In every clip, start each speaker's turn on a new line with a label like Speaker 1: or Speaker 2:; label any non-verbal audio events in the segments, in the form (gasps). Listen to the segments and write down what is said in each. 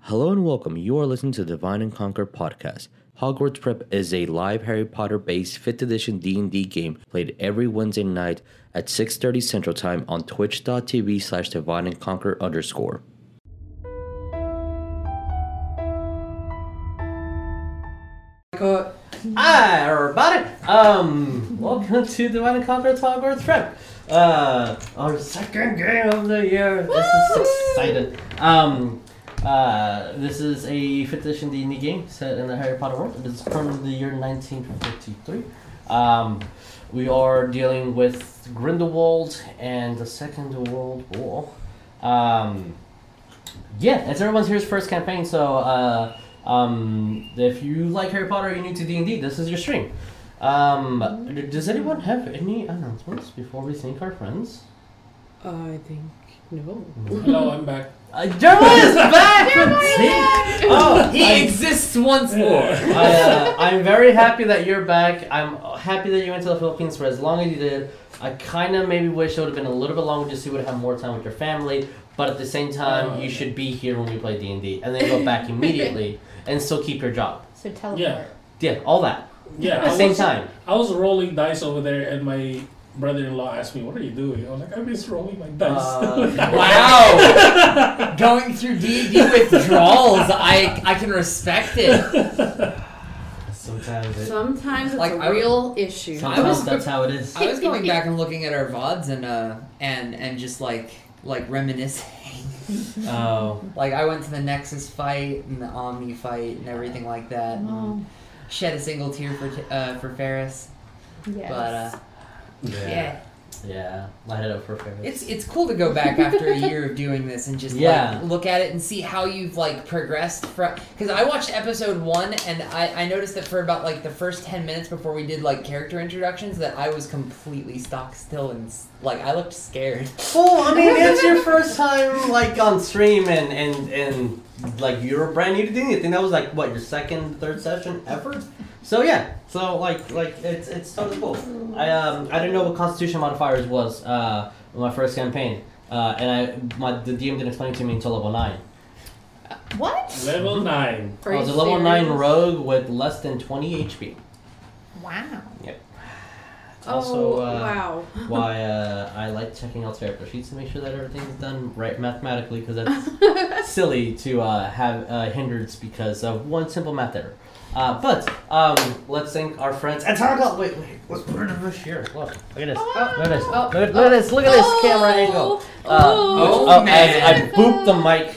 Speaker 1: Hello and welcome. You are listening to the Divine and Conquer podcast. Hogwarts Prep is a live Harry Potter based 5th edition D&D game played every Wednesday night at 6.30 Central Time on twitch.tv slash divine and conquer underscore.
Speaker 2: Hi, everybody. Um, welcome to Divine and Conquer Hogwarts Prep. Uh, our second game of the year. This is exciting. Um, uh, this is a fifth edition D&D game set in the Harry Potter world. It is from the year 1953. Um, we are dealing with Grindelwald and the Second World War. Um, yeah, it's everyone's here's first campaign. So uh, um, if you like Harry Potter, you're new to D and D. This is your stream. Um, d- does anyone have any announcements before we thank our friends?
Speaker 3: I think no.
Speaker 4: Hello, I'm back.
Speaker 2: Uh, Jeremiah (laughs) is back from Zeke. Oh,
Speaker 3: He
Speaker 2: I'm,
Speaker 3: exists once more.
Speaker 2: I, uh, I'm very happy that you're back. I'm happy that you went to the Philippines for as long as you did. I kind of maybe wish it would have been a little bit longer just so you would have more time with your family. But at the same time,
Speaker 3: Uh,
Speaker 4: Oh,
Speaker 2: you
Speaker 4: yeah.
Speaker 2: should be here when we play D and D, and then go
Speaker 3: (laughs)
Speaker 2: back immediately and still keep your job.
Speaker 5: So teleport.
Speaker 4: Yeah.
Speaker 2: Yeah, all that.
Speaker 4: Yeah,
Speaker 2: At the same
Speaker 4: was,
Speaker 2: time.
Speaker 4: I was rolling dice over there, and my brother-in-law asked me, "What are you doing?" I was like, "I'm just rolling my dice." (laughs)
Speaker 2: Uh,
Speaker 3: (laughs) Wow. Going through D&D withdrawals, I I can respect it.
Speaker 2: sometimes it,
Speaker 6: Sometimes it's
Speaker 3: Like, I
Speaker 6: a
Speaker 3: would-
Speaker 6: real issue.
Speaker 3: I was-
Speaker 6: (laughs)
Speaker 2: sometimes that's how it is.
Speaker 3: I was going back and looking at our vods and uh and and just like like reminiscing. (laughs)
Speaker 2: Oh,
Speaker 3: Like I went to the Nexus fight and the Omni fight and everything like that. And shed a single tear for uh, for Ferris,
Speaker 5: Yes.
Speaker 3: but uh,
Speaker 2: yeah,
Speaker 3: yeah,
Speaker 2: yeah. Light it up for Ferris.
Speaker 3: it's it's cool to go back after a year of doing this and just
Speaker 2: Yeah.
Speaker 3: like look at it and see how you've like progressed from because I watched episode one and I, I noticed that for about like the first ten minutes before we did like character introductions that I was completely stock still and s- like I looked scared.
Speaker 2: Well, I mean, it's your first time like on stream and and and like you're brand new to doing it. I think that was like what your second, third session ever. So yeah, so like like it's it's totally cool. I um I didn't know what Constitution modifiers was uh in my first campaign. Uh, and I my the DM didn't explain it to me until level nine.
Speaker 5: what?
Speaker 4: Level nine.
Speaker 6: Are
Speaker 2: I
Speaker 6: you
Speaker 2: was a Oh, level nine
Speaker 6: serious?
Speaker 2: rogue with less than twenty HP.
Speaker 5: Wow.
Speaker 6: Oh
Speaker 2: Also, uh,
Speaker 6: wow!
Speaker 2: why uh, I like checking out character sheets to make sure that everything's done right mathematically because that's
Speaker 6: (laughs)
Speaker 2: silly to uh, have uh, hindrance because of one simple math error. Uh, but um, let's thank our friends. And Targal, wait, wait, let's put it in this here. Look, look at this. Oh, Look at this. Look at, look at this. Look at this camera angle. Uh,
Speaker 6: Oh, Oh,
Speaker 3: Oh,
Speaker 2: oh, as I
Speaker 3: man.
Speaker 2: boop the mic.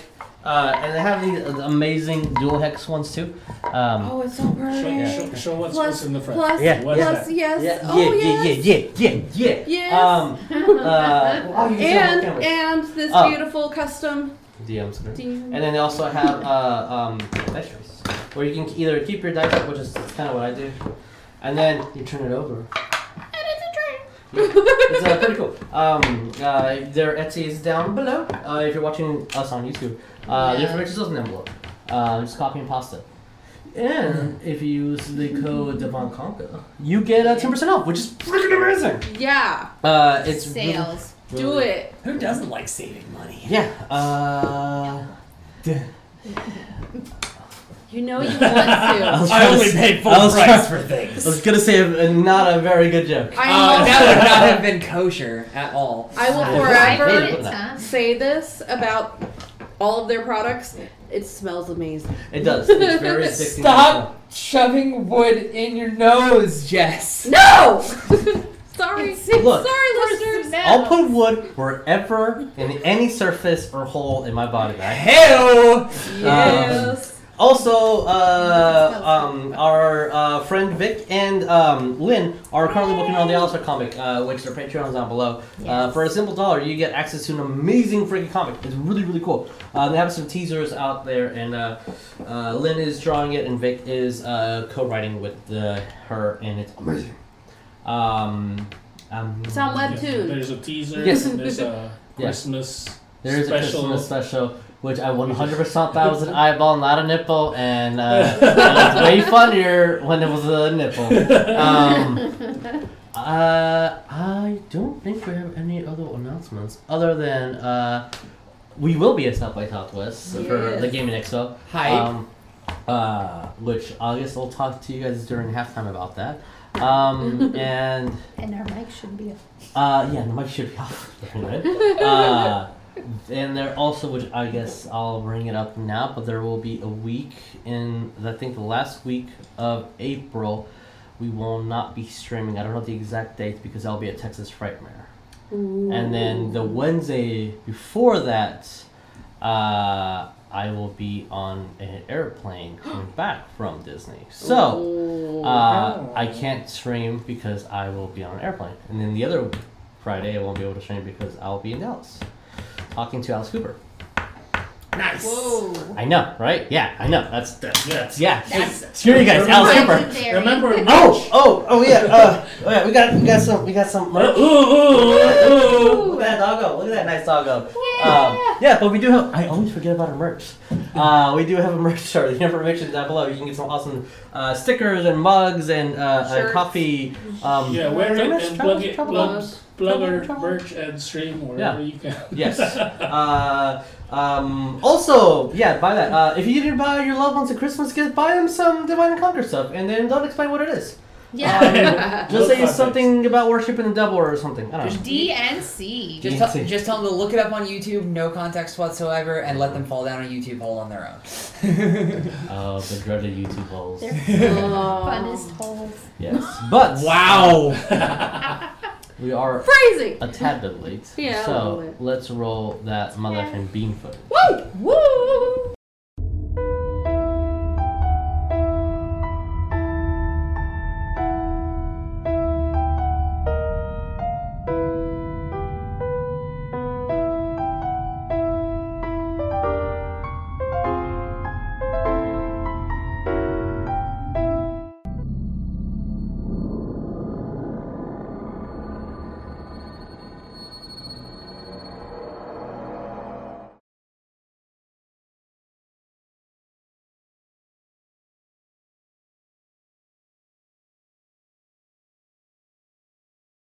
Speaker 2: Uh, and they have these uh, amazing dual hex ones too. Um,
Speaker 6: oh, it's so
Speaker 4: Show,
Speaker 6: pretty.
Speaker 4: show, show what's, what's
Speaker 6: Plus,
Speaker 4: in the front.
Speaker 6: plus,
Speaker 2: Yeah,
Speaker 4: What's
Speaker 6: plus,
Speaker 4: that?
Speaker 6: yes.
Speaker 2: yeah,
Speaker 6: oh,
Speaker 2: yeah,
Speaker 6: yes.
Speaker 2: yeah, yeah, yeah, yeah,
Speaker 6: Yes. (laughs)
Speaker 2: Um, uh, oh, you can see (laughs) all the
Speaker 6: And
Speaker 2: cameras.
Speaker 6: and this
Speaker 2: Oh.
Speaker 6: beautiful custom.
Speaker 2: DM's gonna-
Speaker 6: Do you
Speaker 2: And then they also have uh, um, dice trays, where you can either keep your dice up, which is kind of what I do, and then you turn it over. It's uh, pretty cool. Um, uh, their Etsy is down below. Uh, if you're watching us on YouTube, uh, the
Speaker 5: Yeah.
Speaker 2: information is also down below. Uh, just copy and pasta.
Speaker 5: Mm-hmm.
Speaker 2: And if you use the code DevonConca, you get uh, 10% off, which is freaking amazing.
Speaker 6: yeah,
Speaker 2: Uh, it's really-
Speaker 5: Sales.
Speaker 6: do
Speaker 2: really-
Speaker 6: it.
Speaker 3: Who doesn't like saving money?
Speaker 2: Yeah. Uh,
Speaker 6: You know you
Speaker 2: (laughs)
Speaker 6: want to.
Speaker 2: I only
Speaker 3: paid
Speaker 2: full I was- (laughs) price
Speaker 3: for things.
Speaker 2: I was gonna say uh, not a very good joke.
Speaker 6: I
Speaker 3: Uh,
Speaker 2: (laughs)
Speaker 6: will,
Speaker 3: (laughs) that would not have been kosher at all.
Speaker 6: I will
Speaker 2: I
Speaker 6: forever
Speaker 2: did.
Speaker 6: say this about all of their products. It smells amazing.
Speaker 2: It does. It's very addicting.
Speaker 3: Stop shoving wood in your nose, Jess.
Speaker 6: No. (laughs) Sorry.
Speaker 2: Look.
Speaker 6: Sorry, listeners.
Speaker 2: I'll put wood wherever in any surface or hole in my body bag.
Speaker 3: Hell.
Speaker 6: Yes.
Speaker 2: Also, uh, um, our uh, friend Vic and um, Lynn are currently working on the Alistair comic, uh, which their Patreon's down below. Uh, for a simple dollar, you get access to an amazing freaking comic. It's really, really cool. Uh, they have some teasers out there, and uh, uh, Lynn is drawing it, and Vic is uh, co-writing with uh, her, and it's amazing. Um, um,
Speaker 6: It's on
Speaker 4: Yeah,
Speaker 6: Webtoon.
Speaker 4: There's a teaser.
Speaker 2: Yes. (laughs)
Speaker 4: There's a Christmas
Speaker 2: There is
Speaker 4: special.
Speaker 2: a Christmas special, which I 100% thought was an eyeball, not a nipple, and uh, it was way funnier when it was a nipple. Um, uh, I don't think we have any other announcements other than uh, we will be at South by Southwest for
Speaker 6: Yes.
Speaker 2: the Gaming Expo.
Speaker 3: Hype.
Speaker 2: Um, uh, which August will talk to you guys during halftime about that. Um, and
Speaker 5: And our mic should be.
Speaker 2: uh, yeah, the mic should be off. (laughs) uh, and there also, which I guess I'll bring it up now, but there will be a week in, I think the last week of April, we will not be streaming. I don't know the exact date because I'll be at Texas Frightmare. And then the Wednesday before that, uh, I will be on an airplane coming back from Disney. So. Uh, I can't stream because I will be on an airplane. And then the other Friday, I won't be able to stream because I'll be in Dallas talking to Alice Cooper.
Speaker 4: Nice.
Speaker 6: Whoa.
Speaker 2: I know, right? Yeah, I know. That's, that's, that's yeah.
Speaker 5: That's-
Speaker 2: Cheer you guys, Alice Cooper.
Speaker 5: Legendary.
Speaker 4: Remember?
Speaker 2: Oh, oh, oh yeah. Uh, oh yeah, we got, we got some, we got some merch.
Speaker 4: Uh, Ooh, ooh, ooh, ooh.
Speaker 2: Look at that doggo. Look at that nice doggo. Um, yeah, but we do have. I always forget about our merch. Uh, we do have a merch (laughs) store. The information is down below. You can get some awesome uh, stickers and mugs and uh, a
Speaker 6: Shirts.
Speaker 2: coffee. Um,
Speaker 4: Yeah, wear it
Speaker 2: Travelers,
Speaker 4: and
Speaker 2: travelers,
Speaker 4: plug it, plug,
Speaker 2: travelers.
Speaker 4: plug
Speaker 2: Travelers,
Speaker 4: our
Speaker 2: travelers.
Speaker 4: merch and stream wherever you can.
Speaker 2: (laughs) Yes.
Speaker 4: (laughs)
Speaker 2: Uh, um, also, yeah, buy that. Uh, if you didn't buy your loved ones a Christmas gift, buy them some Divine and Conquer stuff, and then don't explain what it is.
Speaker 4: (laughs)
Speaker 5: Yeah.
Speaker 2: (laughs) Just
Speaker 4: No
Speaker 2: say it's
Speaker 4: context.
Speaker 2: something about worshiping the devil or something. I don't know.
Speaker 5: DNC.
Speaker 3: Just,
Speaker 2: Nancy.
Speaker 3: tell, just tell them to look it up on YouTube, no context whatsoever, and let them fall down a YouTube hole on their own.
Speaker 2: Oh, the dreaded YouTube holes.
Speaker 5: They're funnest
Speaker 2: Oh.
Speaker 5: holes.
Speaker 2: Yes, but
Speaker 4: Wow.
Speaker 2: we are
Speaker 6: Crazy.
Speaker 2: a tad bit late.
Speaker 6: Yeah, a little
Speaker 2: So
Speaker 6: bit.
Speaker 2: let's roll that motherfucking bean footage.
Speaker 6: Woo! Woo!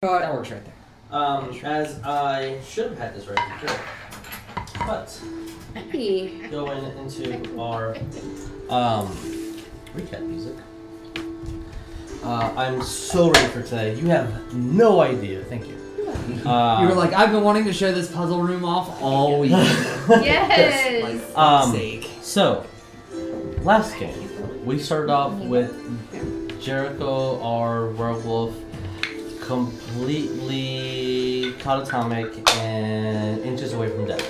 Speaker 3: that works right there.
Speaker 2: Um, as I should have had this right here, but
Speaker 6: Hey.
Speaker 2: going into our um, recap music. Uh, I'm so ready for today. You have no idea. Thank you. Uh,
Speaker 6: (laughs)
Speaker 3: you were like, I've been wanting to show this puzzle room off
Speaker 2: (laughs)
Speaker 3: all week.
Speaker 5: Yes.
Speaker 3: like, fuck's
Speaker 2: Um,
Speaker 3: sake.
Speaker 2: so, last game, we started off with Jericho, our werewolf, completely catatonic and inches away from death.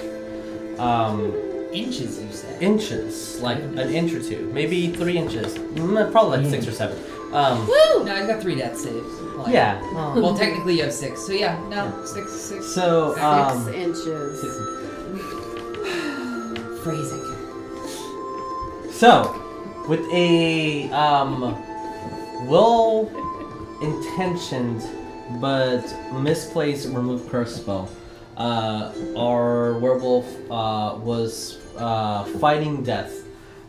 Speaker 2: Um,
Speaker 3: Inches, you said.
Speaker 2: inches, like an inch or two, maybe three inches, Mm, probably like six or seven. Um,
Speaker 3: no, I've got three death saves. Like-
Speaker 2: yeah.
Speaker 3: Well, technically you have six, so yeah, no, six, six.
Speaker 2: So,
Speaker 6: Six
Speaker 2: um,
Speaker 6: inches.
Speaker 2: six
Speaker 3: Phrasing.
Speaker 2: So, with a um, well intentioned but misplaced remove curse spell, uh, our werewolf uh, was uh, fighting death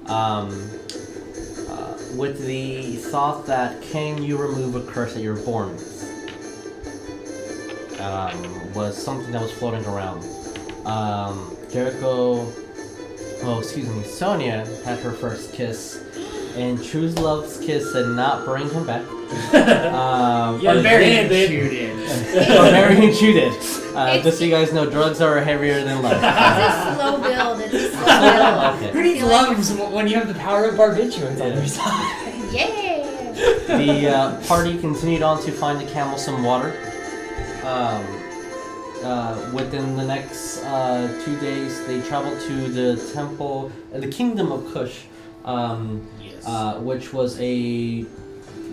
Speaker 2: um, uh, with the thought that can you remove a curse that you're born with? Um, was something that was floating around. Um, Jericho oh excuse me sonia had her first kiss and true love's kiss did not bring him back um,
Speaker 4: Yeah,
Speaker 2: or
Speaker 4: very
Speaker 2: (laughs) did- or marrying you did uh, just so you guys know drugs are heavier than
Speaker 5: (laughs)
Speaker 2: love
Speaker 5: It's a slow build. It's a slow
Speaker 4: (laughs)
Speaker 2: okay.
Speaker 3: Who needs lungs w- when you have the power of barbiturates on
Speaker 2: (laughs)
Speaker 3: your side?
Speaker 5: build. Yeah.
Speaker 2: the uh, party continued on to find the camel some water um, uh, within the next uh, two days they traveled to the temple uh, the kingdom of kush um, uh, which was a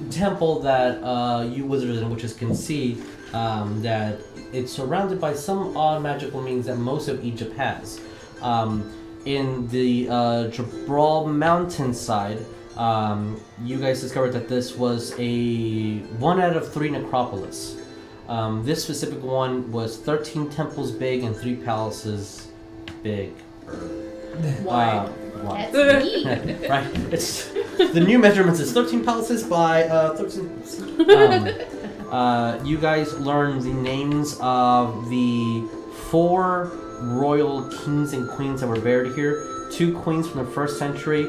Speaker 2: temple that uh, you wizards and witches can see um, that it's surrounded by some odd magical means that most of Egypt has. Um, in the uh, Jabral mountainside, um, you guys discovered that this was a one out of three necropolis. Um, this specific one was 13 temples big and three palaces big.
Speaker 6: Wide.
Speaker 2: Uh, wide
Speaker 4: (laughs)
Speaker 5: That's me.
Speaker 2: (laughs) right? It's the new measurements is 13 palaces by uh, 13. Um, uh, you guys learn the names of the four royal kings and queens that were buried here. Two queens from the first century,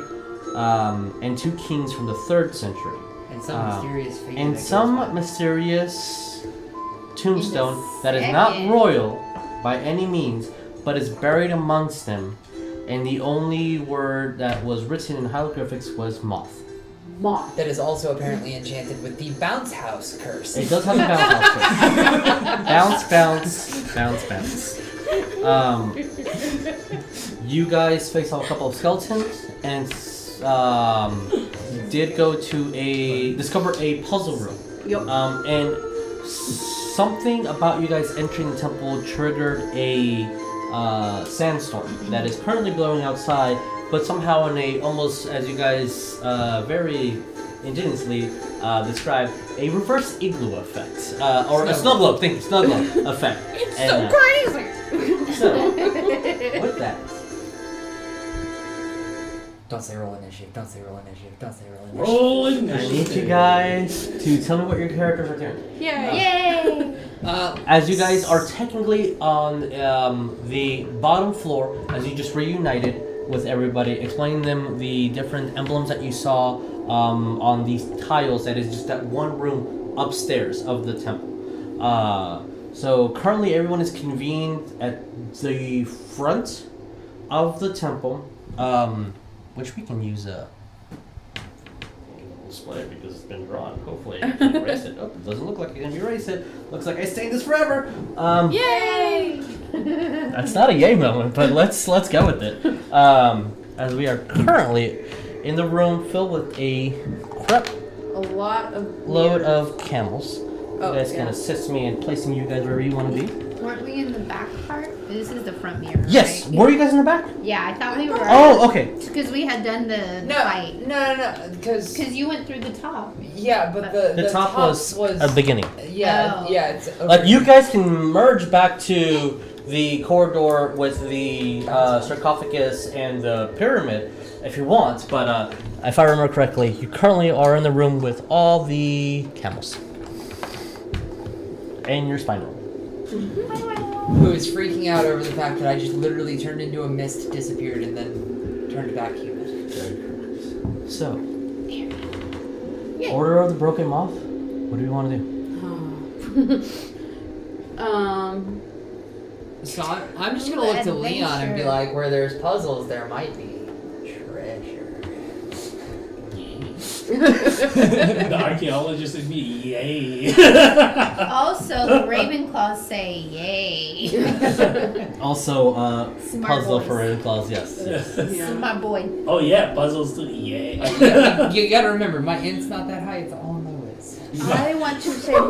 Speaker 2: um, and two kings from the third century.
Speaker 3: And some
Speaker 2: Uh,
Speaker 3: mysterious figure. that
Speaker 2: And
Speaker 3: goes
Speaker 2: some
Speaker 3: by.
Speaker 2: mysterious tombstone that is
Speaker 5: second.
Speaker 2: not royal by any means, but is buried amongst them. And the only word that was written in hieroglyphics was moth.
Speaker 6: Moth.
Speaker 3: that is also apparently enchanted with the bounce house curse.
Speaker 2: It does have a bounce house. bounce, bounce, bounce, bounce. Um, you guys face off a couple of skeletons and s- um, did go to a discover a puzzle room.
Speaker 6: Yup.
Speaker 2: Um, and something about you guys entering the temple triggered a uh, sandstorm that is currently blowing outside, but somehow in a almost as you guys uh, very ingeniously uh, described a reverse igloo effect uh, or a snow globe thing, snow globe effect. It's
Speaker 6: So crazy.
Speaker 2: with that,
Speaker 3: Don't say roll initiative. Don't say roll initiative. Don't say roll initiative.
Speaker 4: Roll
Speaker 2: I
Speaker 4: initiative.
Speaker 2: need you guys to tell me what your characters are doing.
Speaker 6: Yeah.
Speaker 5: Yay!
Speaker 3: Uh,
Speaker 2: As you guys are technically on um, the bottom floor, as you just reunited with everybody, explaining them the different emblems that you saw um, on these tiles. That is just that one room upstairs of the temple. Uh, so currently, everyone is convened at the front of the temple, um, which we can use a. Display because it's been drawn. Hopefully, I can erase it. Oh, it doesn't look like I can erase it. Looks like I stained this forever. Um,
Speaker 6: Yay!
Speaker 2: that's not a yay moment, but let's let's go with it. Um, as we are currently in the room filled with a crap
Speaker 6: A lot of
Speaker 2: load of camels.
Speaker 6: Oh,
Speaker 2: you guys can
Speaker 6: yeah.
Speaker 2: assist me in placing you guys wherever you want to be.
Speaker 5: Weren't we in the back part? This is the front mirror.
Speaker 2: Yes.
Speaker 5: right?
Speaker 2: Were you guys in the back?
Speaker 5: Yeah, I thought we were.
Speaker 2: Oh, okay.
Speaker 5: Because we had done the, the
Speaker 3: no,
Speaker 5: fight.
Speaker 3: no, no, no, because
Speaker 5: Because you went through the
Speaker 4: (laughs)
Speaker 5: top.
Speaker 3: yeah, but the
Speaker 2: The, top, was,
Speaker 3: was
Speaker 2: a beginning.
Speaker 3: yeah,
Speaker 5: Oh.
Speaker 3: yeah. It's over.
Speaker 2: Like you guys can merge back to the corridor with the uh, sarcophagus and the pyramid if you want, but uh, if I remember correctly, you currently are in the room with all the camels and your spinal.
Speaker 3: who is freaking out over the fact that I just literally turned into a mist, disappeared, and then turned back human.
Speaker 2: So,
Speaker 5: Yay.
Speaker 2: Order of the Broken Moth. What do you want to do?
Speaker 6: um.
Speaker 3: So I'm, I'm just gonna look to Leon and be
Speaker 5: Adventure.
Speaker 3: like, where there's puzzles, there might be treasure.
Speaker 4: (laughs)
Speaker 3: (laughs)
Speaker 4: the archaeologist would be
Speaker 2: (laughs)
Speaker 4: yay.
Speaker 5: Also, the Ravenclaws say yay.
Speaker 4: (laughs)
Speaker 5: (laughs)
Speaker 2: Also, uh,
Speaker 5: Smart
Speaker 2: puzzle
Speaker 5: boys.
Speaker 2: for Ravenclaws. Yes. yes.
Speaker 5: This is my boy.
Speaker 4: oh yeah, puzzles too.
Speaker 2: (laughs)
Speaker 4: Yay. (laughs)
Speaker 3: you gotta remember, my int's not that high. It's all in the whiz.
Speaker 6: I want to say one.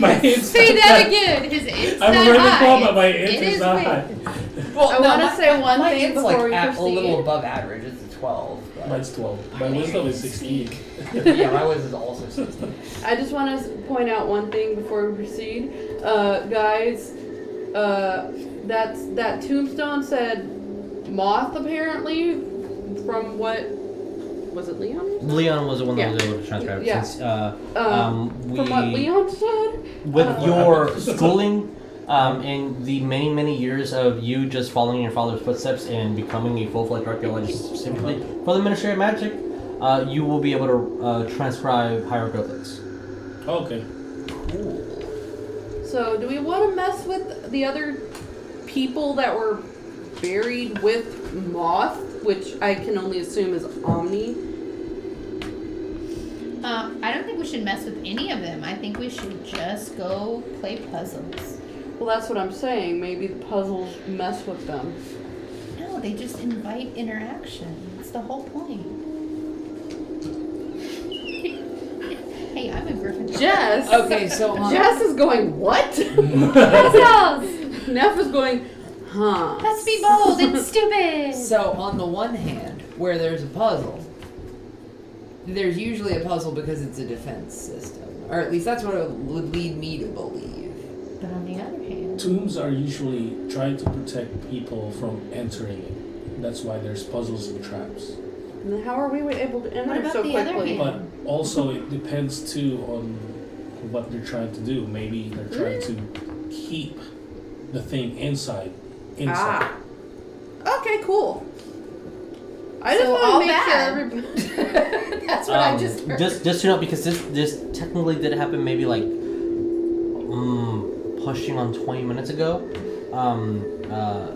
Speaker 4: my head's
Speaker 5: Say that (laughs) again. His it's
Speaker 4: I'm
Speaker 5: not
Speaker 4: a
Speaker 5: high.
Speaker 4: Ravenclaw, but my
Speaker 5: It
Speaker 4: inch is
Speaker 5: is
Speaker 4: not
Speaker 5: big.
Speaker 4: high.
Speaker 3: Well,
Speaker 6: I wanna say one
Speaker 3: my
Speaker 6: thing
Speaker 3: int's
Speaker 6: before
Speaker 3: like
Speaker 6: we
Speaker 3: a, a little
Speaker 6: proceed.
Speaker 3: above average. It's a 12. (laughs) but-
Speaker 4: Mine's 12. My wisdom is 16.
Speaker 3: yeah, my whiz is also 16.
Speaker 6: I just want to point out one thing before we proceed, uh, guys. Uh, that's that tombstone said moth apparently from what was it Leon?
Speaker 2: Leon was the one that was able to transcribe.
Speaker 6: Yeah.
Speaker 2: Since, uh,
Speaker 6: Uh,
Speaker 2: um, we,
Speaker 6: from what Leon said.
Speaker 2: with
Speaker 6: Uh,
Speaker 2: your schooling um, and the many many years of you just following your father's footsteps and becoming a full-fledged archaeologist specifically for the ministry of magic uh, you will be able to uh, transcribe hieroglyphics
Speaker 4: (laughs) Okay.
Speaker 6: So do we want to mess with the other people that were buried with moth, which I can only assume is Omni?
Speaker 5: Uh, I don't think we should mess with any of them. I think we should just go play puzzles.
Speaker 6: Well, that's what I'm saying. Maybe the puzzles mess with them.
Speaker 5: No, they just invite interaction. It's the whole point. (laughs) hey, I'm a Gryffindor.
Speaker 6: Jess.
Speaker 3: Okay, so um,
Speaker 6: Jess is going
Speaker 3: (laughs)
Speaker 6: what? (laughs)
Speaker 5: Puzzles!
Speaker 6: Neff is going, huh?
Speaker 5: Let's be bold and (laughs) stupid!
Speaker 3: So on the one hand, where there's a puzzle, there's usually a puzzle because it's a defense system, or at least that's what it would lead me to believe.
Speaker 5: But on the other hand,
Speaker 4: Tombs are usually trying to protect people from entering it. That's why there's puzzles and traps.
Speaker 6: (laughs) And then how are we able to enter
Speaker 5: What about
Speaker 6: so
Speaker 5: the other
Speaker 6: quickly?
Speaker 5: hand?
Speaker 4: But also, it depends too on what they're trying to do. Maybe they're trying to keep the thing inside Insight.
Speaker 6: Ah. Okay, cool. I just
Speaker 5: So
Speaker 6: want
Speaker 5: all
Speaker 6: to make
Speaker 5: bad.
Speaker 6: sure everybody.
Speaker 5: (laughs) (laughs) That's what I
Speaker 2: Um,
Speaker 5: just heard.
Speaker 2: just just to know because this this technically did happen maybe like mm, pushing on 20 minutes ago um uh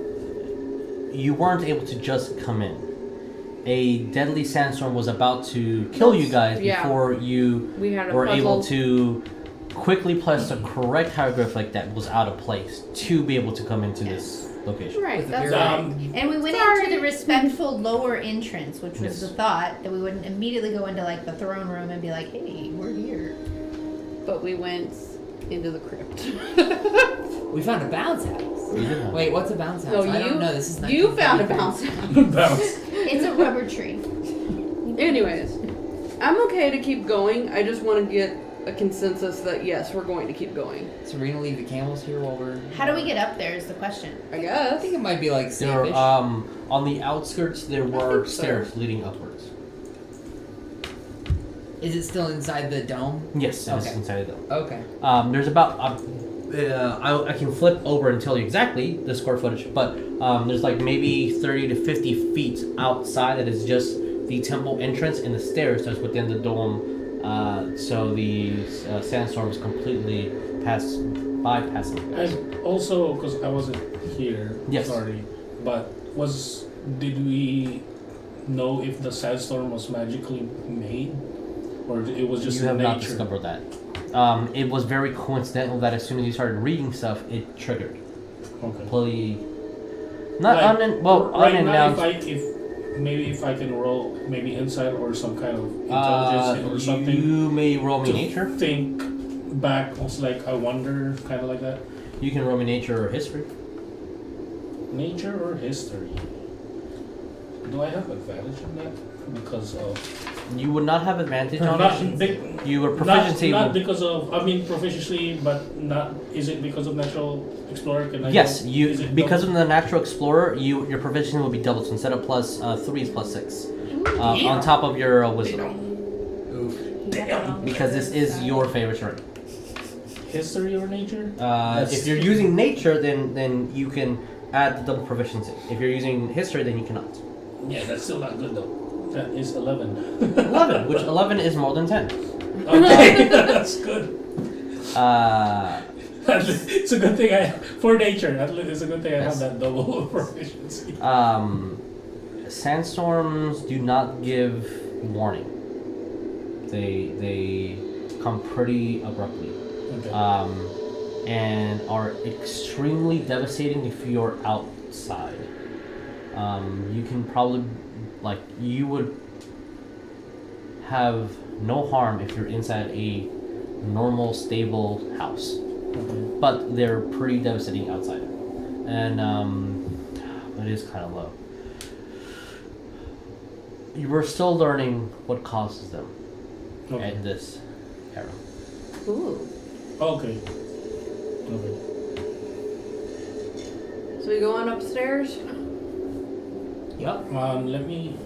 Speaker 2: you weren't able to just come in a deadly sandstorm was about to kill you guys
Speaker 6: Yeah.
Speaker 2: before you
Speaker 6: We had a
Speaker 2: were able
Speaker 6: puzzle.
Speaker 2: to quickly place the correct hieroglyph like that was out of place to be able to come into this location
Speaker 6: Right.
Speaker 3: that's
Speaker 6: That's
Speaker 3: right.
Speaker 4: (laughs) Um,
Speaker 5: And we went
Speaker 6: Sorry.
Speaker 5: into the respectful lower entrance, which was the
Speaker 2: Yes.
Speaker 5: thought that we wouldn't immediately go into like the throne room and be like, "Hey, we're here."
Speaker 6: But we went into the crypt. (laughs)
Speaker 3: We found a bounce house.
Speaker 2: You did not.
Speaker 3: Wait, what's a bounce house?
Speaker 6: no,
Speaker 3: I
Speaker 6: Oh, you.
Speaker 3: don't know. This is
Speaker 6: you found a
Speaker 3: 1973.
Speaker 6: bounce house.
Speaker 4: Bounce.
Speaker 5: It's a rubber tree.
Speaker 6: (laughs) Anyways, I'm okay to keep going. I just want to get a consensus that yes, we're going to keep going.
Speaker 3: So we're gonna leave the camels here while we're.
Speaker 5: How do we get up there? Is the question.
Speaker 6: I
Speaker 3: I
Speaker 6: guess.
Speaker 3: think it might be like
Speaker 2: there were,
Speaker 3: safe-ish.
Speaker 2: um on the outskirts there were
Speaker 6: think so.
Speaker 2: stairs leading upwards uh,
Speaker 3: Is it still inside the dome?
Speaker 2: yes that's
Speaker 3: Okay.
Speaker 2: inside the
Speaker 3: Okay. (laughs)
Speaker 2: Um, there's about uh, uh, I, I can flip over and tell you exactly the square footage, but um, there's like maybe 30 to 50 feet outside that is just the temple entrance and the stairs that's within the dome. Uh, so the uh, sandstorm is completely pass bypassing. that.
Speaker 4: And also, because I wasn't here,
Speaker 2: Yes.
Speaker 4: sorry, but was did we know if the sandstorm was magically made, or it was just
Speaker 2: you have
Speaker 4: nature?
Speaker 2: not discovered that. Um, it was very coincidental that as soon as you started reading stuff, it triggered.
Speaker 4: Okay.
Speaker 2: Completely. Not
Speaker 4: Like,
Speaker 2: unin- Uh, well,
Speaker 4: right now,
Speaker 2: unannounced.
Speaker 4: if I if maybe if I can roll maybe insight or some kind of intelligence
Speaker 2: uh,
Speaker 4: or something
Speaker 2: you may roll me
Speaker 4: to
Speaker 2: nature.
Speaker 4: think back, was like I wonder, kind of like that,
Speaker 2: You can roll me nature or history.
Speaker 4: nature or history. Do I have advantage in that because of
Speaker 2: You would not have advantage on
Speaker 4: not,
Speaker 2: it.
Speaker 4: big,
Speaker 2: You were
Speaker 4: Not,
Speaker 2: proficiency.
Speaker 4: not
Speaker 2: would-
Speaker 4: because of, I mean, proficiency, but not, is it because of natural explorer? Can I
Speaker 2: yes,
Speaker 4: go-
Speaker 2: you
Speaker 4: is it
Speaker 2: because
Speaker 4: double-
Speaker 2: of the natural explorer, you your proficiency will be doubled. So instead of plus uh, three is plus six uh, on top of your uh, wisdom because this is your favorite terrain.
Speaker 4: history or nature?
Speaker 2: Uh,
Speaker 4: That's-
Speaker 2: if you're using nature, then then you can add the double proficiency. If you're using history, then you cannot.
Speaker 4: Yeah, that's still not good though. That is 11. (laughs)
Speaker 2: Eleven, (laughs) which eleven is more than ten.
Speaker 4: Okay, (laughs) that's good.
Speaker 2: Uh,
Speaker 4: At least- It's a good thing I, for nature, at least it's a good thing I have that double (laughs) proficiency.
Speaker 2: Um, sandstorms do not give warning. They they come pretty abruptly,
Speaker 4: Okay.
Speaker 2: um, and are extremely devastating if you're outside. Um, you can probably like you would have no harm if you're inside a normal stable house
Speaker 4: okay.
Speaker 2: but they're pretty devastating outside. And um, it is kind of low. You were still learning what causes them
Speaker 4: Okay.
Speaker 2: at this era.
Speaker 6: Ooh.
Speaker 4: okay. Okay.
Speaker 6: So we going upstairs?
Speaker 2: Yep.
Speaker 4: Um, let me.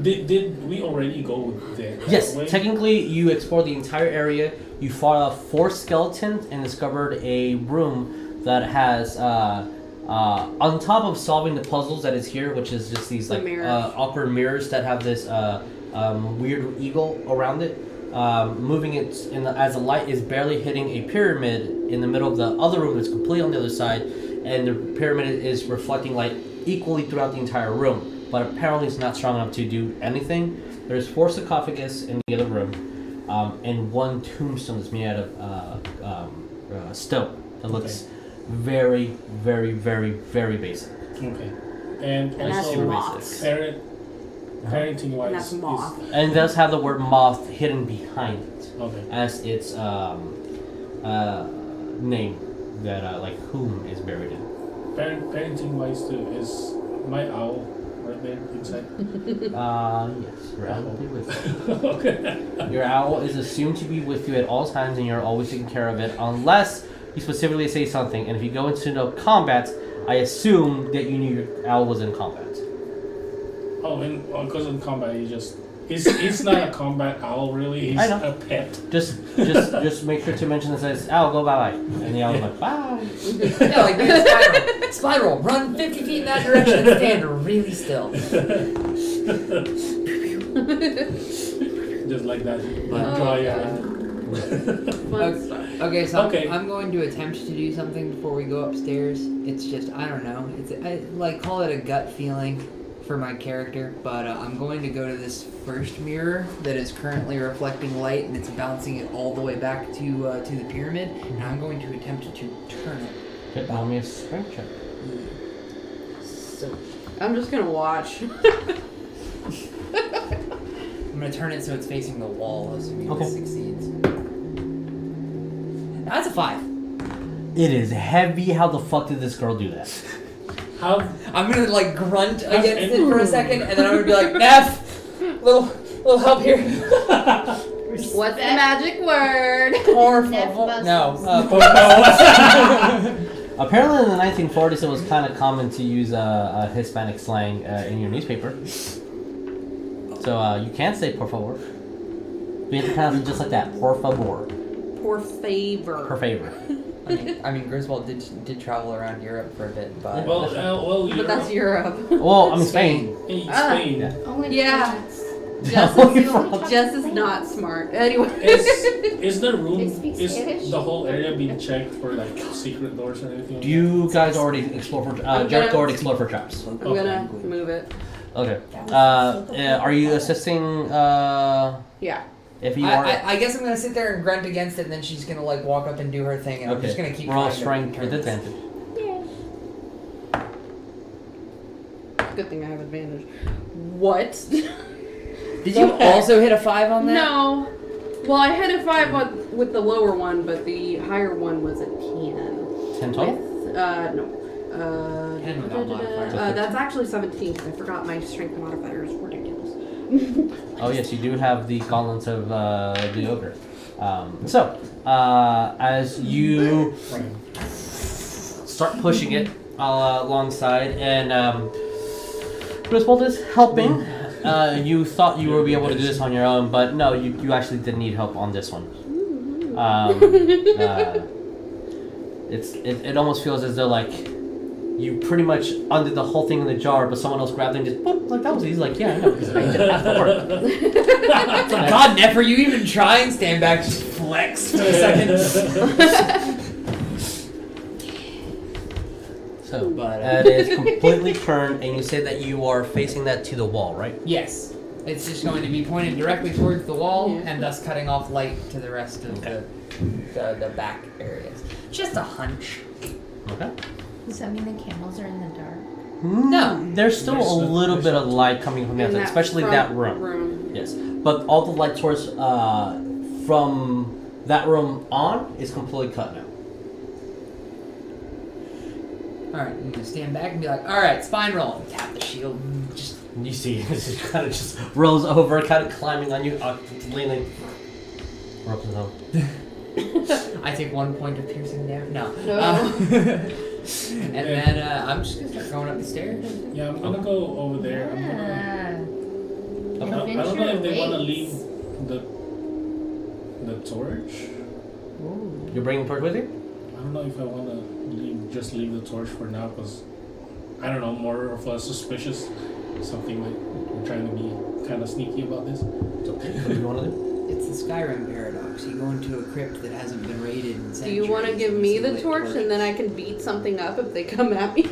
Speaker 4: Did, did we already go there?
Speaker 2: Yes,
Speaker 4: Wait.
Speaker 2: technically, you explored the entire area. You fought off four skeletons and discovered a room that has, uh, uh, on top of solving the puzzles that is here, which is just these
Speaker 6: The
Speaker 2: like
Speaker 6: mirrors.
Speaker 2: uh, awkward mirrors that have this uh, um, weird eagle around it. Um, moving it in the, as the light is barely hitting a pyramid in the middle of the other room that's completely on the other side, and the pyramid is reflecting light equally throughout the entire room. But apparently, it's not strong enough to do anything. There's four sarcophagus in the other room, um, and one tombstone that's made out of uh, um, uh, stone that looks very, very, very, very basic.
Speaker 4: Okay.
Speaker 6: And
Speaker 4: And,
Speaker 6: that's
Speaker 4: also,
Speaker 6: moths.
Speaker 4: parent, parenting wise,
Speaker 6: And that's
Speaker 4: is-
Speaker 6: moth.
Speaker 2: And it does have the word moth hidden behind it.
Speaker 4: Okay.
Speaker 2: as its um, uh, name that uh, like whom is buried in.
Speaker 4: Parent, parenting wise too is my owl right there inside. (laughs)
Speaker 2: Uh, yes, your owl will be with (laughs)
Speaker 4: okay.
Speaker 2: you. Your owl is assumed to be with you at all times, and you're always taking care of it, unless you specifically say something. And if you go into no combat, I assume that you knew your owl was in combat.
Speaker 4: Oh, and because in uh, combat you just He's, he's not a combat owl, really. He's
Speaker 2: I know.
Speaker 4: a pet.
Speaker 2: Just, just, (laughs) just make sure to mention that says, "Owl, go bye bye," and the owl's like, "Bye."
Speaker 3: Yeah, like man, spiral, spiral, run 50 feet in that direction and stand really still.
Speaker 4: Just like that. Like
Speaker 3: Oh,
Speaker 4: dry
Speaker 6: Fun
Speaker 3: Okay.
Speaker 6: stuff.
Speaker 3: Okay, so I'm-
Speaker 4: Okay.
Speaker 3: I'm, going to attempt to do something before we go upstairs. It's just I don't know. It's I like call it a gut feeling for my character, but uh, I'm going to go to this first mirror that is currently reflecting light and it's bouncing it all the way back to uh, to the pyramid, and I'm going to attempt to turn it.
Speaker 2: Okay, roll me a strength check.
Speaker 3: So
Speaker 6: I'm just gonna watch.
Speaker 3: I'm gonna turn it so it's facing the wall, assuming
Speaker 2: Okay.
Speaker 3: this succeeds. That's a five.
Speaker 2: It is heavy. How the fuck did this (laughs) girl do that?
Speaker 4: How
Speaker 3: I'm gonna like grunt
Speaker 4: That's
Speaker 3: against it for a second, and then I'm gonna be like, Neff, little little help here. (laughs)
Speaker 5: What's the magic word?
Speaker 3: Or
Speaker 5: Neff
Speaker 3: no, (laughs) uh,
Speaker 2: Apparently, in the 1940s, it was kind of common to use uh, uh, Hispanic slang uh, in your newspaper. So uh, you can say por favor. We have to pronounce it just like that. Por favor.
Speaker 6: Poor favor.
Speaker 2: Per favor.
Speaker 3: I (laughs) mean, I mean, Griswold did did travel around Europe for a bit, but
Speaker 4: well, uh, well,
Speaker 6: But
Speaker 4: Europe,
Speaker 6: that's Europe.
Speaker 2: Well, I mean, Spain.
Speaker 4: in
Speaker 6: Ah.
Speaker 4: Spain
Speaker 2: Yeah.
Speaker 5: Only
Speaker 6: Yeah.
Speaker 5: France.
Speaker 6: Jess
Speaker 2: Only
Speaker 6: is,
Speaker 2: France.
Speaker 6: (laughs) Jess is not smart. Anyway. (laughs)
Speaker 4: is is the room
Speaker 5: They speak Spanish?
Speaker 4: is the whole area being checked for like secret doors or anything?
Speaker 2: Do you guys already explore for uh,
Speaker 6: I'm
Speaker 2: Jericho
Speaker 6: gonna-
Speaker 2: already explore for traps?
Speaker 6: I'm gonna move it.
Speaker 2: Okay. Uh, uh, are you assisting? Uh,
Speaker 6: Yeah.
Speaker 2: if you
Speaker 3: I,
Speaker 2: are,
Speaker 3: I, I guess I'm gonna sit there and grunt against it, and then she's gonna like walk up and do her thing, and I'm just gonna keep.
Speaker 2: We're all
Speaker 3: trying
Speaker 2: strength
Speaker 3: to turn
Speaker 2: with
Speaker 3: this.
Speaker 2: advantage.
Speaker 6: Good thing I have advantage. What?
Speaker 3: Did (laughs) you
Speaker 6: Okay.
Speaker 3: also hit a five on that?
Speaker 6: no. Well, I had a five on, with the lower one, but the higher one was a ten.
Speaker 2: Ten total.
Speaker 6: With, uh, no. Uh,
Speaker 3: Ten without modifier.
Speaker 6: uh, that's actually 17. I forgot my strength modifier is ridiculous.
Speaker 2: Oh yes, you do have the gauntlets of uh, the ogre. Um, so uh, as you start pushing it uh, alongside, and um, Griswold is helping. Uh, you thought you would be able to do this on your own, but no, you, you actually did need help on this one. Um, uh, it's it, it almost feels as though like you pretty much undid the whole thing in the jar, but someone else grabbed it and just boop, like that was easy. Like yeah, I know. 'cause I did half the work.
Speaker 3: God, Neff, are you even trying? Stand back, just flex for a second.
Speaker 2: So
Speaker 3: But, uh,
Speaker 2: that is completely (laughs) turned, and you say that you are facing that to the wall, right?
Speaker 3: Yes. It's just going to be pointed directly towards the wall
Speaker 6: Yeah.
Speaker 3: and thus cutting off light to the rest of the, the the back areas. Just a hunch.
Speaker 2: Okay.
Speaker 5: (laughs) Does that mean the camels are in the dark?
Speaker 3: No.
Speaker 2: Hmm. There's still
Speaker 4: There's
Speaker 2: a
Speaker 4: some-
Speaker 2: little
Speaker 4: there's
Speaker 2: bit of light coming from the
Speaker 6: In
Speaker 2: outside, especially
Speaker 6: front
Speaker 2: that room. Yes, but all the light source uh, from that room on is completely cut now.
Speaker 3: Alright, I'm gonna stand back and be like, alright, spine roll. Tap the shield. Just
Speaker 2: You see, (laughs) this is kind of just rolls over, kind of climbing on you, uh, leaning. We're up to the hill.
Speaker 3: I take one point of piercing there. No.
Speaker 6: No. (laughs)
Speaker 3: Um, (laughs) and then uh, I'm just gonna start going up the stairs.
Speaker 4: Yeah, I'm
Speaker 2: Oh.
Speaker 4: gonna go over there. I'm gonna,
Speaker 6: Ah.
Speaker 4: I don't- I don't know if they wanna leave the the torch.
Speaker 2: You're bringing torch with you?
Speaker 4: I don't know if I wanna leave, just leave the torch for now, cause I don't know, more of a suspicious something like I'm trying to be kind of sneaky about this.
Speaker 2: It's okay. What do you want to (laughs) do?
Speaker 3: It's the Skyrim paradox. You go into a crypt that hasn't been raided in
Speaker 6: Do you want to
Speaker 3: centuries
Speaker 6: give
Speaker 3: and
Speaker 6: me
Speaker 3: see
Speaker 6: the
Speaker 3: lit
Speaker 6: torch and then I can beat something up if they come at me?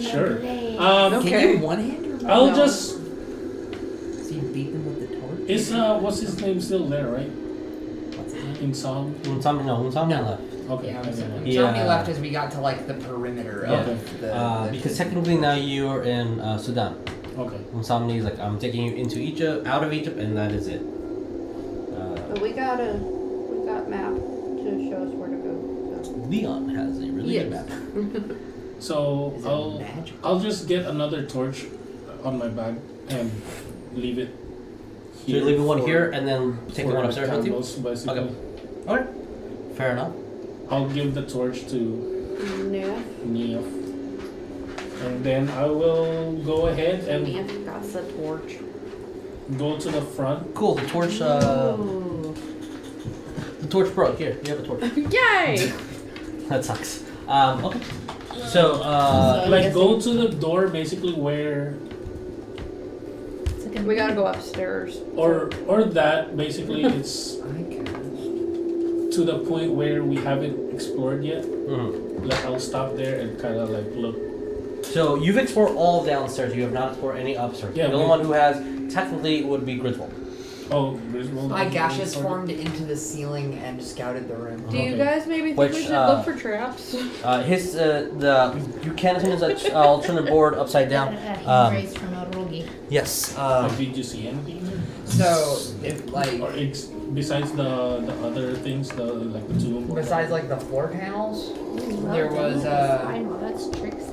Speaker 4: (laughs) Sure. Um,
Speaker 5: Um,
Speaker 3: torches. Can
Speaker 6: Okay.
Speaker 3: you one hand or
Speaker 4: I'll
Speaker 6: No.
Speaker 4: just
Speaker 3: so you beat them with the torch?
Speaker 4: is uh what's his name still there, right?
Speaker 3: What's that?
Speaker 4: In Psalm.
Speaker 2: Insomnia, no, insomnia left.
Speaker 4: Okay.
Speaker 3: Yeah,
Speaker 4: okay.
Speaker 3: Tommy
Speaker 2: Yeah.
Speaker 3: left as we got to like the perimeter of
Speaker 4: Okay.
Speaker 3: the,
Speaker 2: Uh,
Speaker 3: the-
Speaker 2: because technically now you are in uh, Sudan.
Speaker 4: Okay.
Speaker 2: Insomni is like, I'm taking you into Egypt, out of Egypt, and that is it. Uh,
Speaker 6: (laughs) But we got a we got map to show us where to go. So.
Speaker 2: Leon has a really good map.
Speaker 4: So
Speaker 3: Is it
Speaker 4: I'll
Speaker 3: magic?
Speaker 4: I'll just get another torch on my bag and leave it.
Speaker 2: So you're leaving one
Speaker 4: for-
Speaker 2: here and then taking
Speaker 4: for
Speaker 2: one
Speaker 4: the
Speaker 2: upstairs with you?
Speaker 4: candles, Basically.
Speaker 2: Okay. Okay. Fair enough.
Speaker 4: I'll give the torch to
Speaker 6: Neff,
Speaker 4: Neo. And then I will go ahead and
Speaker 6: Neff got the torch.
Speaker 4: Go to the front.
Speaker 2: Cool. The torch. Uh,
Speaker 6: Oh.
Speaker 2: the torch broke. Here, you have a torch.
Speaker 6: (laughs) Yay!
Speaker 2: That sucks. Um, okay. So, uh,
Speaker 5: I'm
Speaker 4: Like, go to
Speaker 5: guessing-
Speaker 4: the door basically where.
Speaker 5: It's like a-
Speaker 6: we gotta go upstairs.
Speaker 4: Or, or
Speaker 2: (laughs)
Speaker 4: that basically it's
Speaker 3: I guess.
Speaker 4: to the point where we haven't explored yet.
Speaker 2: mhm.
Speaker 4: Like I'll stop there and kind of like look.
Speaker 2: so you've explored all downstairs. You have not explored any upstairs.
Speaker 4: Yeah,
Speaker 2: the only
Speaker 4: we-
Speaker 2: one who has technically would be Griswold.
Speaker 4: Oh, Griswold.
Speaker 3: My gash
Speaker 4: is
Speaker 3: has formed into the ceiling and scouted the room.
Speaker 6: Do you
Speaker 4: Okay.
Speaker 6: guys maybe think
Speaker 2: Which,
Speaker 6: we should
Speaker 2: uh,
Speaker 6: look for traps? (laughs)
Speaker 2: Uh, his uh, the you can attend his uh, alternate board upside
Speaker 5: (laughs) Yeah,
Speaker 2: down.
Speaker 5: that hand
Speaker 2: Um,
Speaker 5: raised from Orogi.
Speaker 2: Yes.
Speaker 4: Like,
Speaker 2: Um,
Speaker 4: did you see anything? there?
Speaker 3: So, if
Speaker 4: Or
Speaker 3: like,
Speaker 4: ex- besides the the other things, the like the tomb. or
Speaker 3: besides like the floor panels, There was, uh,
Speaker 5: Fine, that's tricks.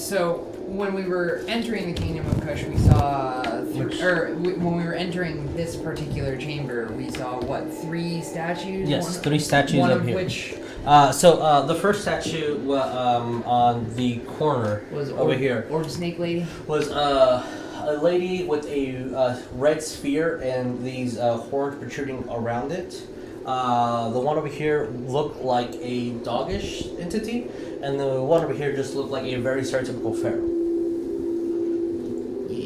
Speaker 3: So when we were entering the kingdom of Kush, we saw, th-
Speaker 2: Which-
Speaker 3: or w- when we were entering this particular chamber, we saw what three statues.
Speaker 2: yes.
Speaker 3: One-
Speaker 2: Three statues
Speaker 3: one
Speaker 2: up
Speaker 3: of
Speaker 2: here.
Speaker 3: which
Speaker 2: Uh, so uh, the first statue wa- um, on the corner
Speaker 3: was
Speaker 2: over
Speaker 3: Orb-
Speaker 2: here
Speaker 3: Orb Snake Lady.
Speaker 2: was uh, a lady with a uh, red sphere and these uh, horns protruding around it. Uh, the one over here looked like a doggish entity, and the one over here just looked like a very stereotypical pharaoh.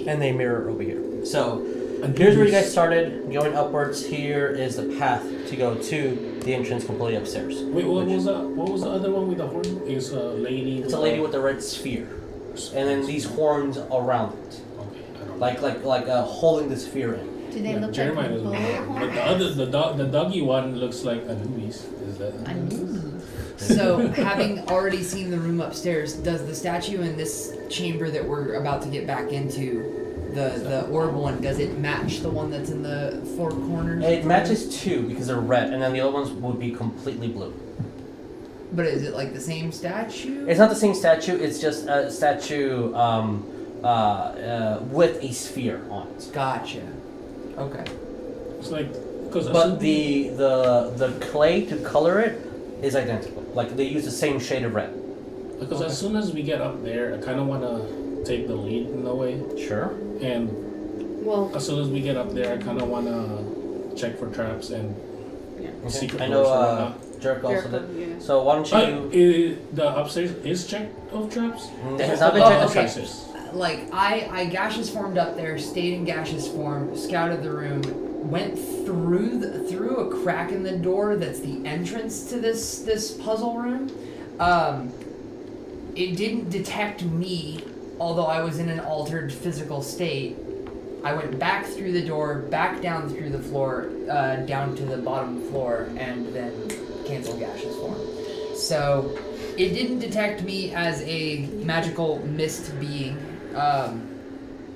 Speaker 2: And a mirror over here. So
Speaker 4: And
Speaker 2: here's where you
Speaker 4: there's-
Speaker 2: guys started. Going upwards here is the path to go to the entrance completely upstairs.
Speaker 4: Wait, what
Speaker 2: which-
Speaker 4: was that? What was the other one with the horn? It's a lady.
Speaker 2: It's a lady with a red sphere.
Speaker 4: with,
Speaker 2: and then these horns around it,
Speaker 4: Okay, I don't
Speaker 2: like like like uh, holding the sphere in.
Speaker 5: Do they
Speaker 4: Yeah,
Speaker 5: look
Speaker 4: Jeremiah
Speaker 5: like
Speaker 4: doesn't
Speaker 5: bull
Speaker 4: know. But the
Speaker 5: horns? (laughs)
Speaker 4: other, the dog, the doggy one looks like Anubis. Is that
Speaker 5: I knew.
Speaker 2: (laughs)
Speaker 3: So having already seen the room upstairs, does the statue in this chamber that we're about to get back into, the the orb one, does it match the one that's in the four corners?
Speaker 2: It matches two because they're red, and then the other ones would be completely blue.
Speaker 3: But is it like the same statue?
Speaker 2: It's not the same statue; it's just a statue um, uh, uh, with a sphere on it.
Speaker 3: Gotcha. Okay.
Speaker 4: It's like because
Speaker 2: But the the the clay to color it is identical. Like they use the same shade of red.
Speaker 4: because as soon as we get up there, I kind of want to take the lead in a way,
Speaker 2: Sure.
Speaker 4: and
Speaker 6: Well,
Speaker 4: As soon as we get up there, I kind of want to check for traps and secret
Speaker 2: I know
Speaker 4: doors or
Speaker 2: uh,
Speaker 4: whatnot.
Speaker 2: Jerk also
Speaker 6: Jericho,
Speaker 2: did.
Speaker 6: yeah.
Speaker 2: So why
Speaker 4: Oh,
Speaker 2: don't you?
Speaker 4: i- the upstairs is checked of traps?
Speaker 2: It has not been checked of
Speaker 4: okay.
Speaker 2: traps.
Speaker 3: Like I, I gaseous formed up there, stayed in gaseous form, scouted the room, went through the, through a crack in the door that's the entrance to this this puzzle room. Um, it didn't detect me, although I was in an altered physical state. I went back through the door, back down through the floor, uh, down to the bottom floor, and then cancel gaseous form. So it didn't detect me as a magical mist being. Um,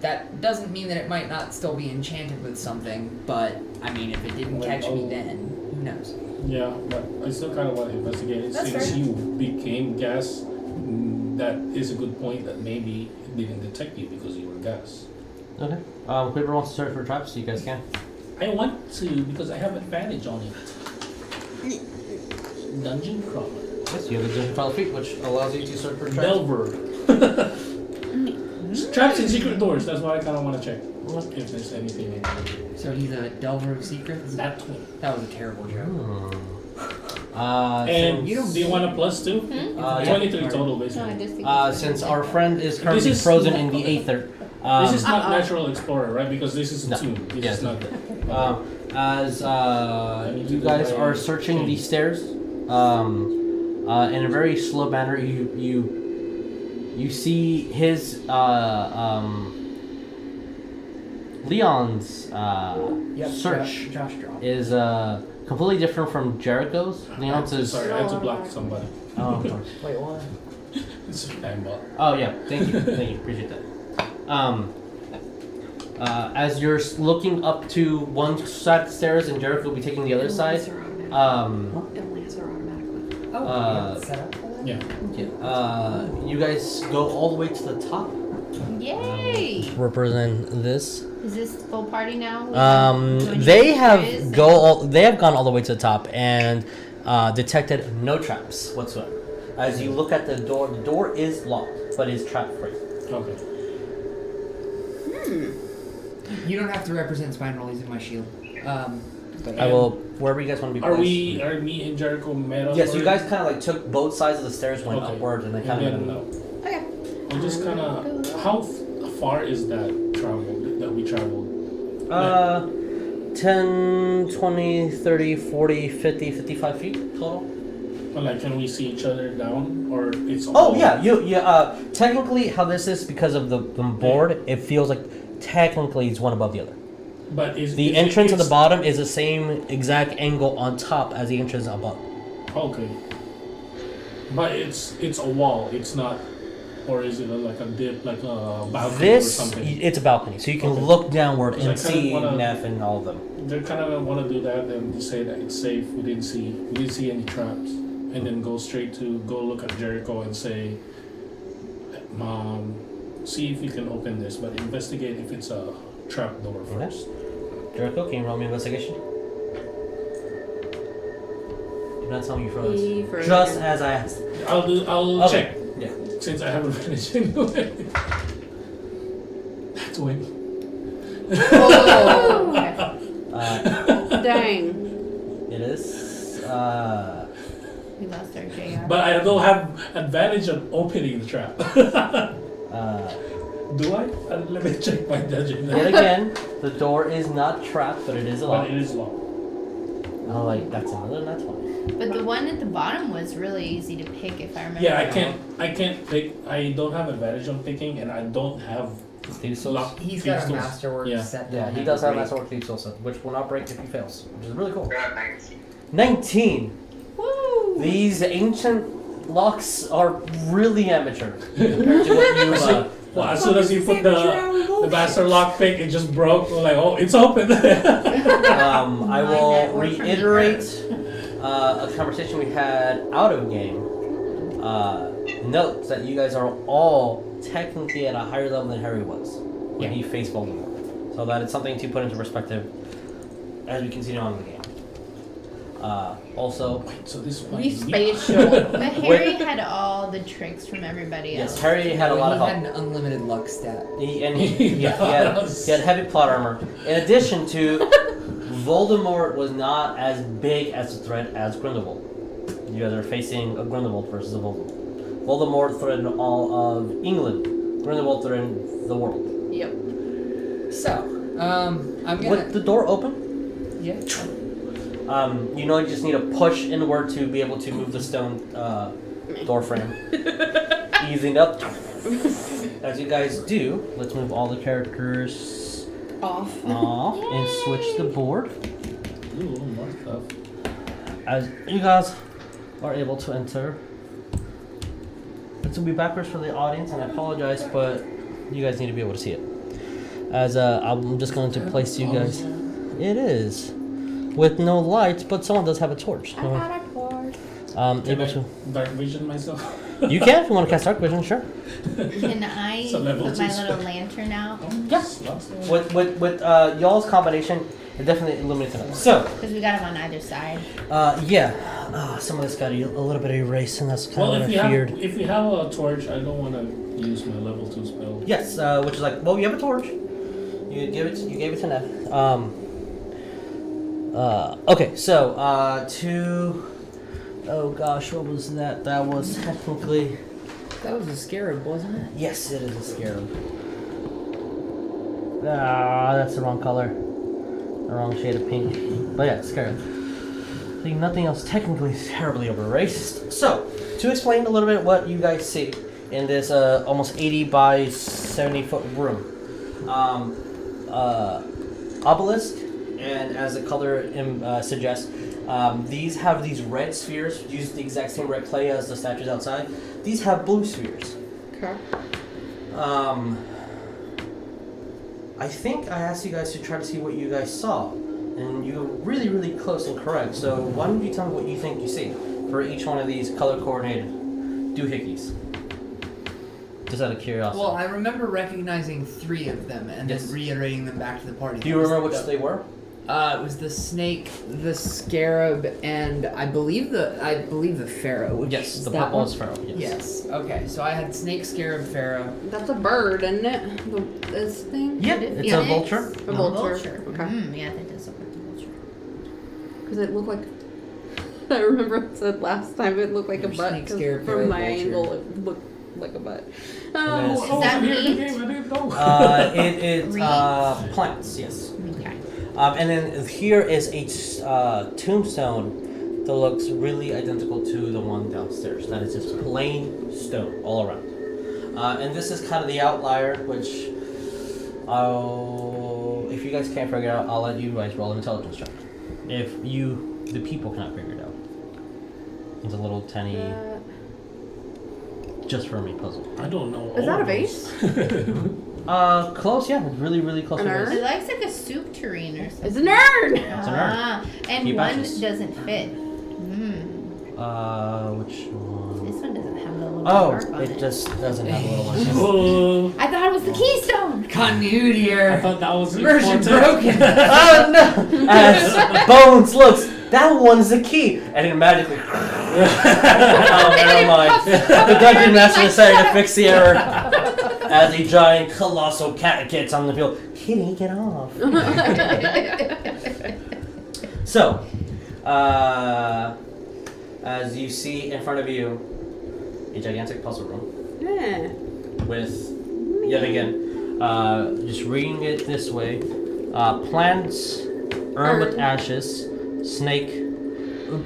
Speaker 3: that doesn't mean that it might not still be enchanted with something, but I mean, if it didn't
Speaker 4: Well,
Speaker 3: catch
Speaker 4: oh.
Speaker 3: me then, who knows?
Speaker 4: Yeah, but I still kind of want to investigate it
Speaker 3: That's
Speaker 4: since
Speaker 3: fair.
Speaker 4: you became gas. mm, That is a good point that maybe it didn't detect you because you were gas.
Speaker 2: Okay. Um, whoever wants to search for traps, you guys can.
Speaker 4: I want to because I have advantage on it. Dungeon crawler,
Speaker 2: Yes, you have a different file feet, which allows you to search for traps.
Speaker 4: delver. (laughs) traps and secret doors. That's what I kind of want to check. If there's anything in there.
Speaker 3: So he's a delver of secrets? That,
Speaker 4: That one.
Speaker 3: that was a terrible joke.
Speaker 2: Uh,
Speaker 4: And
Speaker 2: since,
Speaker 4: you do you want a plus two?
Speaker 2: uh, yeah.
Speaker 4: Twenty-three total,
Speaker 5: No, I
Speaker 4: basically.
Speaker 5: just think
Speaker 2: Uh,
Speaker 5: it's
Speaker 2: since
Speaker 5: like
Speaker 2: our
Speaker 5: that.
Speaker 2: friend is currently
Speaker 4: is-
Speaker 2: frozen in the aether, um,
Speaker 4: this is not
Speaker 6: Uh-uh.
Speaker 4: natural explorer, right? Because this is
Speaker 2: No.
Speaker 4: two. This
Speaker 2: Yeah,
Speaker 4: is not.
Speaker 2: um, as uh,
Speaker 4: I need to
Speaker 2: you
Speaker 4: go
Speaker 2: guys
Speaker 4: by-
Speaker 2: are searching the stairs, um, uh, in a very slow manner, you you you see his uh, um, Leon's uh, search
Speaker 3: Josh, Josh dropped.
Speaker 2: is uh, completely different from Jericho's. Leon's
Speaker 4: I'm
Speaker 2: is
Speaker 4: (laughs) sorry, I had to block somebody.
Speaker 2: oh, of course.
Speaker 3: Wait, what?
Speaker 4: It's a aimbot.
Speaker 2: Oh yeah, thank you, thank you, appreciate that. Um, uh, as you're s- looking up to one side of the stairs, and Jericho will be taking the other side. Um,
Speaker 3: Oh,
Speaker 2: Uh,
Speaker 3: yeah, set up for that?
Speaker 4: Yeah.
Speaker 2: yeah, uh, you guys go all the way to the top.
Speaker 5: Yay!
Speaker 2: Represent this.
Speaker 5: Is this full party now?
Speaker 2: Um,
Speaker 5: Joining
Speaker 2: they
Speaker 5: the
Speaker 2: have
Speaker 5: quiz?
Speaker 2: go all, they have gone all the way to the top and uh, detected no traps whatsoever. As you look at the door, the door is locked, but is trap free.
Speaker 4: Okay.
Speaker 3: You don't have to represent Spinal. He's in my shield. Um, but
Speaker 1: I will. Wherever you guys want to be.
Speaker 4: Are
Speaker 1: placed.
Speaker 4: we? Are me and Jericho met up?
Speaker 2: Yes, you guys
Speaker 4: already?
Speaker 2: kind of like took both sides of the stairs, went
Speaker 4: Okay.
Speaker 2: upward, and then kind of
Speaker 4: And
Speaker 2: went up.
Speaker 4: then
Speaker 5: Okay.
Speaker 4: we just kind of. How f- far is that travel that we traveled?
Speaker 2: Uh, 10, 20, 30, 40, 50, 55 feet total.
Speaker 4: Or, Like, can we see each other down, or it's?
Speaker 2: Oh
Speaker 4: all-
Speaker 2: yeah, you yeah. Uh, technically, how this is because of the, the board, it feels like technically it's one above the other.
Speaker 4: But is
Speaker 2: The
Speaker 4: is it-
Speaker 2: entrance at the
Speaker 4: it's-
Speaker 2: bottom is the same exact angle on top as the entrance above.
Speaker 4: Okay. But it's it's a wall. It's not, or is it a, like a dip, like a balcony
Speaker 2: This
Speaker 4: or something?
Speaker 2: it's a balcony, so you can
Speaker 4: Okay.
Speaker 2: look downward
Speaker 4: Because I
Speaker 2: and
Speaker 4: kinda
Speaker 2: see
Speaker 4: wanna-
Speaker 2: Neff and all of them.
Speaker 4: They kind of want to do that and say that it's safe. We didn't see we didn't see any traps, and then go straight to go look at Jericho and say, "Mom, see if you can open this, but investigate if it's a trap door
Speaker 2: Okay.
Speaker 4: first.
Speaker 2: Jericho, can you roll me investigation? Do not tell me you froze.
Speaker 6: He froze.
Speaker 2: Just as I asked.
Speaker 4: I'll do. I'll
Speaker 2: Okay.
Speaker 4: check
Speaker 2: Yeah.
Speaker 4: since I haven't (laughs) finished anyway. That's when.
Speaker 6: Oh,
Speaker 5: okay.
Speaker 2: Uh,
Speaker 6: (laughs) dang.
Speaker 2: it is. Uh,
Speaker 5: We lost our JR.
Speaker 4: But I don't have advantage of opening the trap. (laughs)
Speaker 2: uh,
Speaker 4: Do I? Uh, Let me check my judging.
Speaker 2: yet again, the door is not trapped, but it is
Speaker 4: But
Speaker 2: locked.
Speaker 4: it is locked.
Speaker 2: I'm like, that's another nat one.
Speaker 5: but the one at the bottom was really easy to pick if I remember.
Speaker 4: Yeah, I
Speaker 5: right.
Speaker 4: can't. I can't pick. I don't have advantage on picking, and I don't have
Speaker 2: Thieves' Souls?
Speaker 4: lock.
Speaker 3: he's got a
Speaker 4: pistols.
Speaker 3: masterwork
Speaker 4: Yeah.
Speaker 3: set.
Speaker 2: Yeah,
Speaker 3: down
Speaker 2: he
Speaker 3: that
Speaker 2: does
Speaker 3: would
Speaker 2: have
Speaker 3: break.
Speaker 2: that sword thief also, which will not break if he fails, which is really cool.
Speaker 7: Got 19.
Speaker 2: Nineteen.
Speaker 5: Woo!
Speaker 2: These ancient locks are really amateur compared to what you. Uh,
Speaker 6: (laughs)
Speaker 4: Well, as soon as you put the the master lock pick, it just broke. We're like, oh, it's open. (laughs)
Speaker 3: (laughs)
Speaker 2: um, I
Speaker 5: My
Speaker 2: will
Speaker 5: network for me.
Speaker 2: reiterate uh, a conversation we had out of game. Uh, notes that you guys are all technically at a higher level than Harry was when he faced Voldemort. So that is something to put into perspective as we continue on in the game. Uh, also,
Speaker 4: so this one.
Speaker 5: We
Speaker 2: (laughs)
Speaker 4: is (laughs)
Speaker 5: spatial. But Harry
Speaker 2: Wait.
Speaker 5: had all the tricks from everybody
Speaker 2: yes,
Speaker 5: else.
Speaker 2: Harry had a
Speaker 3: No,
Speaker 2: lot of
Speaker 3: he
Speaker 2: help.
Speaker 3: had an unlimited luck stat.
Speaker 2: He, (laughs) and he, yeah, he, had, he had heavy plot armor. In addition to, Voldemort was not as big as a threat as Grindelwald. You guys are facing a Grindelwald versus a Voldemort. Voldemort threatened all of England. Grindelwald threatened the world.
Speaker 6: Yep.
Speaker 3: So, um, I'm gonna.
Speaker 2: With the door open,
Speaker 3: Yeah.
Speaker 2: um, you know you just need to push inward to be able to move the stone uh, door frame. Easing up. As you guys do, let's move all the characters
Speaker 6: Off.
Speaker 2: off and switch the board
Speaker 4: Ooh, more stuff.
Speaker 2: as you guys are able to enter. This will be backwards for the audience, and I apologize, but you guys need to be able to see it. As uh, I'm just going to place you guys. It is with no lights, but someone does have a torch.
Speaker 5: I
Speaker 2: so,
Speaker 5: got a board.
Speaker 2: um,
Speaker 4: Can
Speaker 2: able
Speaker 4: I
Speaker 2: to.
Speaker 4: dark vision myself? (laughs)
Speaker 2: You can if you want to cast dark vision, sure.
Speaker 5: Can
Speaker 2: (laughs)
Speaker 5: I
Speaker 4: It's a level
Speaker 5: put my
Speaker 4: two
Speaker 5: little
Speaker 4: spell.
Speaker 5: lantern out?
Speaker 4: Yes.
Speaker 2: With with with uh, y'all's combination, it definitely illuminates it. So
Speaker 5: Because we got them on either side.
Speaker 2: uh, yeah, uh, some of this got a, a little bit erased, and that's kind
Speaker 4: Well,
Speaker 2: of
Speaker 4: if
Speaker 2: what
Speaker 4: you
Speaker 2: I
Speaker 4: have
Speaker 2: feared.
Speaker 4: if you have a torch, I don't want to use my level two spell.
Speaker 2: Yes, uh, which is like, well, you have a torch. You give it. You gave it to Neff. Um, uh, okay, so uh, to. Oh gosh, what was that? That was technically.
Speaker 3: That was a scarab, wasn't it?
Speaker 2: Yes, it is a scarab. Ah, that's the wrong color. The wrong shade of pink. But yeah, scarab. I think nothing else technically is terribly over racist. So, to explain a little bit what you guys see in this uh, almost 80 by 70 foot room. Um, uh, obelisk, and as the color um, uh, suggests, um, these have these red spheres, use the exact same red clay as the statues outside. These have blue spheres.
Speaker 6: Okay.
Speaker 2: Um, I think I asked you guys to try to see what you guys saw, and you were really, really close and correct. So why don't you tell me what you think you see for each one of these color coordinated doohickeys? Just out of curiosity.
Speaker 3: Well, I remember recognizing three of them and
Speaker 2: Yes.
Speaker 3: then reiterating them back to the party.
Speaker 2: Do you remember which they were?
Speaker 3: Uh, it was the snake, the scarab, and I believe the I believe the pharaoh. Which
Speaker 2: Yes,
Speaker 3: is
Speaker 2: the
Speaker 3: that
Speaker 2: purple
Speaker 3: one?
Speaker 2: is feral. Yes.
Speaker 3: Yes. Okay. So I had snake, scarab,
Speaker 2: (laughs)
Speaker 3: pharaoh.
Speaker 6: That's a bird, isn't it? The, this thing?
Speaker 2: Yeah, it's
Speaker 5: Yeah.
Speaker 2: a vulture.
Speaker 6: A
Speaker 2: Mhm.
Speaker 6: vulture. Okay.
Speaker 5: Mm, yeah, that does look like a vulture.
Speaker 6: Because it looked like. (laughs) I remember I said last time it looked like a
Speaker 3: Your
Speaker 6: butt.
Speaker 3: snake
Speaker 6: 'cause
Speaker 3: scared
Speaker 6: from my
Speaker 3: vulture.
Speaker 6: angle, it looked like a butt.
Speaker 3: Uh,
Speaker 2: then
Speaker 6: Um,
Speaker 2: it's-
Speaker 3: oh,
Speaker 5: Is that
Speaker 4: I didn't
Speaker 5: meat?
Speaker 4: know. I didn't know.
Speaker 3: (laughs)
Speaker 2: Uh, it is uh,
Speaker 5: Reeds.
Speaker 2: plants, yes.
Speaker 5: Okay.
Speaker 2: Um, and then here is a s- uh, tombstone that looks really identical to the one downstairs. That is just plain stone all around. Uh, and this is kind of the outlier, which I'll, if you guys can't figure it out, I'll let you guys roll an intelligence check. If you, the people, cannot figure it out, it's a little tiny,
Speaker 6: uh,
Speaker 2: just for me puzzle.
Speaker 4: I don't know.
Speaker 6: Is that a
Speaker 4: vase?
Speaker 2: Uh, close, yeah, it's really, really close.
Speaker 6: An
Speaker 2: to this.
Speaker 5: It likes like a soup tureen or something.
Speaker 6: it's an urn!
Speaker 2: It's an urn.
Speaker 5: Ah, and
Speaker 2: Few
Speaker 5: one
Speaker 2: batches.
Speaker 5: doesn't fit. Mm,
Speaker 2: Uh, which one?
Speaker 5: this one doesn't have the little
Speaker 2: Oh,
Speaker 5: mark on it.
Speaker 2: it just doesn't have a little one.
Speaker 4: (laughs) oh,
Speaker 5: I thought it was the keystone.
Speaker 3: Continuity
Speaker 4: I
Speaker 3: error.
Speaker 4: thought that was
Speaker 3: Version
Speaker 4: important.
Speaker 3: broken.
Speaker 2: oh no! (laughs) As Bones looks, that one's the key, and it magically. (laughs) oh, never mind. (laughs) The dungeon master decided to fix the error. As a giant colossal cat gets on the field, kitty, get off. (laughs) so, uh, as you see in front of you, a gigantic puzzle room
Speaker 6: Yeah.
Speaker 2: with yet again uh, just reading it this way uh, plants urn with
Speaker 6: Urn.
Speaker 2: ashes snake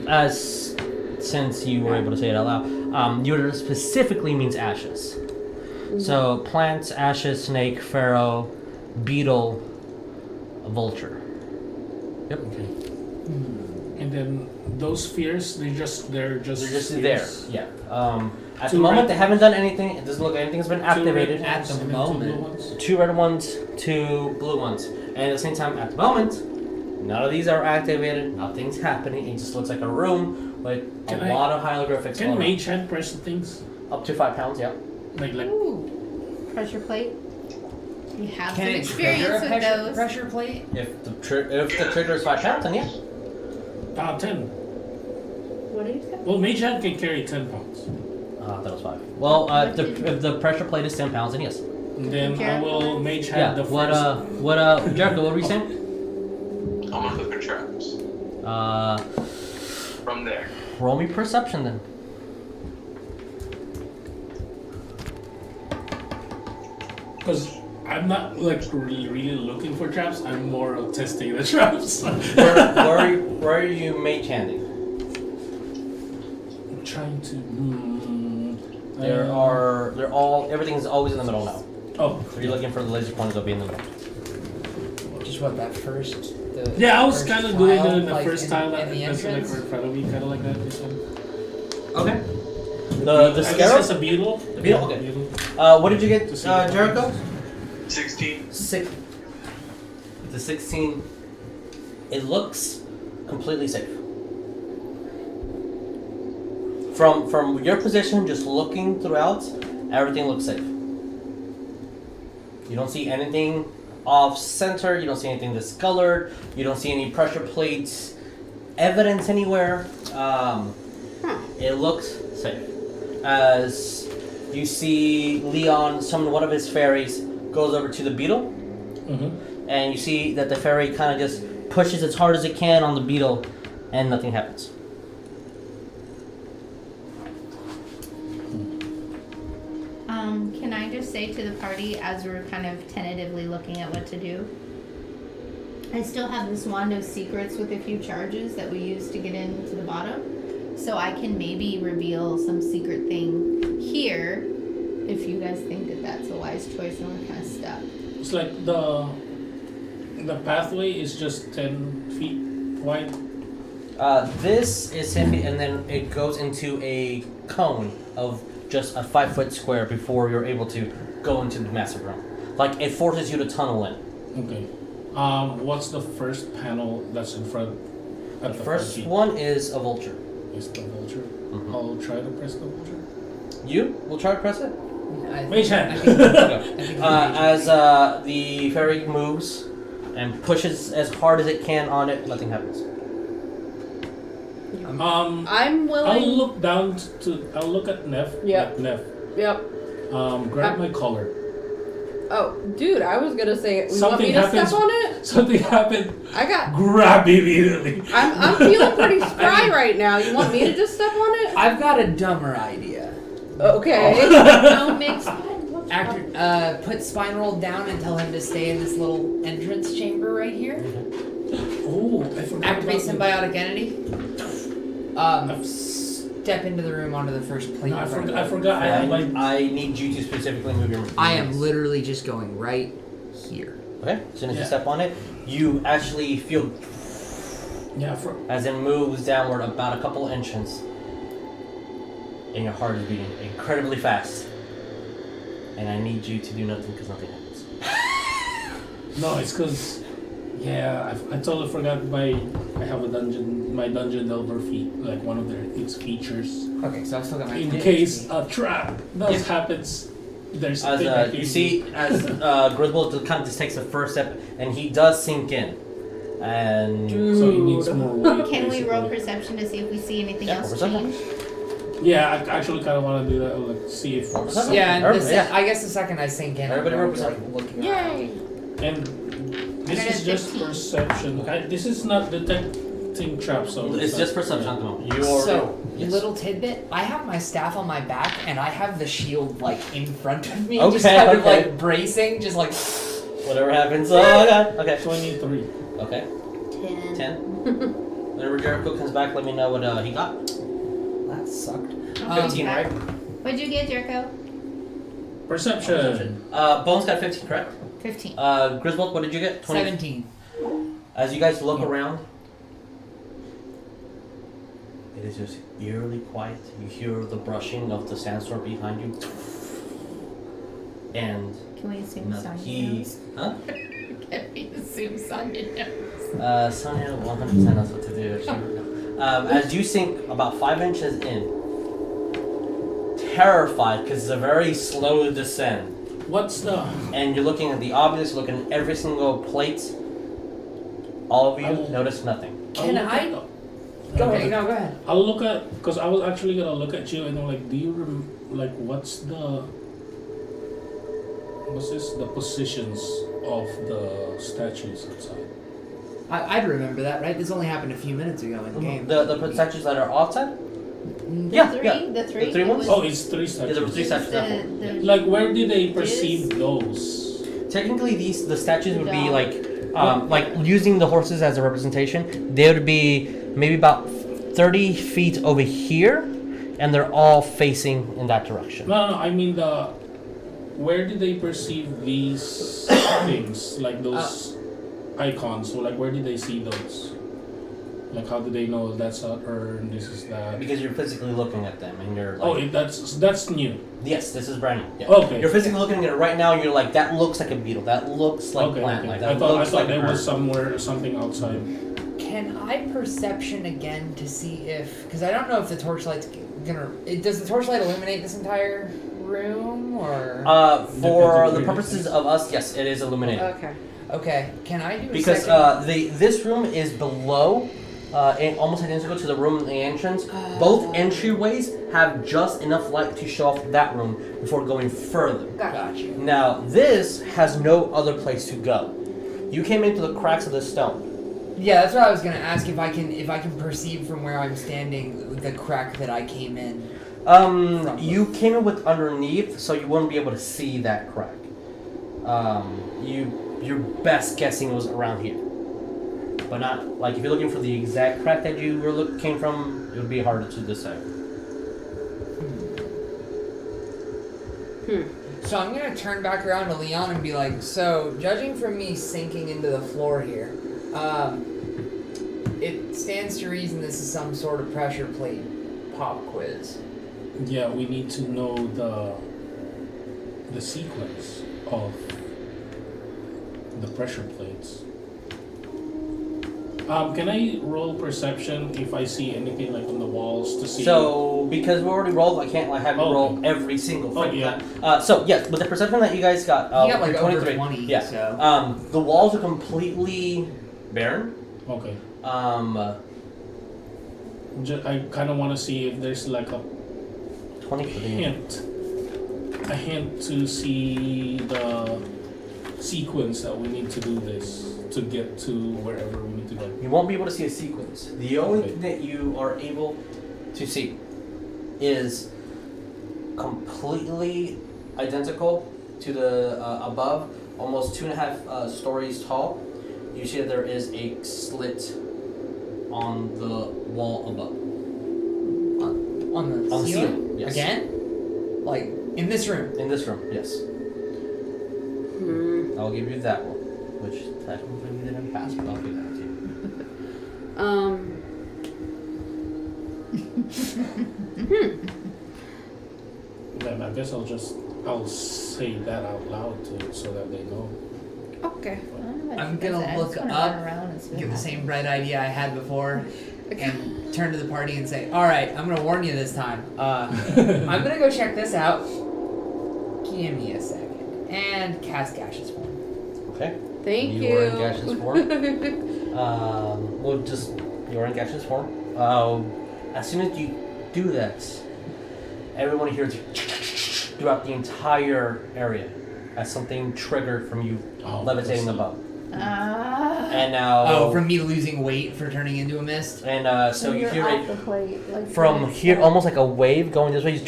Speaker 2: as since you were able to say it out loud um, yoda specifically means ashes so plants ashes snake pharaoh beetle vulture yep
Speaker 4: And then those fears, they just they're just
Speaker 2: they're just there
Speaker 4: spheres.
Speaker 2: yeah um, at
Speaker 4: Two
Speaker 2: the moment
Speaker 4: red-
Speaker 2: they haven't done anything it doesn't look like anything's been
Speaker 4: Two red
Speaker 2: activated
Speaker 4: ones
Speaker 3: at the
Speaker 4: and then two
Speaker 3: moment.
Speaker 4: blue ones.
Speaker 2: two red ones, two blue ones. And at the same time, at the moment, none of these are activated, nothing's happening. It just looks like a room with
Speaker 4: Can
Speaker 2: a
Speaker 4: I-
Speaker 2: lot of hieroglyphics.
Speaker 4: Can
Speaker 2: all around.
Speaker 4: mage hand press the things?
Speaker 2: Up to five pounds, yeah.
Speaker 4: Like like
Speaker 5: Ooh, pressure plate. We have
Speaker 3: Can it
Speaker 5: some
Speaker 3: trigger a
Speaker 5: experience with
Speaker 2: (laughs)
Speaker 3: pressure,
Speaker 5: those.
Speaker 3: pressure plate?
Speaker 2: If the, tri- if the trigger is five pounds, then yeah.
Speaker 4: ah ten.
Speaker 6: What did you say?
Speaker 4: Well, mage hand can carry ten pounds.
Speaker 2: Uh, that was five. Well, uh, if, the, if the pressure plate is ten pounds, then yes.
Speaker 4: And then I
Speaker 5: Jericho
Speaker 4: will
Speaker 5: ones?
Speaker 4: mage hand
Speaker 2: Yeah.
Speaker 4: the
Speaker 2: What
Speaker 4: first.
Speaker 2: uh, what uh, Jericho, what were you saying? (laughs)
Speaker 7: I'll look at the traps.
Speaker 2: Uh,
Speaker 7: From there.
Speaker 2: roll me perception then.
Speaker 4: Because I'm not like really, really looking for traps. I'm more of testing the (laughs) traps.
Speaker 2: Where, where, are, you, where are you mage handing?
Speaker 4: I'm trying to. Mm,
Speaker 2: There
Speaker 4: uh,
Speaker 2: are they're all everything's always in the middle now.
Speaker 4: Oh,
Speaker 2: So you're looking for the laser pointers, they'll be in the middle.
Speaker 3: Just what that first. The
Speaker 4: yeah. I was
Speaker 3: first
Speaker 4: kind of doing
Speaker 3: tile,
Speaker 4: that in the
Speaker 3: like,
Speaker 4: first
Speaker 3: in,
Speaker 4: tile.
Speaker 3: in
Speaker 4: That
Speaker 3: the
Speaker 4: that's like
Speaker 3: entrance.
Speaker 4: right in front of me, kind of like that. This one.
Speaker 2: Okay. The the
Speaker 4: I guess
Speaker 2: scarab.
Speaker 4: it's a beetle.
Speaker 2: The beetle, okay. Uh, what did you get, uh, Jericho?
Speaker 7: 16.
Speaker 2: Six. The sixteen. It looks completely safe. From from your position, just looking throughout, everything looks safe. You don't see anything off center. You don't see anything discolored. You don't see any pressure plates, evidence anywhere. Um, It looks safe. As you see Leon summon one of his fairies, goes over to the beetle,
Speaker 4: hmm
Speaker 2: and you see that the fairy kind of just pushes as hard as it can on the beetle, and nothing happens.
Speaker 5: Um, can I just say to the party as we're kind of tentatively looking at what to do? I still have this wand of secrets with a few charges that we use to get into the bottom. So I can maybe reveal some secret thing here if you guys think that that's a wise choice and we're kind of stuck.
Speaker 4: It's like the the pathway is just ten feet wide.
Speaker 2: Uh, this is him, and then it goes into a cone of just a five foot square before you're able to go into the massive room. Like it forces you to tunnel in.
Speaker 4: Okay. Um, what's the first panel that's in front?
Speaker 2: The
Speaker 4: At
Speaker 2: first
Speaker 4: feet?
Speaker 2: one is a vulture.
Speaker 4: is the vulture. I'll try to press the vulture.
Speaker 2: You will try to press it.
Speaker 3: I think-
Speaker 4: Mage
Speaker 3: I
Speaker 4: (laughs) hand.
Speaker 3: think-
Speaker 2: uh, as uh, the ferry uh, moves and pushes as hard as it can on it. Nothing happens. Mm-hmm.
Speaker 4: Um,
Speaker 6: I'm
Speaker 4: I'll
Speaker 6: willing.
Speaker 4: look down to. I'll look at Neff.
Speaker 6: Yeah.
Speaker 4: At Neff.
Speaker 6: Yep.
Speaker 4: Um, grab my collar. (laughs)
Speaker 6: Oh, dude, I was gonna say, you want
Speaker 4: Something
Speaker 6: me to
Speaker 4: happens-
Speaker 6: step on it?
Speaker 4: Something happened.
Speaker 6: I got.
Speaker 4: Grab immediately.
Speaker 6: I'm, I'm feeling
Speaker 4: (laughs)
Speaker 6: pretty spry right now. You want me to just step on it?
Speaker 3: I've got a dumber idea.
Speaker 4: (laughs) Oh.
Speaker 6: Okay.
Speaker 5: Don't make spine.
Speaker 3: Actor, uh, put Spine Roll down and tell him to stay in this little entrance chamber right here.
Speaker 4: Oh, I forgot.
Speaker 3: Activate
Speaker 4: about the-
Speaker 3: symbiotic entity. Um, step into the room onto the first plate.
Speaker 4: No, I
Speaker 3: in front of
Speaker 4: forgot. I forgot. I
Speaker 3: you.
Speaker 4: had my.
Speaker 2: I need you to specifically move your.
Speaker 3: I am literally just going right here.
Speaker 2: Okay. As soon as you
Speaker 4: Yeah.
Speaker 2: step on it, you actually feel
Speaker 4: Yeah, I for,
Speaker 2: as it moves downward about a couple inches, and your heart is beating incredibly fast. And I need you to do nothing because nothing happens.
Speaker 4: no, it's because. Yeah, I, I totally forgot my. I have a dungeon. My dungeon delver feat, like one of their its features.
Speaker 3: Okay, so I've still got my.
Speaker 4: In case a trap does happens, there's a
Speaker 2: As
Speaker 4: thing
Speaker 2: uh,
Speaker 4: I
Speaker 2: you
Speaker 4: can
Speaker 2: see, as uh, Griswold kind of just takes the first step, and he does sink in, and
Speaker 4: do. So it needs more weight.
Speaker 5: Can we roll
Speaker 4: basically.
Speaker 5: perception to see if we see anything
Speaker 2: Yeah, roll
Speaker 5: else
Speaker 2: perception.
Speaker 5: change?
Speaker 4: Yeah, I actually kind of want to do that. Like, see if.
Speaker 2: Perception.
Speaker 3: Yeah, and the
Speaker 2: Everybody,
Speaker 3: se-
Speaker 2: yeah.
Speaker 3: I guess the second I sink in,
Speaker 2: Everybody
Speaker 3: I'm
Speaker 2: roll
Speaker 3: like
Speaker 2: perception.
Speaker 3: looking around.
Speaker 5: Yay!
Speaker 4: And this
Speaker 5: I got
Speaker 4: is
Speaker 5: a
Speaker 4: just
Speaker 5: 15.
Speaker 4: perception. Okay, this is not detecting traps. So
Speaker 2: it's
Speaker 4: not-
Speaker 2: just perception at the moment. You are
Speaker 3: So,
Speaker 2: yes.
Speaker 3: little tidbit, I have my staff on my back and I have the shield like in front of me, just
Speaker 2: Okay,
Speaker 3: kind of
Speaker 2: okay.
Speaker 3: like bracing, just like (sighs)
Speaker 2: whatever
Speaker 3: (laughs)
Speaker 2: happens. Oh god. Okay.
Speaker 4: Twenty-three.
Speaker 2: Okay.
Speaker 3: (laughs)
Speaker 5: Ten.
Speaker 2: Ten. Whenever Jericho comes back, let me know what uh, he got.
Speaker 3: that sucked. Um,
Speaker 5: I'll
Speaker 3: Fifteen,
Speaker 5: come back. What'd you get, Jericho?
Speaker 4: Perception.
Speaker 2: Uh, Bones got 15, correct?
Speaker 5: Fifteen.
Speaker 2: Uh, Griswold, what did you get? 20.
Speaker 3: Seventeen.
Speaker 2: As you guys look around, it is just eerily quiet. You hear the brushing of the sandstorm behind you. And
Speaker 5: Can we assume
Speaker 2: no-
Speaker 5: Sonya
Speaker 2: he,
Speaker 5: knows? (laughs)
Speaker 2: huh?
Speaker 5: Can we assume Sonya knows?
Speaker 2: Uh, Sonia 100% knows what to do. She- um, as you sink about five inches in, terrified because it's a very slow descent.
Speaker 4: What's the?
Speaker 2: and you're looking at the obvious, looking at every single plate. All of you
Speaker 4: Oh.
Speaker 2: notice nothing.
Speaker 4: I'll
Speaker 3: Can
Speaker 4: look
Speaker 3: I-
Speaker 4: at-
Speaker 3: Go
Speaker 4: I'll
Speaker 3: ahead.
Speaker 4: look at-
Speaker 3: No, go ahead.
Speaker 4: I'll look at because I was actually gonna look at you and I'm like, do you rem- like what's the what's this the positions of the statues outside?
Speaker 3: I, I'd remember that, right? This only happened a few minutes ago in game.
Speaker 2: The the statues that are outside.
Speaker 5: The
Speaker 2: Yeah,
Speaker 5: three.
Speaker 2: yeah.
Speaker 5: The three.
Speaker 2: three
Speaker 5: It
Speaker 2: ones?
Speaker 5: was-
Speaker 4: Oh, it's three
Speaker 2: Yeah,
Speaker 4: statues.
Speaker 2: there were three
Speaker 5: it was
Speaker 2: statues. that
Speaker 5: the- the-
Speaker 4: Like where do they
Speaker 5: Yes.
Speaker 4: perceive those?
Speaker 2: were- Technically, these the statues would be
Speaker 5: Dog.
Speaker 2: like, um, like using the horses as a representation. They would be maybe about thirty feet over here, and they're all facing in that direction.
Speaker 4: No, no, I mean the where do they perceive these (coughs) things like those icons? So like where do they see those? Like how do they know that's a urn? This is that.
Speaker 2: Because you're physically looking at them, and you're
Speaker 4: Oh,
Speaker 2: like,
Speaker 4: it, that's that's new.
Speaker 2: yes, this is brand new. Yeah.
Speaker 4: Okay.
Speaker 2: You're physically looking at it right now, and you're like, that looks like a beetle. That looks like
Speaker 4: okay,
Speaker 2: plant
Speaker 4: okay.
Speaker 2: life. That
Speaker 4: I thought
Speaker 2: looks
Speaker 4: I thought
Speaker 2: like
Speaker 4: there
Speaker 2: an
Speaker 4: was
Speaker 2: herb."
Speaker 4: somewhere something outside.
Speaker 3: Can I perception again to see if? Because I don't know if the torchlight's g- gonna. It, does the torchlight illuminate this entire room or?
Speaker 2: Uh, for
Speaker 4: Depends
Speaker 2: the
Speaker 4: on where it
Speaker 2: purposes
Speaker 4: is.
Speaker 2: of us, yes, it is illuminated.
Speaker 6: okay.
Speaker 3: okay, can I do a
Speaker 2: because
Speaker 3: second?
Speaker 2: uh, the this room is below, uh, and almost identical to the room in the entrance.
Speaker 3: Uh.
Speaker 2: Both entryways have just enough light to show off that room before going further.
Speaker 3: Got you.
Speaker 2: Now this has no other place to go. You came into the cracks of the stone.
Speaker 3: Yeah, that's what I was gonna ask. If I can, if I can perceive from where I'm standing the crack that I came in.
Speaker 2: Um, you came in with underneath, so you wouldn't be able to see that crack. Um, you your best guessing was around here, but not like if you're looking for the exact crack that you were look, came from, it would be harder to decipher.
Speaker 3: So I'm gonna turn back around to Leon and be like, so judging from me sinking into the floor here, um, it stands to reason this is some sort of pressure plate pop quiz.
Speaker 4: Yeah, we need to know the the sequence of the pressure plates. Um, can I roll perception if I see anything like on the walls to see?
Speaker 2: So, because we already rolled, I can't like have you
Speaker 4: Oh.
Speaker 2: roll every single
Speaker 4: Oh,
Speaker 2: thing.
Speaker 4: yeah.
Speaker 2: Uh, so yes, with the perception that you guys got, uh,
Speaker 3: you got
Speaker 2: with
Speaker 3: like
Speaker 2: your
Speaker 3: over
Speaker 2: 23,
Speaker 3: 20,
Speaker 2: Yeah.
Speaker 3: so.
Speaker 2: Um, the walls are completely barren.
Speaker 4: Okay.
Speaker 2: Um,
Speaker 4: Ju- I kind of want to see if there's like a
Speaker 2: twenty for the
Speaker 4: hint, a hint to see the sequence that we need to do this to get to wherever we need to go.
Speaker 2: You won't be able to see a sequence. The only thing that you are able to see is completely identical to the uh, above, almost two and a half uh, stories tall. You see that there is a slit on the wall above.
Speaker 3: on the
Speaker 2: On the
Speaker 3: ceiling?
Speaker 2: ceiling, yes.
Speaker 3: Again? Like, in this room.
Speaker 2: In this room, yes. I'll give you that one, which technically we didn't pass, but I'll give that to you.
Speaker 6: (laughs) Um.
Speaker 4: Then I guess I'll just I'll say that out loud to so that they
Speaker 6: (laughs)
Speaker 4: know.
Speaker 6: Okay.
Speaker 5: I don't know what
Speaker 3: I'm
Speaker 5: you guys
Speaker 3: gonna
Speaker 5: are. I
Speaker 3: look
Speaker 5: just wanna
Speaker 3: up,
Speaker 5: run around and see
Speaker 3: Give
Speaker 5: what
Speaker 3: the same bright idea I had before
Speaker 6: Okay.
Speaker 3: and turn to the party and say, All right, I'm going to warn you this time. Uh,
Speaker 4: Oh,
Speaker 3: I'm going to go check this out. Give me a second. And cast gaseous form.
Speaker 2: Okay.
Speaker 6: Thank you.
Speaker 2: You are in gaseous Um, well, just you're in gaseous form. Um, as soon as you do that, everyone hears throughout the entire area as something triggered from you
Speaker 4: Oh,
Speaker 2: levitating
Speaker 4: that's-
Speaker 2: above.
Speaker 5: Ah.
Speaker 2: And now,
Speaker 3: Oh, from me losing weight for turning into a mist?
Speaker 2: and uh, so you
Speaker 5: you're
Speaker 2: hear
Speaker 5: off
Speaker 2: it
Speaker 5: the plate, like
Speaker 2: from
Speaker 5: this.
Speaker 2: here, almost like a wave going this way.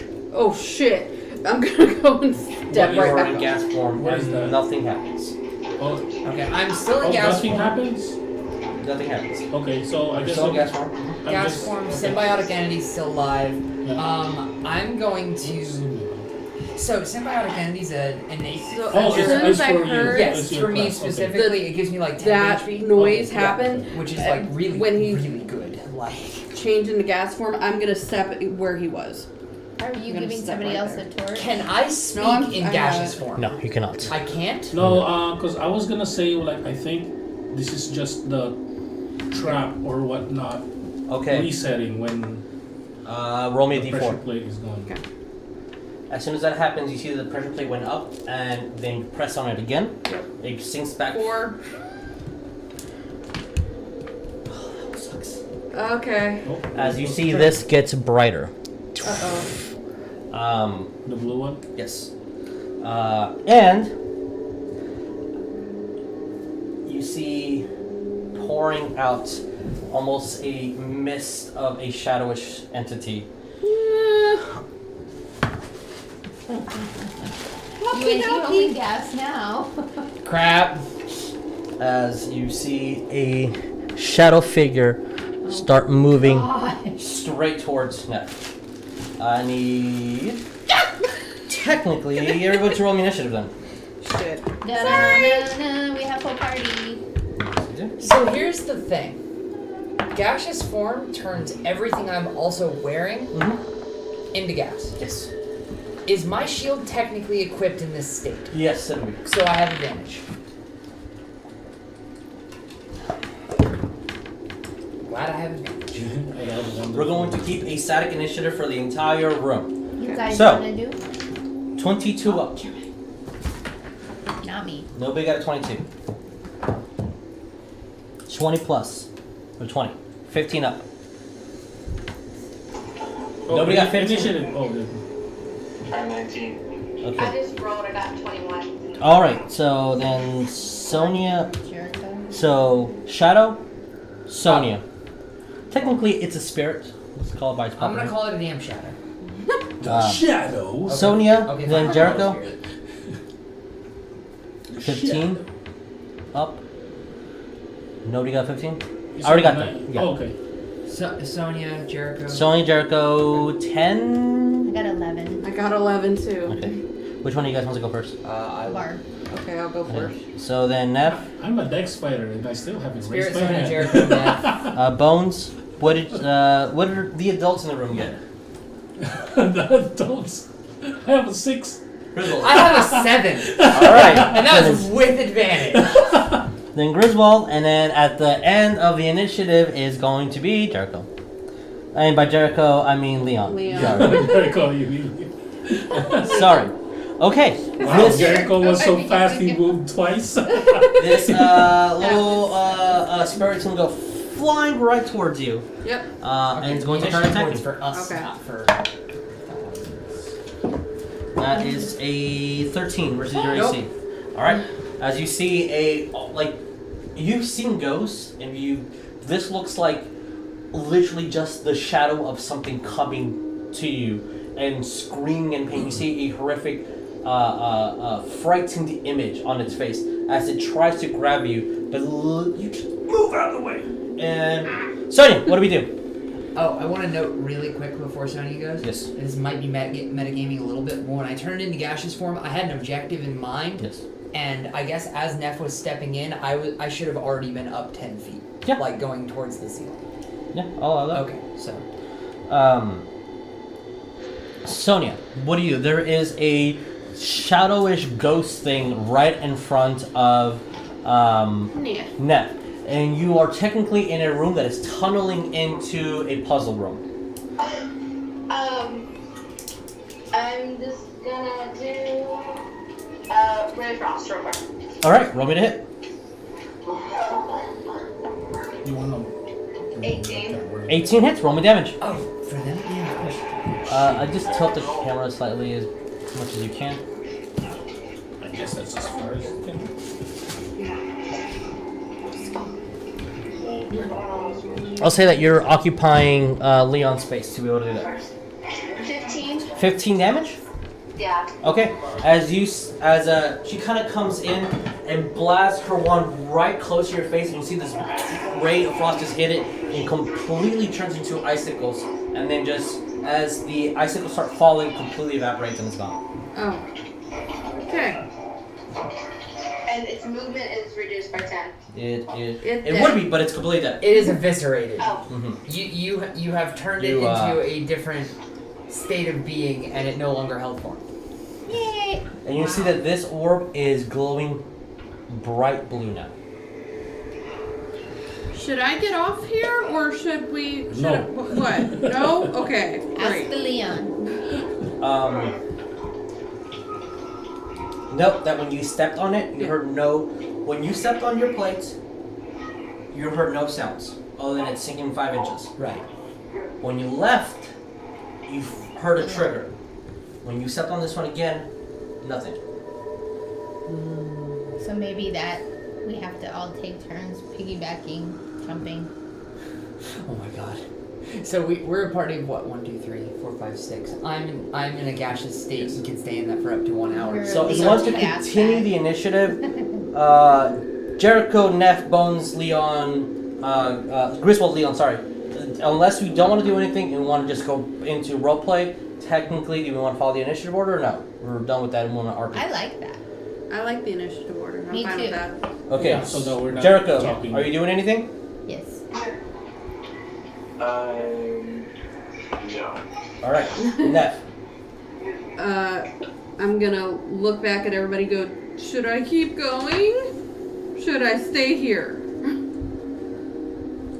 Speaker 6: (laughs) Oh shit! I'm gonna go and step
Speaker 2: you are in
Speaker 6: right back. up.
Speaker 2: gas form,
Speaker 4: What is
Speaker 2: and
Speaker 4: that?
Speaker 2: nothing happens.
Speaker 4: Oh,
Speaker 3: Okay, I'm still in
Speaker 4: oh
Speaker 3: gas
Speaker 4: nothing
Speaker 3: form.
Speaker 4: happens.
Speaker 2: Nothing happens.
Speaker 4: Okay, so I
Speaker 2: You're
Speaker 4: guess
Speaker 2: still in
Speaker 4: I'm-
Speaker 2: gas form.
Speaker 4: I'm
Speaker 3: Gas
Speaker 4: just-
Speaker 3: form,
Speaker 4: okay.
Speaker 3: symbiotic entity still alive.
Speaker 4: Yeah.
Speaker 3: Um, I'm going to. So, symbiotic entity's an innate.
Speaker 6: So
Speaker 4: Oh,
Speaker 6: as
Speaker 4: it's,
Speaker 6: soon as
Speaker 4: it's
Speaker 6: I
Speaker 4: for you.
Speaker 6: heard
Speaker 3: yes,
Speaker 4: It's your
Speaker 3: for me
Speaker 4: class, okay.
Speaker 3: specifically, it gives me like 10
Speaker 6: that
Speaker 3: HP.
Speaker 6: noise
Speaker 4: Oh, Yeah.
Speaker 6: happen,
Speaker 3: which is like
Speaker 6: And
Speaker 3: really
Speaker 6: when he-
Speaker 3: really good like
Speaker 6: change into gas form, I'm gonna step where he was.
Speaker 5: Are you
Speaker 6: gonna
Speaker 5: giving
Speaker 6: step
Speaker 5: somebody
Speaker 6: right
Speaker 5: else
Speaker 6: there.
Speaker 5: a torch?
Speaker 3: can i speak
Speaker 6: I'm-
Speaker 3: in
Speaker 6: I'm
Speaker 3: gaseous
Speaker 6: not.
Speaker 3: form
Speaker 2: No, you cannot.
Speaker 3: i can't
Speaker 4: No, uh, cause I was gonna say like I think this is just the trap or whatnot
Speaker 2: Okay.
Speaker 4: resetting when
Speaker 2: Uh, roll me a
Speaker 4: the pressure
Speaker 2: d4.
Speaker 4: plate is gone.
Speaker 6: Okay.
Speaker 2: As soon as that happens, you see that the pressure plate went up, and then you press on it again. It sinks back.
Speaker 4: (laughs)
Speaker 6: Four.
Speaker 2: Sucks.
Speaker 6: Oh, Okay.
Speaker 4: Oh,
Speaker 2: As you
Speaker 4: the-
Speaker 2: see, this gets brighter.
Speaker 6: Uh oh.
Speaker 2: Um,
Speaker 4: the blue one.
Speaker 2: (laughs) yes. Uh, and you see pouring out almost a mist of a shadowish entity.
Speaker 5: you ain't you only gas now. (laughs)
Speaker 2: Crap. As you see a shadow figure start moving
Speaker 5: Gosh.
Speaker 2: straight towards Ned. I need. Technically, everybody to roll me initiative then.
Speaker 6: Shit.
Speaker 5: Da-da-da-da, We have full party.
Speaker 3: so here's the thing gaseous form turns everything i'm also wearing into gas
Speaker 2: Mm-hmm. Yes.
Speaker 3: is my shield technically equipped in this state
Speaker 2: Yes, seven weeks.
Speaker 3: so i have advantage glad i have advantage
Speaker 4: I have one.
Speaker 2: We're going to keep a static initiative for the entire room.
Speaker 5: You guys
Speaker 2: So-
Speaker 5: wanna do?
Speaker 2: 22 up.
Speaker 5: Not me.
Speaker 2: Nobody got a 22. 20 plus. Or 20. 15 up.
Speaker 4: Oh,
Speaker 2: Nobody got
Speaker 4: ini-
Speaker 2: 15?
Speaker 4: Initiative. Oh, good.
Speaker 7: I'm 19.
Speaker 2: Okay.
Speaker 8: just rolled, I got 21.
Speaker 2: Alright, so then Sonia.
Speaker 5: Jericho.
Speaker 2: So, Shadow, Sonia. Technically, it's a spirit. It's called by its proper
Speaker 3: i'm gonna
Speaker 2: name.
Speaker 3: call it a damn shadow
Speaker 2: Um,
Speaker 4: shadow.
Speaker 2: Sonia,
Speaker 3: okay
Speaker 2: then
Speaker 3: fine.
Speaker 2: Jericho, 15 up. Nobody got 15? I already got that. Yeah.
Speaker 4: Oh, okay.
Speaker 3: so- sonia jericho
Speaker 2: Sonya Jericho,
Speaker 5: I
Speaker 2: 10.
Speaker 5: got 11.
Speaker 6: I got eleven too.
Speaker 2: Okay. Which one of you guys wants to go first?
Speaker 3: uh, I
Speaker 5: Bar.
Speaker 6: Okay, I'll go first.
Speaker 2: So then Neff,
Speaker 4: I'm a dex fighter and I still haven't
Speaker 3: Spirit
Speaker 4: raised my
Speaker 3: Sonia
Speaker 4: hand.
Speaker 3: Jericho Math.
Speaker 4: (laughs)
Speaker 2: uh, Bones, what did uh, what did the adults in the room get?
Speaker 4: the adults. I have a six.
Speaker 2: Grizzle.
Speaker 3: I have a seven, (laughs)
Speaker 2: All right.
Speaker 3: and that
Speaker 2: then
Speaker 3: was with advantage.
Speaker 2: it's- then Griswold, and then at the end of the initiative is going to be Jericho. And by Jericho, I mean Leon.
Speaker 6: Leon.
Speaker 4: (laughs)
Speaker 2: Sorry.
Speaker 4: Jericho, you mean?
Speaker 2: Sorry. Okay.
Speaker 4: Wow,
Speaker 2: This,
Speaker 4: (laughs) Jericho was so fast he moved twice. (laughs)
Speaker 2: this uh, little uh, uh, spirit's gonna go flying right towards you,
Speaker 6: Yep.
Speaker 2: uh, and it's going to
Speaker 3: initiative
Speaker 2: try to attack
Speaker 3: points
Speaker 2: you.
Speaker 3: for us,
Speaker 6: Okay.
Speaker 3: not for.
Speaker 2: That is a 13 versus your
Speaker 3: Nope.
Speaker 2: AC. All right. As you see a like, you've seen ghosts, and you this looks like literally just the shadow of something coming to you and screaming in pain. You see a horrific, uh, uh, uh, frightened image on its face as it tries to grab you, but l- you just move out of the way. And Sonia, what do we do?
Speaker 3: Oh, I want to note really quick before Sony goes.
Speaker 2: Yes.
Speaker 3: This might be meta- metagaming a little bit. When I turned into gaseous form, I had an objective in mind,
Speaker 2: Yes.
Speaker 3: and I guess as Neff was stepping in, I was I should have already been up ten feet.
Speaker 2: Yeah.
Speaker 3: Like going towards the ceiling.
Speaker 2: Yeah. I'll allow that.
Speaker 3: Okay, so
Speaker 2: Um, Sonia, what do you? There is a shadowish ghost thing right in front of um,
Speaker 5: Yeah.
Speaker 2: Neff, and you are technically in a room that is tunneling into a puzzle room.
Speaker 8: Um, I'm just gonna do uh, Ray Frost real quick. (laughs)
Speaker 2: All right, roll me to hit.
Speaker 4: you want to.
Speaker 8: 18.
Speaker 2: 18 hits. Roll me damage.
Speaker 3: oh for them yeah. push.
Speaker 2: Uh, I just tilt the camera slightly as much as you can.
Speaker 4: I guess that's as far as you can.
Speaker 2: I'll say that you're occupying uh, Leon's space to be able to do that.
Speaker 8: 15?
Speaker 2: 15 damage.
Speaker 8: Yeah.
Speaker 2: Okay, as you s- as uh, she kind of comes in and blasts her wand right close to your face, and you see this ray of frost just hit it and completely turns into icicles, and then just as the icicles start falling, completely evaporates and it's gone.
Speaker 6: Oh. Okay.
Speaker 8: And its movement is reduced by 10.
Speaker 2: It it,
Speaker 6: It's
Speaker 2: it would be, but it's completely dead.
Speaker 3: It is eviscerated.
Speaker 8: Oh,
Speaker 2: Mhm.
Speaker 3: You you you have turned it
Speaker 2: You, uh,
Speaker 3: into a different state of being, and it no longer held form.
Speaker 5: Yay!
Speaker 2: And you see that this orb is glowing bright blue now.
Speaker 6: Should I get off here or should we? Should
Speaker 4: No.
Speaker 6: I- wh- what? No. Okay.
Speaker 5: Ask the
Speaker 6: Great.
Speaker 5: Leon.
Speaker 2: Um. Nope, that when you stepped on it, you heard no. When you stepped on your plates, you heard no sounds other than it sinking five inches.
Speaker 3: Right.
Speaker 2: When you left, you f- heard a trigger. When you stepped on this one again, nothing.
Speaker 5: So maybe that we have to all take turns piggybacking, jumping.
Speaker 3: Oh my god. So we, we're a party of what? One, two, three, four, five, six. I'm in, I'm in a gaseous state. You can stay in that for up to one hour.
Speaker 5: We're-
Speaker 2: So if you
Speaker 5: Leon
Speaker 2: want to
Speaker 5: took that
Speaker 2: continue
Speaker 5: back.
Speaker 2: the initiative, (laughs) uh, Jericho, Neff, Bones, Leon, uh, uh, Griswold, Leon, sorry. Unless you don't want to do anything and want to just go into roleplay, technically, do we want to follow the initiative order or no? We're done with that and we're on
Speaker 5: I
Speaker 2: RP.
Speaker 5: like that.
Speaker 6: I like the initiative order. I'm
Speaker 5: Me
Speaker 6: fine
Speaker 5: too.
Speaker 6: with that.
Speaker 2: Okay,
Speaker 4: Yeah, so no, we're not
Speaker 2: Jericho,
Speaker 4: talking.
Speaker 2: are you doing anything?
Speaker 5: Yes.
Speaker 7: Um, no.
Speaker 2: All (laughs) right, Neff.
Speaker 6: Uh, I'm gonna look back at everybody. Go. Should I keep going? Should I stay here?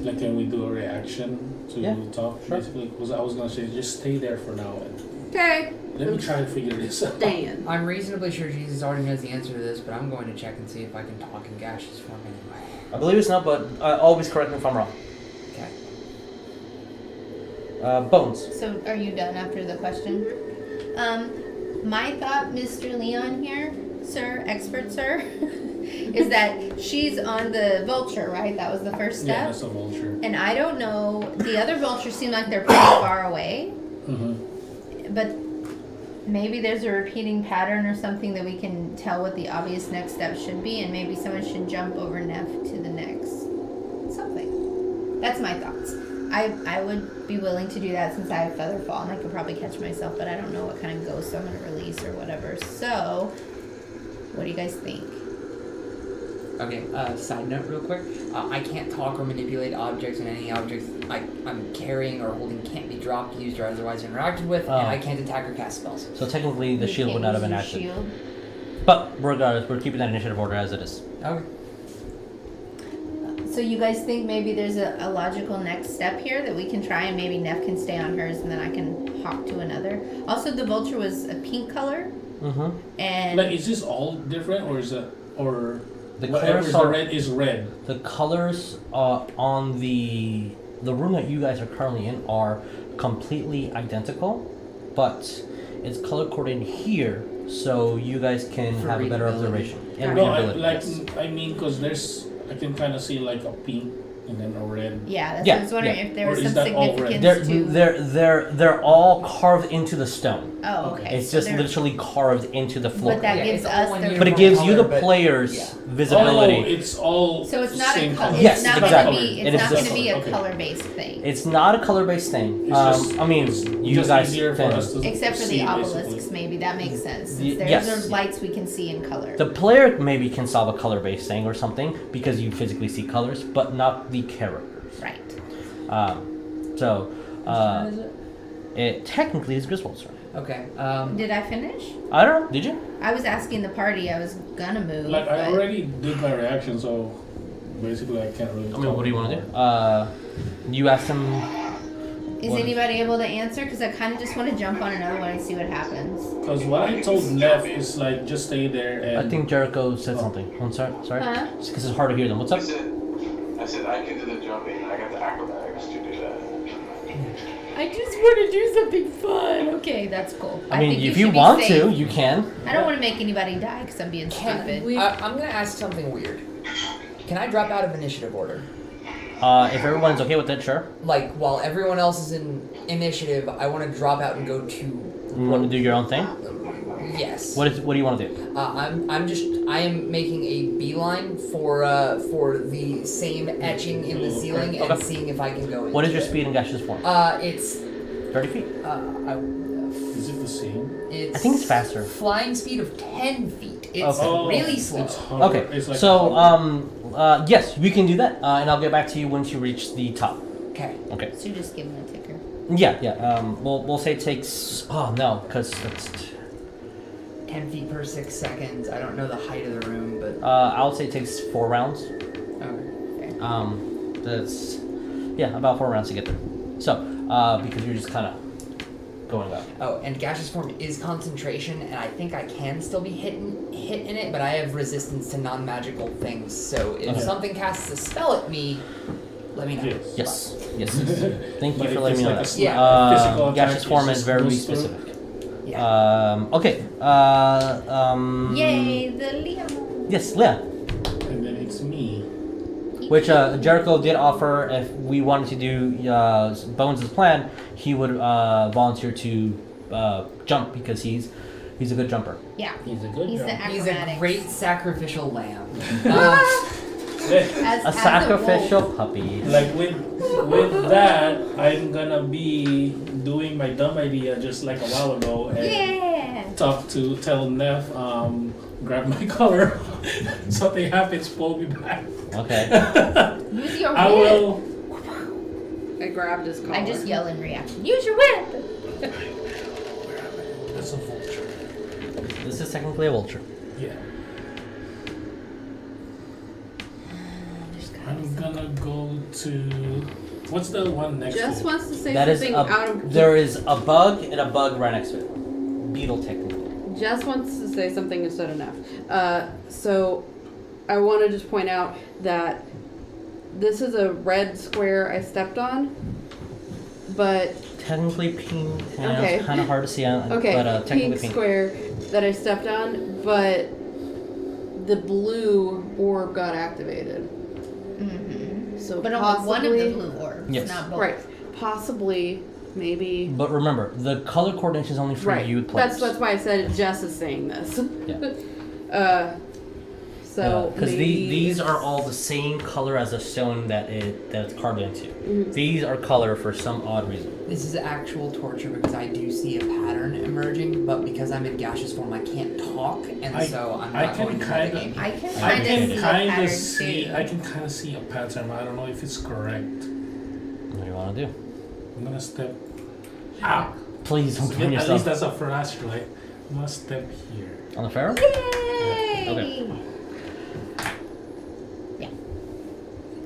Speaker 4: Like, can we do a reaction to
Speaker 2: Yeah,
Speaker 4: talk?
Speaker 2: sure.
Speaker 4: Basically, because I was gonna say just stay there for now and
Speaker 6: Okay.
Speaker 4: let me try to figure this out.
Speaker 6: Staying.
Speaker 3: I'm reasonably sure Jesus already knows the answer to this, but I'm going to check and see if I can talk in gaseous form anyway.
Speaker 2: I believe it's not, but uh, always correct me if I'm wrong.
Speaker 3: Okay.
Speaker 2: Uh, Bones.
Speaker 5: So are you done after the question? Um, my thought, Mr. Leon here, sir, expert sir, (laughs) is that she's on the vulture, right? That was the
Speaker 4: (laughs)
Speaker 5: first
Speaker 4: Yeah,
Speaker 5: step.
Speaker 4: that's a vulture.
Speaker 5: And I don't know. The other vultures seem like they're pretty far away,
Speaker 4: Mm-hmm.
Speaker 5: but maybe there's a repeating pattern or something that we can tell what the obvious next step should be, and maybe someone should jump over Neff to the next something. That's my thoughts. I, I would be willing to do that since I have feather fall and I could probably catch myself, but I don't know what kind of ghost I'm gonna release or whatever. So, what do you guys think?
Speaker 3: Okay. Uh, side note, real quick. Uh, I can't talk or manipulate objects, and any objects I, I'm carrying or holding can't be dropped, used, or otherwise interacted with,
Speaker 2: Oh.
Speaker 3: and I can't attack or cast spells.
Speaker 2: So technically, the
Speaker 5: You
Speaker 2: shield would
Speaker 5: can't
Speaker 2: not have been
Speaker 5: use
Speaker 2: active.
Speaker 5: your shield.
Speaker 2: But regardless, we're keeping that initiative order as it is.
Speaker 3: Okay.
Speaker 5: So you guys think maybe there's a, a logical next step here that we can try, and maybe Neff can stay on hers, and then I can hop to another. Also, the vulture was a pink color,
Speaker 2: Mm-hmm.
Speaker 5: and
Speaker 4: Like, is this all different, or is it, or
Speaker 2: The
Speaker 4: whatever's
Speaker 2: colors
Speaker 4: the
Speaker 2: are
Speaker 4: red is red?
Speaker 2: the colors uh, on the the room that you guys are currently in are completely identical, but it's color coded here so you guys can
Speaker 3: For
Speaker 2: have a better
Speaker 3: readability.
Speaker 2: observation and
Speaker 4: No, I,
Speaker 2: readability.
Speaker 4: like
Speaker 2: yes.
Speaker 4: I mean, cause there's I can kind of see like a pink and then a red.
Speaker 5: yeah, that's
Speaker 2: Yeah,
Speaker 5: I was wondering
Speaker 2: yeah.
Speaker 5: if there
Speaker 4: Or
Speaker 5: was
Speaker 4: is
Speaker 5: some
Speaker 4: that all red?
Speaker 5: significance
Speaker 2: They're,
Speaker 5: to.
Speaker 2: they're they're they're all carved into the stone.
Speaker 5: oh, okay.
Speaker 2: It's
Speaker 5: so
Speaker 2: just
Speaker 5: they're-
Speaker 2: literally carved into the floor.
Speaker 5: But that
Speaker 3: Yeah,
Speaker 5: gives
Speaker 3: it's
Speaker 5: us
Speaker 3: all
Speaker 5: the.
Speaker 3: in
Speaker 2: But it
Speaker 3: Different
Speaker 2: gives you the
Speaker 3: color, but-
Speaker 2: players
Speaker 3: yeah.
Speaker 2: visibility.
Speaker 4: Oh, it's all
Speaker 5: So it's not
Speaker 4: same
Speaker 5: a color.
Speaker 4: color.
Speaker 2: Yes,
Speaker 5: It's not
Speaker 2: exactly.
Speaker 5: gonna be.
Speaker 2: It
Speaker 5: It's
Speaker 2: is
Speaker 5: not
Speaker 2: just
Speaker 5: gonna be a
Speaker 4: color. Okay.
Speaker 5: color-based thing.
Speaker 2: It's not a color-based thing.
Speaker 4: It's
Speaker 2: Um,
Speaker 4: just-
Speaker 2: I mean,
Speaker 4: it's
Speaker 2: you
Speaker 4: just
Speaker 2: guys
Speaker 4: easier for
Speaker 2: can.
Speaker 4: us to
Speaker 5: Except for
Speaker 4: see,
Speaker 5: the obelisks,
Speaker 4: basically.
Speaker 5: maybe that makes sense. Since
Speaker 2: Y-
Speaker 5: there's
Speaker 2: yes.
Speaker 5: are lights we can see in color.
Speaker 2: The player maybe can solve a color-based thing or something because you physically see colors, but not the characters.
Speaker 5: right.
Speaker 2: Um, so, uh, it technically is Griswold's turn.
Speaker 3: Okay. Um,
Speaker 5: Did I finish?
Speaker 2: I don't know. Did you?
Speaker 5: I was asking the party. I was gonna move.
Speaker 4: Like I
Speaker 5: but-
Speaker 4: already did my reaction, so basically I can't really.
Speaker 2: want to do? Uh, you asked him.
Speaker 5: Is
Speaker 2: What?
Speaker 5: anybody able to answer? Because I kind of just want to jump on another one and see what happens.
Speaker 4: Because what I told Neff is like just stay there and
Speaker 2: I think Jericho said something. I'm sorry. Sorry.
Speaker 5: Huh?
Speaker 2: Because it's hard to hear them. What's
Speaker 7: I
Speaker 2: up?
Speaker 7: said, I said I can do the jumping. I got the acrobatics to do that.
Speaker 6: I just want to do something fun.
Speaker 5: Okay, that's cool.
Speaker 2: I mean,
Speaker 5: think
Speaker 2: if you
Speaker 5: should be
Speaker 2: want
Speaker 5: safe.
Speaker 2: to, you can.
Speaker 5: I don't want to make anybody die because I'm being stupid.
Speaker 3: can we, I, I'm gonna ask something weird. Can I drop out of initiative order?
Speaker 2: Uh, if everyone's okay with that, sure.
Speaker 3: Like while everyone else is in initiative, I want to drop out and go to.
Speaker 2: You want to do your own thing?
Speaker 3: Yes.
Speaker 2: What is? What do you want to do?
Speaker 3: Uh, I'm I'm just I am making a beeline for uh for the same etching in the ceiling and
Speaker 2: Okay.
Speaker 3: seeing if I can go.
Speaker 2: What is
Speaker 3: into
Speaker 2: your
Speaker 3: it.
Speaker 2: speed and dashes for?
Speaker 3: Uh, it's
Speaker 2: Thirty feet.
Speaker 3: uh, I,
Speaker 4: is it the same?
Speaker 3: it's
Speaker 2: I think it's faster.
Speaker 3: Flying speed of ten feet.
Speaker 2: Okay.
Speaker 3: It's
Speaker 4: Oh,
Speaker 3: really slow.
Speaker 4: It's hard.
Speaker 2: Okay.
Speaker 4: It's like
Speaker 2: So,
Speaker 4: hard.
Speaker 2: um, uh, yes, we can do that, uh, and I'll get back to you once you reach the top.
Speaker 3: okay.
Speaker 2: Okay.
Speaker 5: So just give them a ticker.
Speaker 2: Yeah, yeah. Um, we'll we'll say it takes. Oh no, because it's.
Speaker 3: Ten feet per six seconds. I don't know the height of the room, but
Speaker 2: Uh, I'll say it takes four rounds.
Speaker 3: okay.
Speaker 2: Um, that's yeah, about four rounds to get there. So, uh, because you're just kind of going up.
Speaker 3: Oh, and gaseous form is concentration, and I think I can still be hit in, hit in it, but I have resistance to non-magical things. So if
Speaker 2: Okay.
Speaker 3: something casts a spell at me, let me know.
Speaker 4: Yes.
Speaker 2: Yes, yes. yes. Thank you
Speaker 4: But
Speaker 2: for letting me
Speaker 4: if it's
Speaker 2: know
Speaker 4: like a
Speaker 2: that.
Speaker 4: slight
Speaker 3: Yeah.
Speaker 2: Uh,
Speaker 4: physical attack,
Speaker 2: gaseous
Speaker 4: it's
Speaker 2: form
Speaker 4: just
Speaker 2: is very
Speaker 4: goes through.
Speaker 2: specific.
Speaker 3: Yeah.
Speaker 2: Um, okay. Uh, um,
Speaker 5: Yay, the Leo.
Speaker 2: Yes, Leah.
Speaker 4: And then it's me.
Speaker 2: Which uh, Jericho did offer if we wanted to do uh, Bones' plan, he would uh, volunteer to uh, jump because he's he's a good jumper.
Speaker 5: Yeah,
Speaker 4: He's a good
Speaker 5: he's the
Speaker 4: guy.
Speaker 3: He's a
Speaker 5: acrobatic.
Speaker 3: great sacrificial
Speaker 6: (laughs)
Speaker 3: lamb. Um,
Speaker 5: as,
Speaker 2: A
Speaker 5: as
Speaker 2: sacrificial puppy.
Speaker 4: like with with that, I'm gonna be doing my dumb idea just like a while ago
Speaker 5: wolf.
Speaker 4: and
Speaker 5: Yeah.
Speaker 4: talk to tell Neff um grab my (laughs) collar. Something happens, pull me back.
Speaker 2: Okay.
Speaker 5: Use your whip.
Speaker 4: I
Speaker 5: I,
Speaker 4: will.
Speaker 6: I grabbed his collar.
Speaker 5: just yell in reaction. Use your whip.
Speaker 4: That's a vulture.
Speaker 2: this is technically a vulture.
Speaker 4: Yeah.
Speaker 5: There's gotta be
Speaker 4: I'm
Speaker 5: some-
Speaker 4: gonna go to. What's the one next?
Speaker 6: Jess
Speaker 4: to? it?
Speaker 6: wants to say
Speaker 2: That is
Speaker 6: something
Speaker 2: a,
Speaker 6: out of.
Speaker 2: there is a bug and a bug right next to it. Beetle technically.
Speaker 6: Jess wants to say something instead of enough. Uh, so, I want to just point out that this is a red square I stepped on, but
Speaker 2: Technically pink. You know,
Speaker 6: Okay.
Speaker 2: It's kind of hard to see, uh,
Speaker 6: okay,
Speaker 2: but uh,
Speaker 6: pink
Speaker 2: technically pink.
Speaker 6: square that I stepped on, but the blue orb got activated.
Speaker 5: Mhm.
Speaker 6: So,
Speaker 5: But only
Speaker 6: possibly,
Speaker 5: one of the blue orbs,
Speaker 2: Yes.
Speaker 5: not both.
Speaker 6: right? Possibly, maybe.
Speaker 2: But remember, the color coordination is only for
Speaker 6: right.
Speaker 2: you players.
Speaker 6: that's that's why I said Jess is saying this.
Speaker 2: Yeah.
Speaker 6: uh, so
Speaker 2: because
Speaker 6: maybe
Speaker 2: these are all the same color as the stone that it that it's carved into.
Speaker 6: Mm-hmm.
Speaker 2: These are color for some odd reason.
Speaker 3: this is actual torture because I do see a pattern emerging, but because I'm in gaseous form, I can't talk, and
Speaker 4: I-
Speaker 3: so I'm
Speaker 4: I
Speaker 3: not
Speaker 4: can
Speaker 3: going to play the
Speaker 4: kinda-
Speaker 3: game.
Speaker 5: I can
Speaker 4: I
Speaker 5: kind of
Speaker 4: can
Speaker 5: see a
Speaker 4: kind
Speaker 5: pattern
Speaker 4: of see.
Speaker 5: too.
Speaker 4: I can kind of see a pattern. but I don't know if it's correct.
Speaker 2: What do you want to do?
Speaker 4: I'm gonna step. Ah,
Speaker 2: Please don't burn
Speaker 4: at least
Speaker 2: yourself
Speaker 4: that's a flashlight. I'm gonna step here.
Speaker 2: on the pharaoh.
Speaker 5: Yay!
Speaker 2: Okay.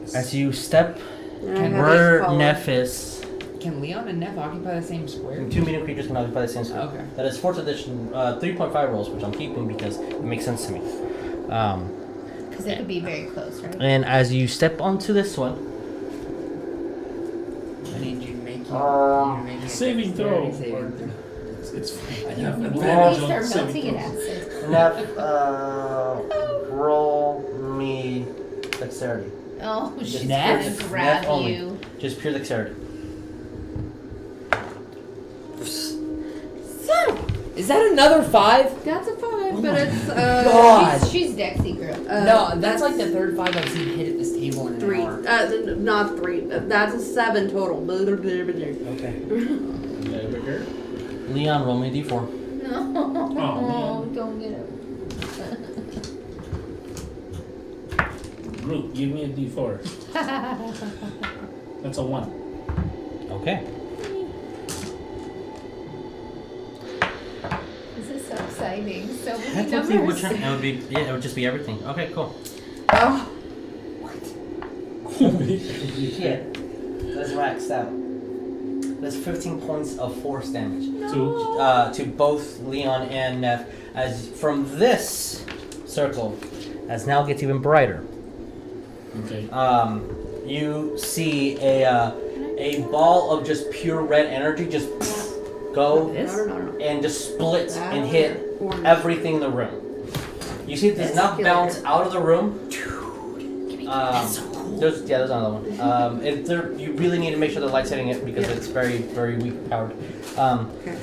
Speaker 4: Is
Speaker 2: As you step
Speaker 6: And I
Speaker 2: where
Speaker 6: follow.
Speaker 2: Nephis,
Speaker 3: Can Leon and Neff occupy the same square?
Speaker 2: two medium creatures can occupy the same square.
Speaker 3: Okay.
Speaker 2: That is fourth edition, uh, 3.5 rolls, which I'm keeping because it makes sense to me. Um,
Speaker 5: Because it could be very close, right?
Speaker 2: And as you step onto this one,
Speaker 3: I need you to make it.
Speaker 2: Um,
Speaker 3: Uh, make it
Speaker 4: Saving throw.
Speaker 3: Saving throw.
Speaker 4: It's, it's fine. I
Speaker 3: Yeah.
Speaker 4: have
Speaker 3: At
Speaker 5: At
Speaker 4: advantage
Speaker 5: least
Speaker 4: on
Speaker 5: they're
Speaker 4: saving
Speaker 5: melting in
Speaker 4: throws.
Speaker 5: acid.
Speaker 2: Neff, uh, roll me dexterity.
Speaker 5: Oh, she's
Speaker 2: Nat?
Speaker 5: gonna
Speaker 2: Nat
Speaker 5: grab
Speaker 2: only.
Speaker 5: you.
Speaker 2: Just pure dexterity.
Speaker 5: Son,
Speaker 3: Is that another five?
Speaker 6: That's a five,
Speaker 2: Oh
Speaker 6: but it's uh,
Speaker 3: God.
Speaker 5: she's, she's Dexy girl.
Speaker 6: uh,
Speaker 3: no, that's like the third five I've seen hit at this table in an
Speaker 6: three.
Speaker 3: hour.
Speaker 6: Uh, th- not three. Uh, That's a seven total. Blah, blah, blah, blah, blah.
Speaker 2: Okay.
Speaker 4: Yeah, bigger.
Speaker 2: Leon, roll me a d4.
Speaker 5: No,
Speaker 4: Oh,
Speaker 5: don't get him.
Speaker 4: Group, give me a d4. That's a one.
Speaker 2: Okay.
Speaker 5: This is so exciting. So many
Speaker 2: Technically,
Speaker 5: numbers.
Speaker 2: which one? It would be, yeah, it would just be everything. Okay, cool. (laughs)
Speaker 6: Oh,
Speaker 2: Yeah. That's waxed out. That's 15 points of force damage.
Speaker 4: Two.
Speaker 2: uh, to both Leon and Neff as from this circle, as now gets even brighter.
Speaker 4: Okay.
Speaker 2: Um, you see a uh, a ball of just pure red energy just go
Speaker 6: no, no, no, no.
Speaker 2: and just split and hit
Speaker 6: Or-
Speaker 2: everything in the room. You see it does not bounce out of the room. Um, there's yeah, there's another
Speaker 6: (laughs)
Speaker 2: one. Um, it, there, you really need to make sure the light's hitting it because it's very very weak powered. Um,
Speaker 6: Okay.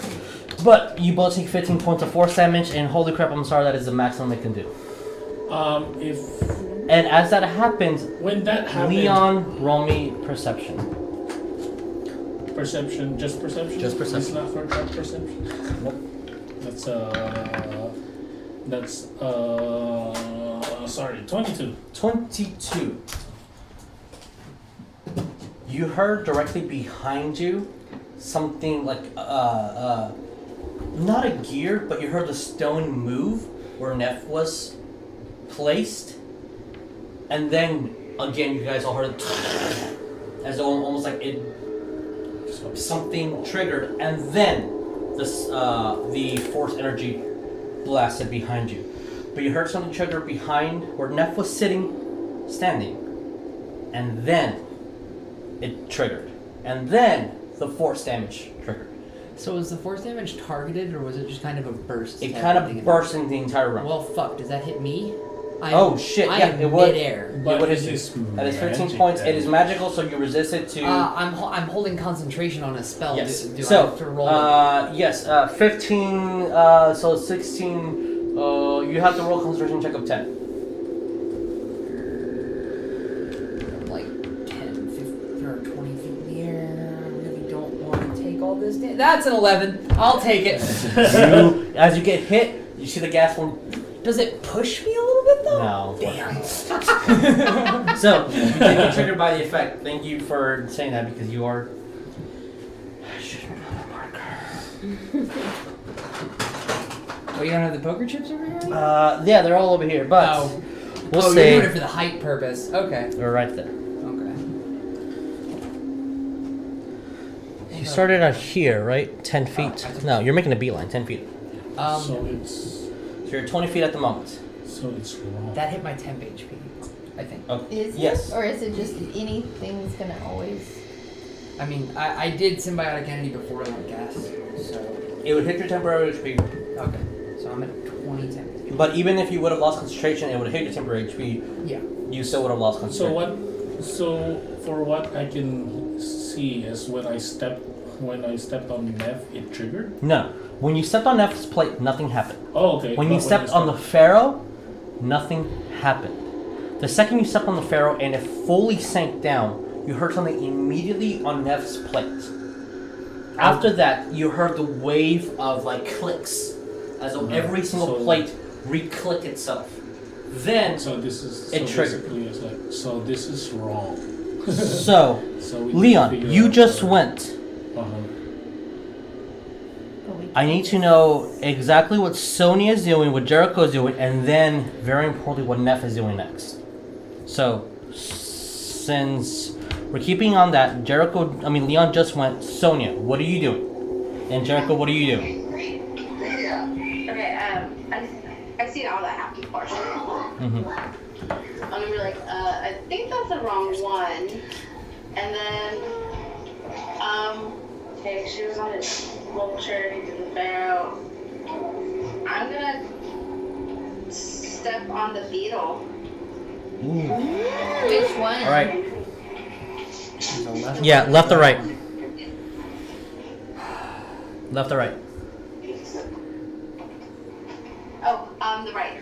Speaker 2: but you both take 15 points of force damage, and holy crap, I'm sorry, that is the maximum it can do.
Speaker 4: Um, if
Speaker 2: And as that happens,
Speaker 4: when that happens,
Speaker 2: Leon, roll me perception.
Speaker 4: perception, just perception.
Speaker 2: Just
Speaker 4: It's
Speaker 2: perception.
Speaker 4: not for trap perception.
Speaker 2: Nope.
Speaker 4: That's uh, that's uh, sorry, twenty-two.
Speaker 2: 22. You heard directly behind you something like, uh, uh, not a gear, but you heard the stone move where Neff was placed. And then again, you guys all heard it as though almost like it
Speaker 4: So,
Speaker 2: something triggered, and then this uh, the force energy blasted behind you. But you heard something trigger behind where Neff was sitting, standing, and then it triggered, and then the force damage triggered.
Speaker 3: So was the force damage targeted or was it just kind of a burst?
Speaker 2: It
Speaker 3: type
Speaker 2: kind
Speaker 3: thing?
Speaker 2: of burst into the entire room.
Speaker 3: Well, fuck. Does that hit me? I
Speaker 2: oh shit!
Speaker 3: I
Speaker 2: yeah,
Speaker 3: am
Speaker 2: it would.
Speaker 3: midair.
Speaker 4: But
Speaker 2: what
Speaker 4: it
Speaker 2: is it?
Speaker 4: is
Speaker 2: That is 15
Speaker 4: magic
Speaker 2: points. It
Speaker 4: damage.
Speaker 2: is magical, so you resist it to.
Speaker 3: Uh, I'm ho- I'm holding concentration on a spell.
Speaker 2: Yes.
Speaker 3: oh, Do, do
Speaker 2: so,
Speaker 3: I have to roll?
Speaker 2: uh, yes, uh, 15, uh, so 16, uh, you have to roll concentration check of 10.
Speaker 3: like 10, 15, or 20 feet in the air. I really don't want to take all this. Da- That's an 11. I'll
Speaker 2: (laughs)
Speaker 3: take it.
Speaker 2: you, as you get hit, you see the gas form.
Speaker 3: Does it push me a little bit
Speaker 2: Oh,
Speaker 3: though?
Speaker 2: No.
Speaker 3: Damn. Oh,
Speaker 2: (laughs) So, you did get triggered by the effect. Thank you for saying that because you are. I should have known that marker.
Speaker 3: Oh, you don't have the poker chips over here?
Speaker 2: Uh, yeah, they're all over here, but
Speaker 3: Oh.
Speaker 2: we'll
Speaker 3: oh,
Speaker 2: say
Speaker 3: you're doing it for the height purpose. Okay.
Speaker 2: they're right there.
Speaker 3: Okay.
Speaker 2: You started out here, right? 10 feet. No, you're making a beeline, 10 feet.
Speaker 3: Um,
Speaker 4: so it's
Speaker 2: So you're 20 feet at the moment.
Speaker 4: so it's wrong.
Speaker 3: that hit my temp HP, I think.
Speaker 2: Okay.
Speaker 5: Is
Speaker 2: Oh, yes.
Speaker 5: it? Or is it just anything's gonna always.
Speaker 3: I mean, I, I did symbiotic entity before I went gas, so
Speaker 2: It would hit your temporary HP,
Speaker 3: okay. So I'm at 20 temp. HP.
Speaker 2: But even if you would have lost concentration, it would have hit your temporary HP.
Speaker 3: Yeah.
Speaker 2: You still would have lost
Speaker 4: So
Speaker 2: concentration.
Speaker 4: what? So for what I can see is when I step when I stepped on Nev, it triggered.
Speaker 2: No. When you stepped on F's plate, nothing happened.
Speaker 4: Oh, okay.
Speaker 2: When
Speaker 4: but
Speaker 2: you stepped
Speaker 4: I
Speaker 2: on the Pharaoh, nothing happened. The second you stepped on the Pharaoh and it fully sank down, you heard something immediately on Neff's plate. After that, you heard the wave of like clicks, as though every single
Speaker 4: So-
Speaker 2: plate re-click itself. Then,
Speaker 4: So this is
Speaker 2: It
Speaker 4: so
Speaker 2: triggered.
Speaker 4: basically It's like, so this is wrong.
Speaker 2: so
Speaker 4: (laughs) So we need to
Speaker 2: Leon,
Speaker 4: figure
Speaker 2: you
Speaker 4: out-
Speaker 2: just went.
Speaker 4: Uh-huh.
Speaker 5: But we
Speaker 2: I need to know exactly what Sonya is doing, what Jericho is doing, and then, very importantly, what Neff is doing next. So, since we're keeping on that, Jericho, I mean, Leon just went, Sonia, what are you doing? And Jericho, what are you doing?
Speaker 8: Yeah. Okay, um, I, I've seen all that happen before.
Speaker 2: Mhm.
Speaker 8: I'm gonna be like, uh, I think that's the wrong one. And then, um, okay, she was on a vulture, he did the pharaoh. I'm gonna step on the beetle.
Speaker 2: Ooh.
Speaker 5: Which one?
Speaker 2: All right. Yeah, left or right? Left or right?
Speaker 8: Oh, um, the right.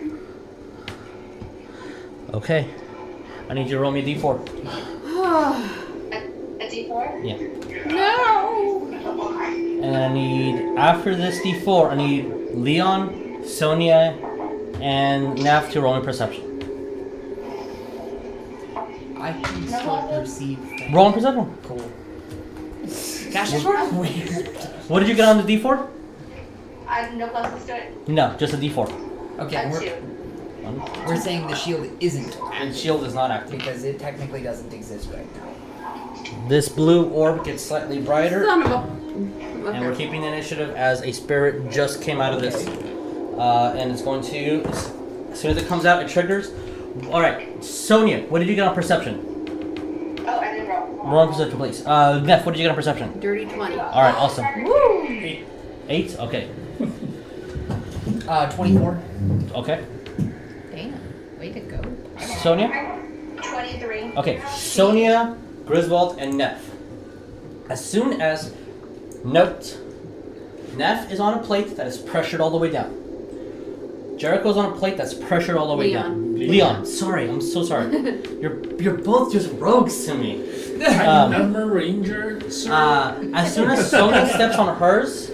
Speaker 2: Okay. I need you to roll me a d4.
Speaker 8: A, a D4?
Speaker 2: Yeah.
Speaker 6: No!
Speaker 2: And I need, after this d4, I need Leon, Sonia, and Nav to roll me perception.
Speaker 3: I can still perceive things.
Speaker 2: Roll me perception.
Speaker 3: Cool. That's just sort of (laughs) weird.
Speaker 2: What did you get on the d4?
Speaker 8: I have no closest to it.
Speaker 2: No, just a d4.
Speaker 3: Okay,
Speaker 8: a
Speaker 3: we're,
Speaker 8: 2.
Speaker 3: we're saying the shield isn't
Speaker 2: And
Speaker 3: active
Speaker 2: shield is not active.
Speaker 3: because it technically doesn't exist right now.
Speaker 2: This blue orb gets slightly brighter.
Speaker 6: Son of a.
Speaker 2: And we're keeping the initiative as a spirit just came out of this. Uh, and it's going to, as as soon as it comes out, it triggers. Alright, Sonia, what did you get on perception?
Speaker 8: Oh, I didn't roll.
Speaker 2: Roll on perception, please. Uh, Neff, what did you get on perception?
Speaker 6: Dirty 20.
Speaker 2: Alright, awesome.
Speaker 6: Woo!
Speaker 2: Eight? Okay.
Speaker 3: Uh, 24.
Speaker 2: Okay.
Speaker 5: Damn. Way to go.
Speaker 2: Sonia?
Speaker 8: 23.
Speaker 2: Okay, Sonia, Griswold, and Neff. As soon as note, Neff is on a plate that is pressured all the way down. Jericho's on a plate that's pressured all the way down.
Speaker 4: Leon.
Speaker 2: Leon, sorry, I'm so sorry. you're you're both just rogues to me. Um,
Speaker 4: Number Ranger, sir.
Speaker 2: uh, as soon as Sonia steps on hers,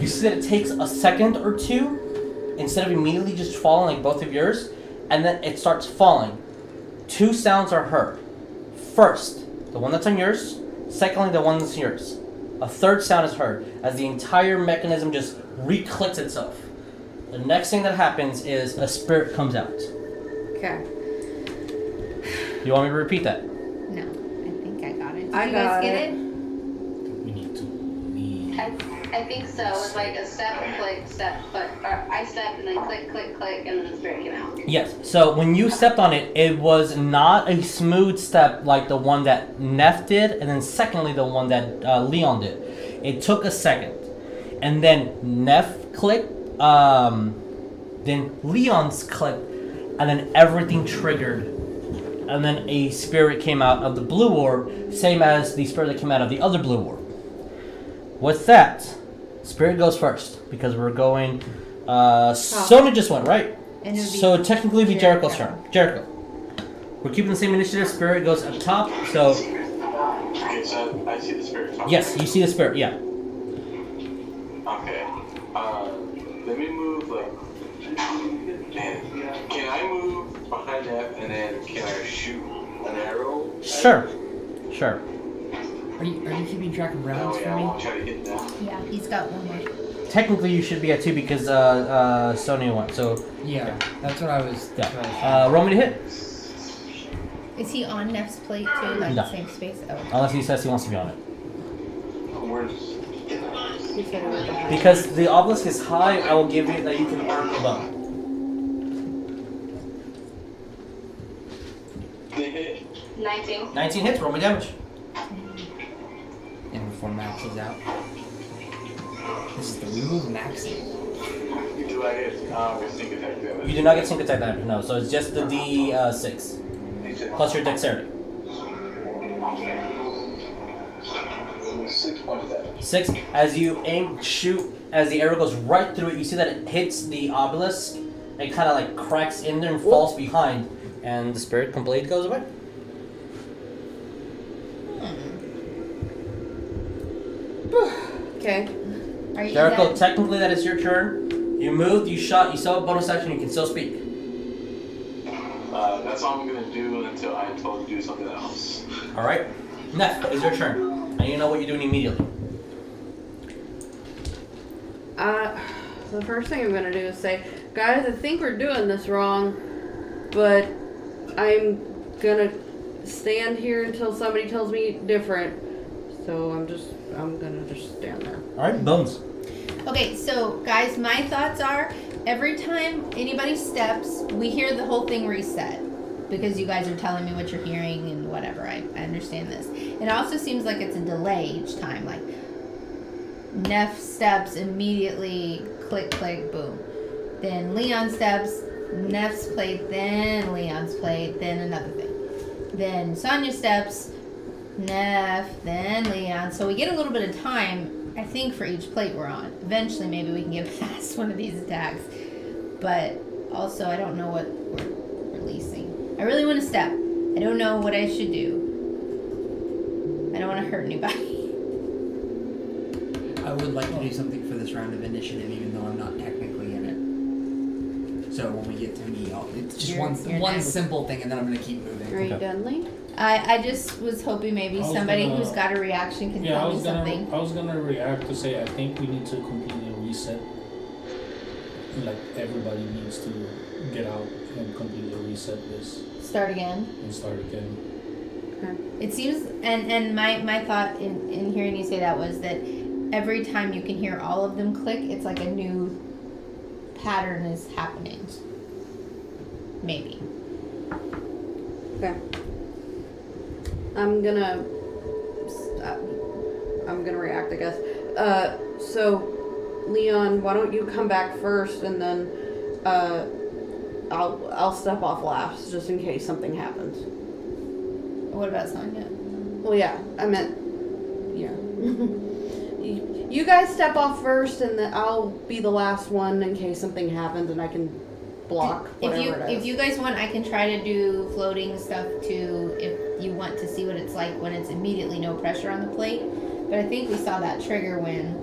Speaker 2: you see that it takes a second or two instead of immediately just falling like both of yours, and then it starts falling. Two sounds are heard. First, the one that's on yours, secondly, the one that's yours. A third sound is heard as the entire mechanism just reclicks itself. The next thing that happens is a spirit comes out.
Speaker 6: Okay.
Speaker 2: You want me to repeat that?
Speaker 5: No, I think I got it. Did
Speaker 6: I
Speaker 5: you
Speaker 6: got
Speaker 5: guys get
Speaker 6: it.
Speaker 5: it?
Speaker 4: we need to leave.
Speaker 8: I, I think so. It was like a step, click, step, click. Or I step and then click, click, click, and then the spirit came out.
Speaker 2: Yes. So when you stepped on it, it was not a smooth step like the one that Neff did, and then secondly the one that uh, Leon did. It took a second, and then Neff clicked, um, then Leon's clicked, and then everything triggered, and then a spirit came out of the blue orb, same as the spirit that came out of the other blue orb. What's that? Spirit goes first because we're going. Uh, Sona just went right.
Speaker 5: And it would be
Speaker 2: So technically, it'd be Jericho's
Speaker 5: Jericho.
Speaker 2: turn. Jericho. We're keeping the same initiative. Spirit goes up top. So
Speaker 7: Okay, so I see the spirit. talking.
Speaker 2: yes, you see the spirit. Yeah.
Speaker 7: Okay. Uh, let me move like. Man, can I move behind that and then can I shoot an arrow? at
Speaker 2: Sure.
Speaker 7: it?
Speaker 2: Sure.
Speaker 3: Are you, are you keeping track of rounds
Speaker 7: No, yeah,
Speaker 3: for
Speaker 7: I
Speaker 3: me?
Speaker 7: won't try to hit that.
Speaker 5: Yeah, he's got one more.
Speaker 2: Technically, you should be at two because uh, uh, Sonya went. So
Speaker 3: Yeah, that's what I was
Speaker 2: yeah.
Speaker 3: trying to
Speaker 2: Uh, roll me to hit
Speaker 5: Is he on Neff's plate too? Like
Speaker 2: No.
Speaker 5: the same space? Oh.
Speaker 2: unless he says he wants to be on it.
Speaker 7: Where's. (laughs)
Speaker 6: You said it was a high.
Speaker 2: Because the obelisk is high, I will give you that you can earn above.
Speaker 7: They hit.
Speaker 8: 19.
Speaker 2: Nineteen hits. Roll me damage.
Speaker 3: And before Max is out. This is the remove Max.
Speaker 7: Do I get um, a sneak attack damage?
Speaker 2: You do not get sync attack damage. No. So it's just the D uh, six plus your dexterity.
Speaker 7: Uh, Six points of damage.
Speaker 2: Six. As you aim, shoot. As the arrow goes right through it, you see that it hits the obelisk. It kind of like cracks in there and falls behind, and the spirit complaint goes away.
Speaker 6: Okay.
Speaker 5: Are you
Speaker 2: Jericho,
Speaker 5: is that-
Speaker 2: technically that is your turn. You moved, you shot, you saw a bonus action, you can still speak.
Speaker 7: Uh, that's all I'm gonna do until I am told to do something else.
Speaker 2: All right. Next is your turn. And you know what you're doing immediately.
Speaker 6: Uh, the first thing I'm gonna do is say, guys, I think we're doing this wrong, but I'm gonna stand here until somebody tells me different. So I'm just, I'm gonna just stand there.
Speaker 2: Alright, bones.
Speaker 5: Okay, so guys, my thoughts are every time anybody steps, we hear the whole thing reset because you guys are telling me what you're hearing and whatever. I, I understand this. It also seems like it's a delay each time. Like, Neff steps immediately, click, click, boom. Then Leon steps, Neff's plate, then Leon's plate, then another thing. Then Sonya steps, Neff, then Leon. So we get a little bit of time, I think, for each plate we're on. Eventually, maybe we can get (laughs) past one of these attacks. But also, I don't know what we're releasing. I really want to step. I don't know what I should do. I don't want to hurt anybody. (laughs)
Speaker 3: I would like to do something for this round of initiative, even though I'm not technically in it. So when we get to me, I'll, it's just
Speaker 5: You're-
Speaker 3: one
Speaker 5: you're
Speaker 3: one
Speaker 5: next.
Speaker 3: simple thing, and then I'm gonna keep moving.
Speaker 6: Are you done, Lee?
Speaker 5: I, I just was hoping maybe
Speaker 4: I was
Speaker 5: somebody
Speaker 4: gonna-
Speaker 5: who's got a reaction can
Speaker 4: Yeah, I
Speaker 5: tell me
Speaker 4: was gonna
Speaker 5: something.
Speaker 4: I was gonna react to say I think we need to completely reset. Like everybody needs to get out and completely reset this
Speaker 5: Start again.
Speaker 4: and start again.
Speaker 5: It seems, and and my my thought in in hearing you say that was that every time you can hear all of them click, it's like a new pattern is happening. Maybe.
Speaker 6: Okay. I'm gonna. I'm gonna react, I guess. Uh, so, Leon, why don't you come back first, and then, uh, I'll I'll step off last just in case something happens.
Speaker 5: What about Sonya?
Speaker 6: Well, yeah, I meant, yeah. (laughs) you you guys step off first, and then I'll be the last one in case something happens, and I can block
Speaker 5: If
Speaker 6: whatever
Speaker 5: you
Speaker 6: it is.
Speaker 5: if you guys want, I can try to do floating stuff too. If you want to see what it's like when it's immediately no pressure on the plate, but I think we saw that trigger when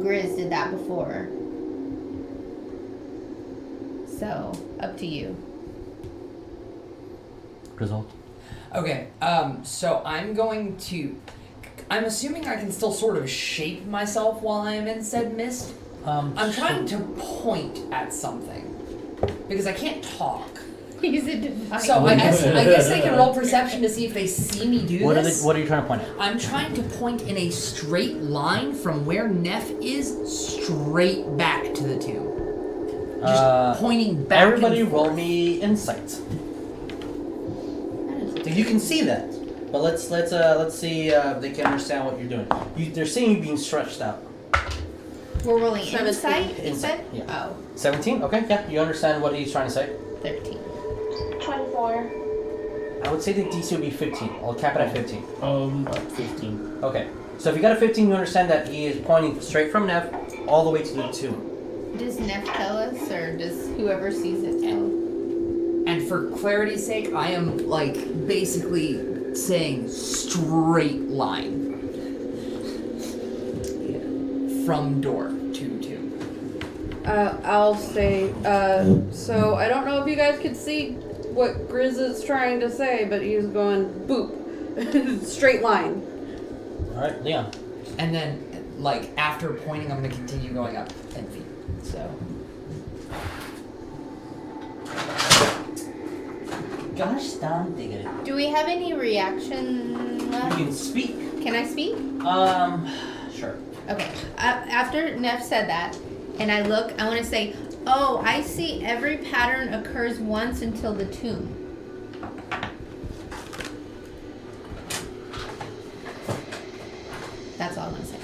Speaker 5: Grizz did that before. So up to you. (laughs)
Speaker 2: Result.
Speaker 3: Okay, um, so I'm going to. I'm assuming I can still sort of shape myself while I am in said mist.
Speaker 2: Um
Speaker 3: I'm trying to point at something because I can't talk.
Speaker 5: He's a divine.
Speaker 3: So I guess I guess they can roll perception to see if they see me do
Speaker 2: what are, they,
Speaker 3: this.
Speaker 2: what are you trying to point at?
Speaker 3: I'm trying to point in a straight line from where Neff is straight back to the tomb. Just
Speaker 2: Uh,
Speaker 3: pointing back. and
Speaker 2: Everybody
Speaker 3: forth.
Speaker 2: roll me insights. So you can see that. But let's let's uh let's see uh, if they can understand what you're doing. You, they're seeing you being stretched out.
Speaker 5: We're rolling
Speaker 6: Seventeen.
Speaker 5: insight, you
Speaker 2: Insight,
Speaker 5: said?
Speaker 2: yeah.
Speaker 5: Oh,
Speaker 2: Seventeen? Okay, yeah, you understand what he's trying to say.
Speaker 5: 13.
Speaker 8: 24.
Speaker 2: I would say the DC would be fifteen. I'll cap it at fifteen.
Speaker 4: Um at fifteen.
Speaker 2: Okay. So if you got a fifteen you understand that he is pointing straight from Nev all the way to the tomb.
Speaker 5: Does Neff tell us, or does whoever sees it tell?
Speaker 3: And for clarity's sake, I am like basically saying straight line from door to tomb.
Speaker 6: Uh, I'll say, uh, so I don't know if you guys could see what Grizz is trying to say, but he's going boop. (laughs) Straight line.
Speaker 2: Alright, Leon.
Speaker 3: And then, like after pointing, I'm gonna continue going up ten feet. So
Speaker 2: Gosh darn diggity.
Speaker 5: Do we have any reaction
Speaker 2: You
Speaker 5: left?
Speaker 2: can speak.
Speaker 5: Can I speak?
Speaker 2: Um sure.
Speaker 5: Okay. Uh, after Neff said that, and I look, I want to say, oh, I see every pattern occurs once until the tomb. That's all I want to say.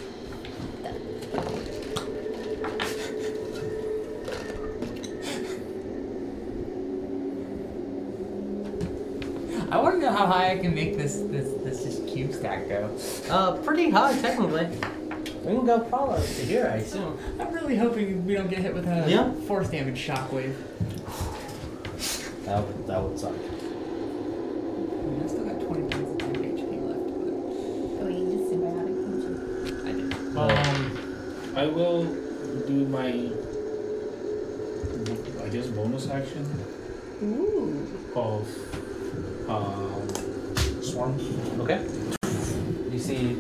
Speaker 3: I want to know how high I can make this this this just cube stack go.
Speaker 2: Uh pretty high technically. We can go follow up to here, I assume.
Speaker 3: I'm really hoping we don't get hit with a
Speaker 2: Yeah.
Speaker 3: force damage shockwave.
Speaker 2: That would, that would suck.
Speaker 3: I mean, I've still got 20 points of damage HP
Speaker 5: Oh, you just symbiotic.
Speaker 3: left, but I did.
Speaker 4: Um I will do my I guess bonus action
Speaker 5: Ooh.
Speaker 4: of um swarm.
Speaker 2: Okay. You see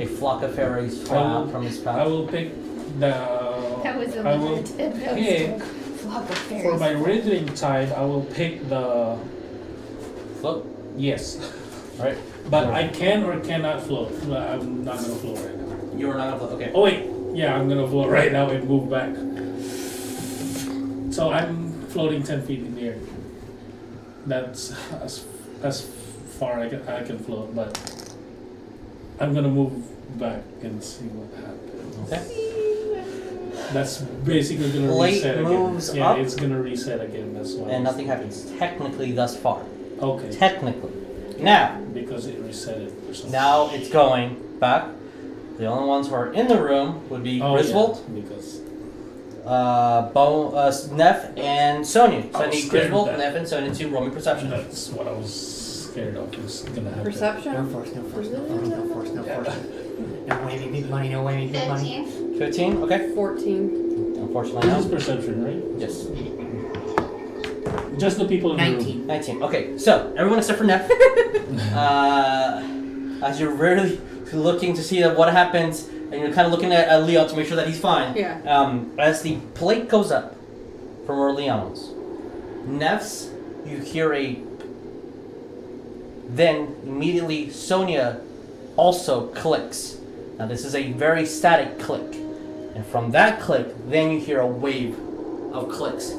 Speaker 2: a flock of fairies fly
Speaker 4: I will-
Speaker 2: out from his
Speaker 4: I
Speaker 2: pouch.
Speaker 4: will pick the
Speaker 5: That was a
Speaker 4: I will
Speaker 5: limited. That was
Speaker 4: pick-
Speaker 5: a flock of
Speaker 4: for
Speaker 5: fairies.
Speaker 4: my writhing tide I will pick the
Speaker 2: Float.
Speaker 4: Yes.
Speaker 2: Alright.
Speaker 4: But I can or cannot float. Well, I'm not gonna float right now.
Speaker 2: You're not gonna okay.
Speaker 4: Oh wait, yeah, I'm gonna float right now and move back. So I'm floating ten feet in the air. That's as as far I can, I can float, but I'm gonna move back and see what happens.
Speaker 2: Okay.
Speaker 4: That's basically gonna
Speaker 2: Late
Speaker 4: reset again.
Speaker 2: moves
Speaker 4: yeah,
Speaker 2: up.
Speaker 4: it's gonna reset again. That's why.
Speaker 2: And nothing happens technically thus far.
Speaker 4: Okay.
Speaker 2: Technically. Now
Speaker 4: Because it reset it or something.
Speaker 2: Now it's going back. The only ones who are in the room would be
Speaker 4: Oh, yeah,
Speaker 2: Griswold,
Speaker 4: because
Speaker 2: uh, Bo, uh, Neff, and Sonya. So
Speaker 4: I
Speaker 2: I
Speaker 4: was
Speaker 2: need
Speaker 4: scared of
Speaker 2: Griswold,
Speaker 4: that.
Speaker 2: Neff, and Sonya to roll me perception.
Speaker 4: that's what I was scared of was gonna happen.
Speaker 9: No
Speaker 6: Perception?
Speaker 9: force, no force, no force, no force, no force. No wavy big money, no wavy big money.
Speaker 8: 15.
Speaker 2: 15? Okay.
Speaker 6: 14.
Speaker 2: Unfortunately,
Speaker 4: This
Speaker 2: no.
Speaker 4: is perception, right?
Speaker 2: Yes.
Speaker 4: Just the people in the
Speaker 9: 19.
Speaker 4: room.
Speaker 2: 19. Okay, so everyone except for Neff. uh, as you're really looking to see what happens, and you're kind of looking at uh, Leon to make sure that he's fine.
Speaker 6: Yeah.
Speaker 2: Um, as the plate goes up from where Leon was, Neff's, you hear a. Then immediately Sonia also clicks. Now this is a very static click, and from that click, then you hear a wave of clicks.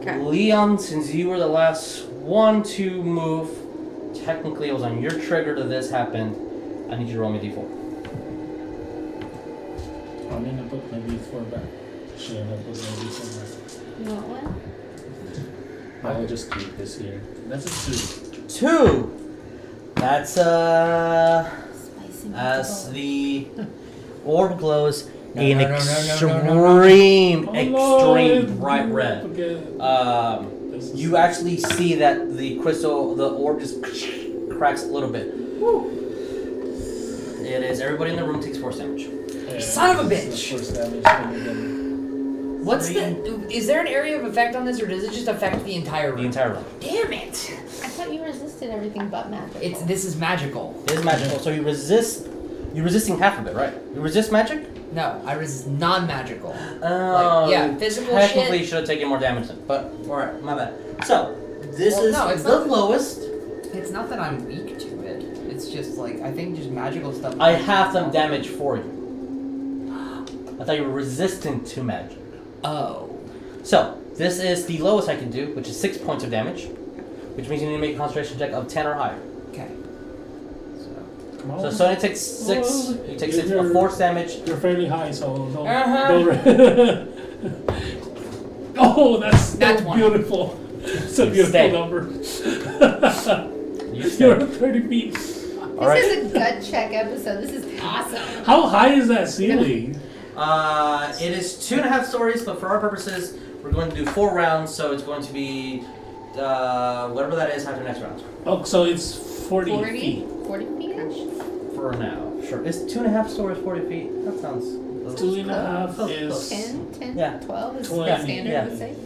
Speaker 6: Okay.
Speaker 2: Leon, since you were the last one to move, technically it was on your trigger that this happened. I need you to roll me a d4.
Speaker 4: I'm gonna put maybe four back. Should I put maybe four back?
Speaker 5: You want one?
Speaker 4: I'll just keep this here. That's a two.
Speaker 2: Two. That's uh.
Speaker 5: Spicy
Speaker 2: As
Speaker 5: meatball.
Speaker 2: the orb glows an
Speaker 9: no, no, no, no, no, no.
Speaker 2: extreme,
Speaker 4: Oh,
Speaker 2: extreme
Speaker 4: Lord,
Speaker 2: bright
Speaker 4: you
Speaker 2: red.
Speaker 4: forget.
Speaker 2: Um,
Speaker 4: Uh, This is-
Speaker 2: you actually see that the crystal, the orb just cracks a little bit. It is everybody in the room takes force damage.
Speaker 4: Yeah,
Speaker 3: Son of a
Speaker 4: this
Speaker 3: bitch.
Speaker 4: is the first damage we've done.
Speaker 3: What's the? Is there an area of effect on this, or does it just affect the entire
Speaker 2: The
Speaker 3: room?
Speaker 2: entire room.
Speaker 3: Damn it!
Speaker 5: I thought you resisted everything but magic.
Speaker 3: It's this is magical.
Speaker 2: It is magical, so you resist. You're resisting half of it, right? You resist magic.
Speaker 3: No, I was non-magical.
Speaker 2: Oh,
Speaker 3: Uh, yeah, physical
Speaker 2: Technically,
Speaker 3: shit.
Speaker 2: should have taken more damage then, but alright, my bad. So this
Speaker 3: Well,
Speaker 2: is
Speaker 3: no, it's
Speaker 2: the
Speaker 3: not-
Speaker 2: lowest.
Speaker 3: It's not that I'm weak to it. It's just like I think just magical stuff.
Speaker 2: I have some damage for you. I thought you were resistant to magic.
Speaker 3: Oh.
Speaker 2: So, this is the lowest I can do, which is 6 points of damage, which means you need to make a concentration check of 10 or higher.
Speaker 3: Okay. So.
Speaker 4: Come on.
Speaker 2: So, Sonya takes 6,
Speaker 4: Well,
Speaker 2: you take 6
Speaker 4: you're-
Speaker 2: of force damage.
Speaker 4: You're fairly high, so don't.
Speaker 3: Uh-huh.
Speaker 4: don't (laughs) oh, that's,
Speaker 3: That's
Speaker 4: so
Speaker 3: one.
Speaker 4: beautiful. It's a
Speaker 2: You
Speaker 4: beautiful
Speaker 2: stay.
Speaker 4: number.
Speaker 2: You
Speaker 4: (laughs) You're
Speaker 2: stay.
Speaker 4: at 30 feet.
Speaker 5: this
Speaker 2: Alright.
Speaker 5: is a gut check episode. This is awesome.
Speaker 4: How high is that ceiling?
Speaker 2: Uh, it is two and a half stories, but for our purposes, we're going to do four rounds, so it's going to be uh, whatever that is after next round.
Speaker 4: Oh, so it's 40
Speaker 5: 40?
Speaker 4: feet.
Speaker 5: 40 feet?
Speaker 2: For now, sure. It's two and a half stories, forty feet. That sounds.
Speaker 4: Two and a half is.
Speaker 5: 10, 10,
Speaker 2: Yeah.
Speaker 5: 12 is
Speaker 4: 20,
Speaker 5: the standard,
Speaker 2: yeah.
Speaker 5: would say.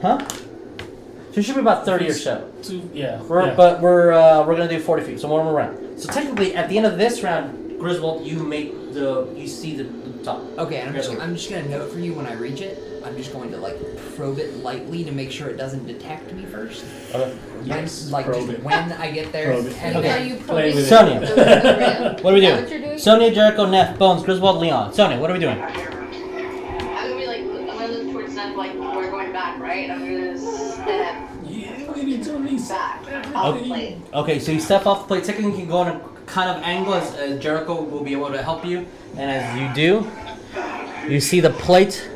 Speaker 2: Huh? So it should be about thirty or so.
Speaker 4: Two, yeah.
Speaker 2: We're,
Speaker 4: yeah.
Speaker 2: But we're uh, we're gonna do forty feet, so one more round. So technically, at the end of this round, Griswold, you make the you see the, the top.
Speaker 3: Okay, and I'm just,
Speaker 2: Griswold.
Speaker 3: I'm just gonna note for you when I reach it. I'm just going to like probe it lightly to make sure it doesn't detect me first.
Speaker 2: Okay.
Speaker 4: Yes,
Speaker 3: When- like
Speaker 4: probe
Speaker 3: just
Speaker 4: it.
Speaker 3: when I get there,
Speaker 4: Probe it.
Speaker 3: and
Speaker 2: Okay.
Speaker 5: Are
Speaker 3: then-
Speaker 5: you
Speaker 4: Play
Speaker 5: putting
Speaker 4: with
Speaker 2: Sonia. (laughs)
Speaker 5: the rim?
Speaker 2: What are we
Speaker 5: Is that
Speaker 2: doing?
Speaker 5: what you're doing?
Speaker 2: Sonia, Jericho, Neff, Bones, Griswold, Leon. Sonia, what are we doing?
Speaker 8: I'm gonna be like, I'm gonna look towards them like we're going back, right? I'm gonna step
Speaker 4: Yeah, we need to at least.
Speaker 8: back off the plate.
Speaker 2: Okay, so you step off the plate. Technically, you can go on a kind of angle as uh, Jericho will be able to help you. And as you do, you see the plate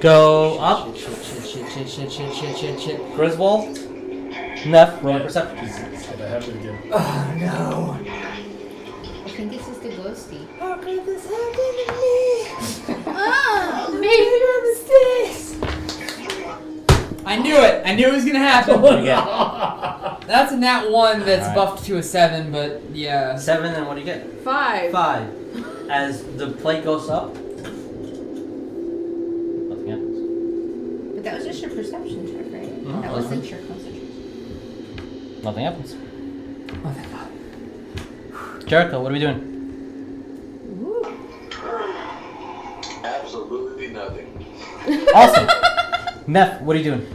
Speaker 2: go up.
Speaker 3: Shit, shit, shit, shit, shit, shit, shit, shit, shit.
Speaker 2: Griswold, Neff, roll a perception.
Speaker 4: It's, it's gonna happen again.
Speaker 3: Oh no!
Speaker 5: I think it's just a ghosty.
Speaker 2: Oh,
Speaker 3: How could this happen
Speaker 5: (laughs) Oh, maybe
Speaker 3: to me? I knew it. I knew it was gonna
Speaker 2: (laughs) Oh
Speaker 3: happen. That's a nat one that's buffed to a seven, but yeah.
Speaker 2: Seven, and what do you get?
Speaker 6: Five.
Speaker 2: Five. As the plate goes up, nothing happens.
Speaker 5: But that was just your perception check, right?
Speaker 2: Mm-hmm.
Speaker 5: That wasn't your concentration.
Speaker 2: Nothing happens.
Speaker 3: Oh, thank God.
Speaker 2: Jericho, what are we doing?
Speaker 5: Ooh.
Speaker 7: Absolutely nothing.
Speaker 2: Awesome. Neff, what are you doing?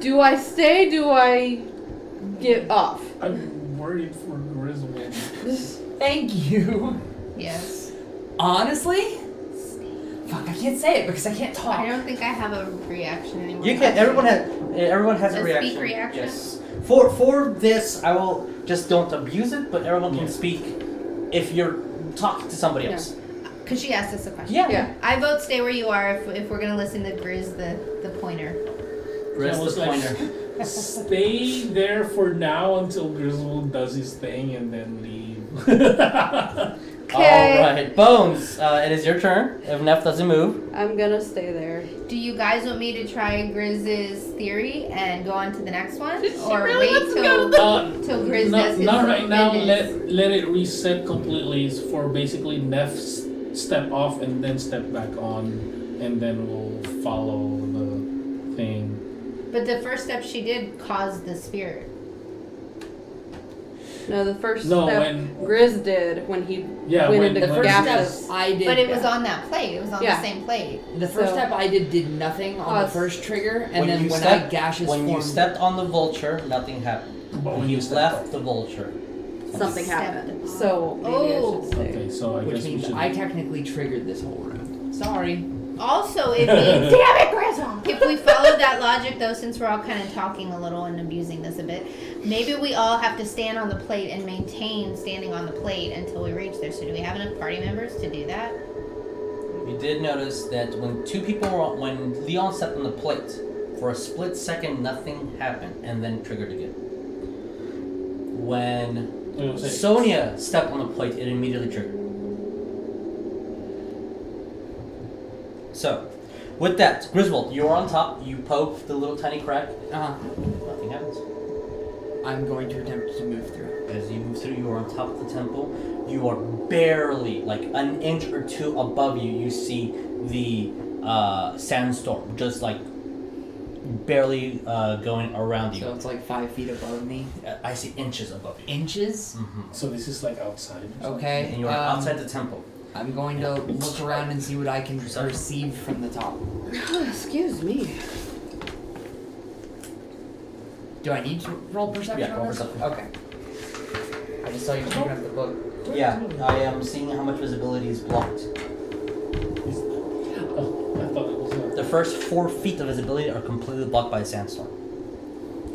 Speaker 6: Do I stay? Do I get off.
Speaker 4: I'm worried for Griswold.
Speaker 3: Thank you.
Speaker 5: Yes.
Speaker 3: Honestly? Fuck, I can't say it because I can't talk.
Speaker 5: I don't think I have a reaction anymore.
Speaker 2: You can. Everyone has. Everyone has a,
Speaker 5: A speak
Speaker 2: reaction.
Speaker 5: reaction?
Speaker 2: Yes. For for this, I will just don't abuse it, but everyone can
Speaker 4: Yeah.
Speaker 2: speak if you're talking to somebody else.
Speaker 5: Because she asked us a question.
Speaker 2: Yeah.
Speaker 6: Yeah.
Speaker 5: I vote stay where you are if, if we're going to listen to Grizz the, the pointer.
Speaker 2: Where's
Speaker 4: Yeah,
Speaker 2: the
Speaker 4: it's like-
Speaker 2: pointer?
Speaker 4: Stay there for now until Griswold does his thing and then (laughs) leave.
Speaker 6: Okay.
Speaker 2: All right, Bones. Uh, it is your turn. If Neff doesn't move,
Speaker 6: I'm gonna stay there.
Speaker 5: Do you guys want me to try Grizz's theory and go on to the next one?
Speaker 6: She
Speaker 5: or
Speaker 6: really
Speaker 5: wait
Speaker 6: wants to
Speaker 5: till,
Speaker 6: go to
Speaker 4: uh,
Speaker 5: till Grizz
Speaker 4: not,
Speaker 5: does his
Speaker 4: not right now.
Speaker 5: business?
Speaker 4: Let let it reset completely for basically Neff s- step off and then step back on, and then we'll follow the thing.
Speaker 5: But the first step she did caused the spirit.
Speaker 6: No, the first
Speaker 4: No,
Speaker 6: step
Speaker 4: when-
Speaker 6: Grizz did when he
Speaker 4: Yeah,
Speaker 6: went
Speaker 4: when
Speaker 6: into
Speaker 3: The first
Speaker 6: gases.
Speaker 3: step I did.
Speaker 5: But it was on that plate. It was on
Speaker 6: Yeah.
Speaker 5: the same plate.
Speaker 3: The first
Speaker 6: So-
Speaker 3: step I did did nothing on the
Speaker 6: Us.
Speaker 3: first trigger, and
Speaker 2: When
Speaker 3: then
Speaker 2: you
Speaker 3: when I
Speaker 2: step-
Speaker 3: gashes
Speaker 2: when
Speaker 3: formed,
Speaker 2: you stepped on the vulture, nothing happened.
Speaker 4: But
Speaker 2: Oh, When
Speaker 4: when
Speaker 2: you
Speaker 4: you step
Speaker 2: left the vulture,
Speaker 6: Something
Speaker 5: Step
Speaker 6: happened.
Speaker 5: on.
Speaker 6: So maybe
Speaker 5: Oh.
Speaker 6: I should stay.
Speaker 4: Okay, so I
Speaker 3: which
Speaker 4: guess we
Speaker 3: means
Speaker 4: should.
Speaker 3: I technically triggered this whole round. Sorry.
Speaker 5: Also, if we,
Speaker 6: Damn it, Grizz!
Speaker 5: if we follow that logic, though, since we're all kind of talking a little and abusing this a bit, maybe we all have to stand on the plate and maintain standing on the plate until we reach there. So, do we have enough party members to do that?
Speaker 2: you did notice that when two people were on, when Leon stepped on the plate, for a split second, nothing happened, and then triggered again. When
Speaker 4: Wait, wait, wait.
Speaker 2: Sonia stepped on the plate, it immediately triggered. So, with that, Griswold, you are on top. You poke the little tiny crack.
Speaker 9: Uh,
Speaker 2: Nothing happens.
Speaker 9: I'm going to attempt to move through.
Speaker 2: As you move through, you are on top of the temple. You are barely, like an inch or two above you, you see the uh, sandstorm just like barely uh, going around you.
Speaker 9: So it's like five feet above me.
Speaker 2: Uh, I see inches above you.
Speaker 9: Inches?
Speaker 2: hmm
Speaker 4: So this is like outside. or something?
Speaker 9: Okay.
Speaker 2: Mm. And you are
Speaker 9: um,
Speaker 2: outside the temple.
Speaker 9: I'm going to look around and see what I can
Speaker 2: Perception.
Speaker 9: perceive from the top.
Speaker 6: Excuse me.
Speaker 9: Do I need to roll perception?
Speaker 2: Yeah, roll
Speaker 9: on this?
Speaker 2: perception.
Speaker 9: Okay. I just saw you picking up the book.
Speaker 2: Yeah, I am seeing how much visibility is blocked.
Speaker 4: Oh, I thought it was not.
Speaker 2: The first four feet of visibility are completely blocked by a sandstorm.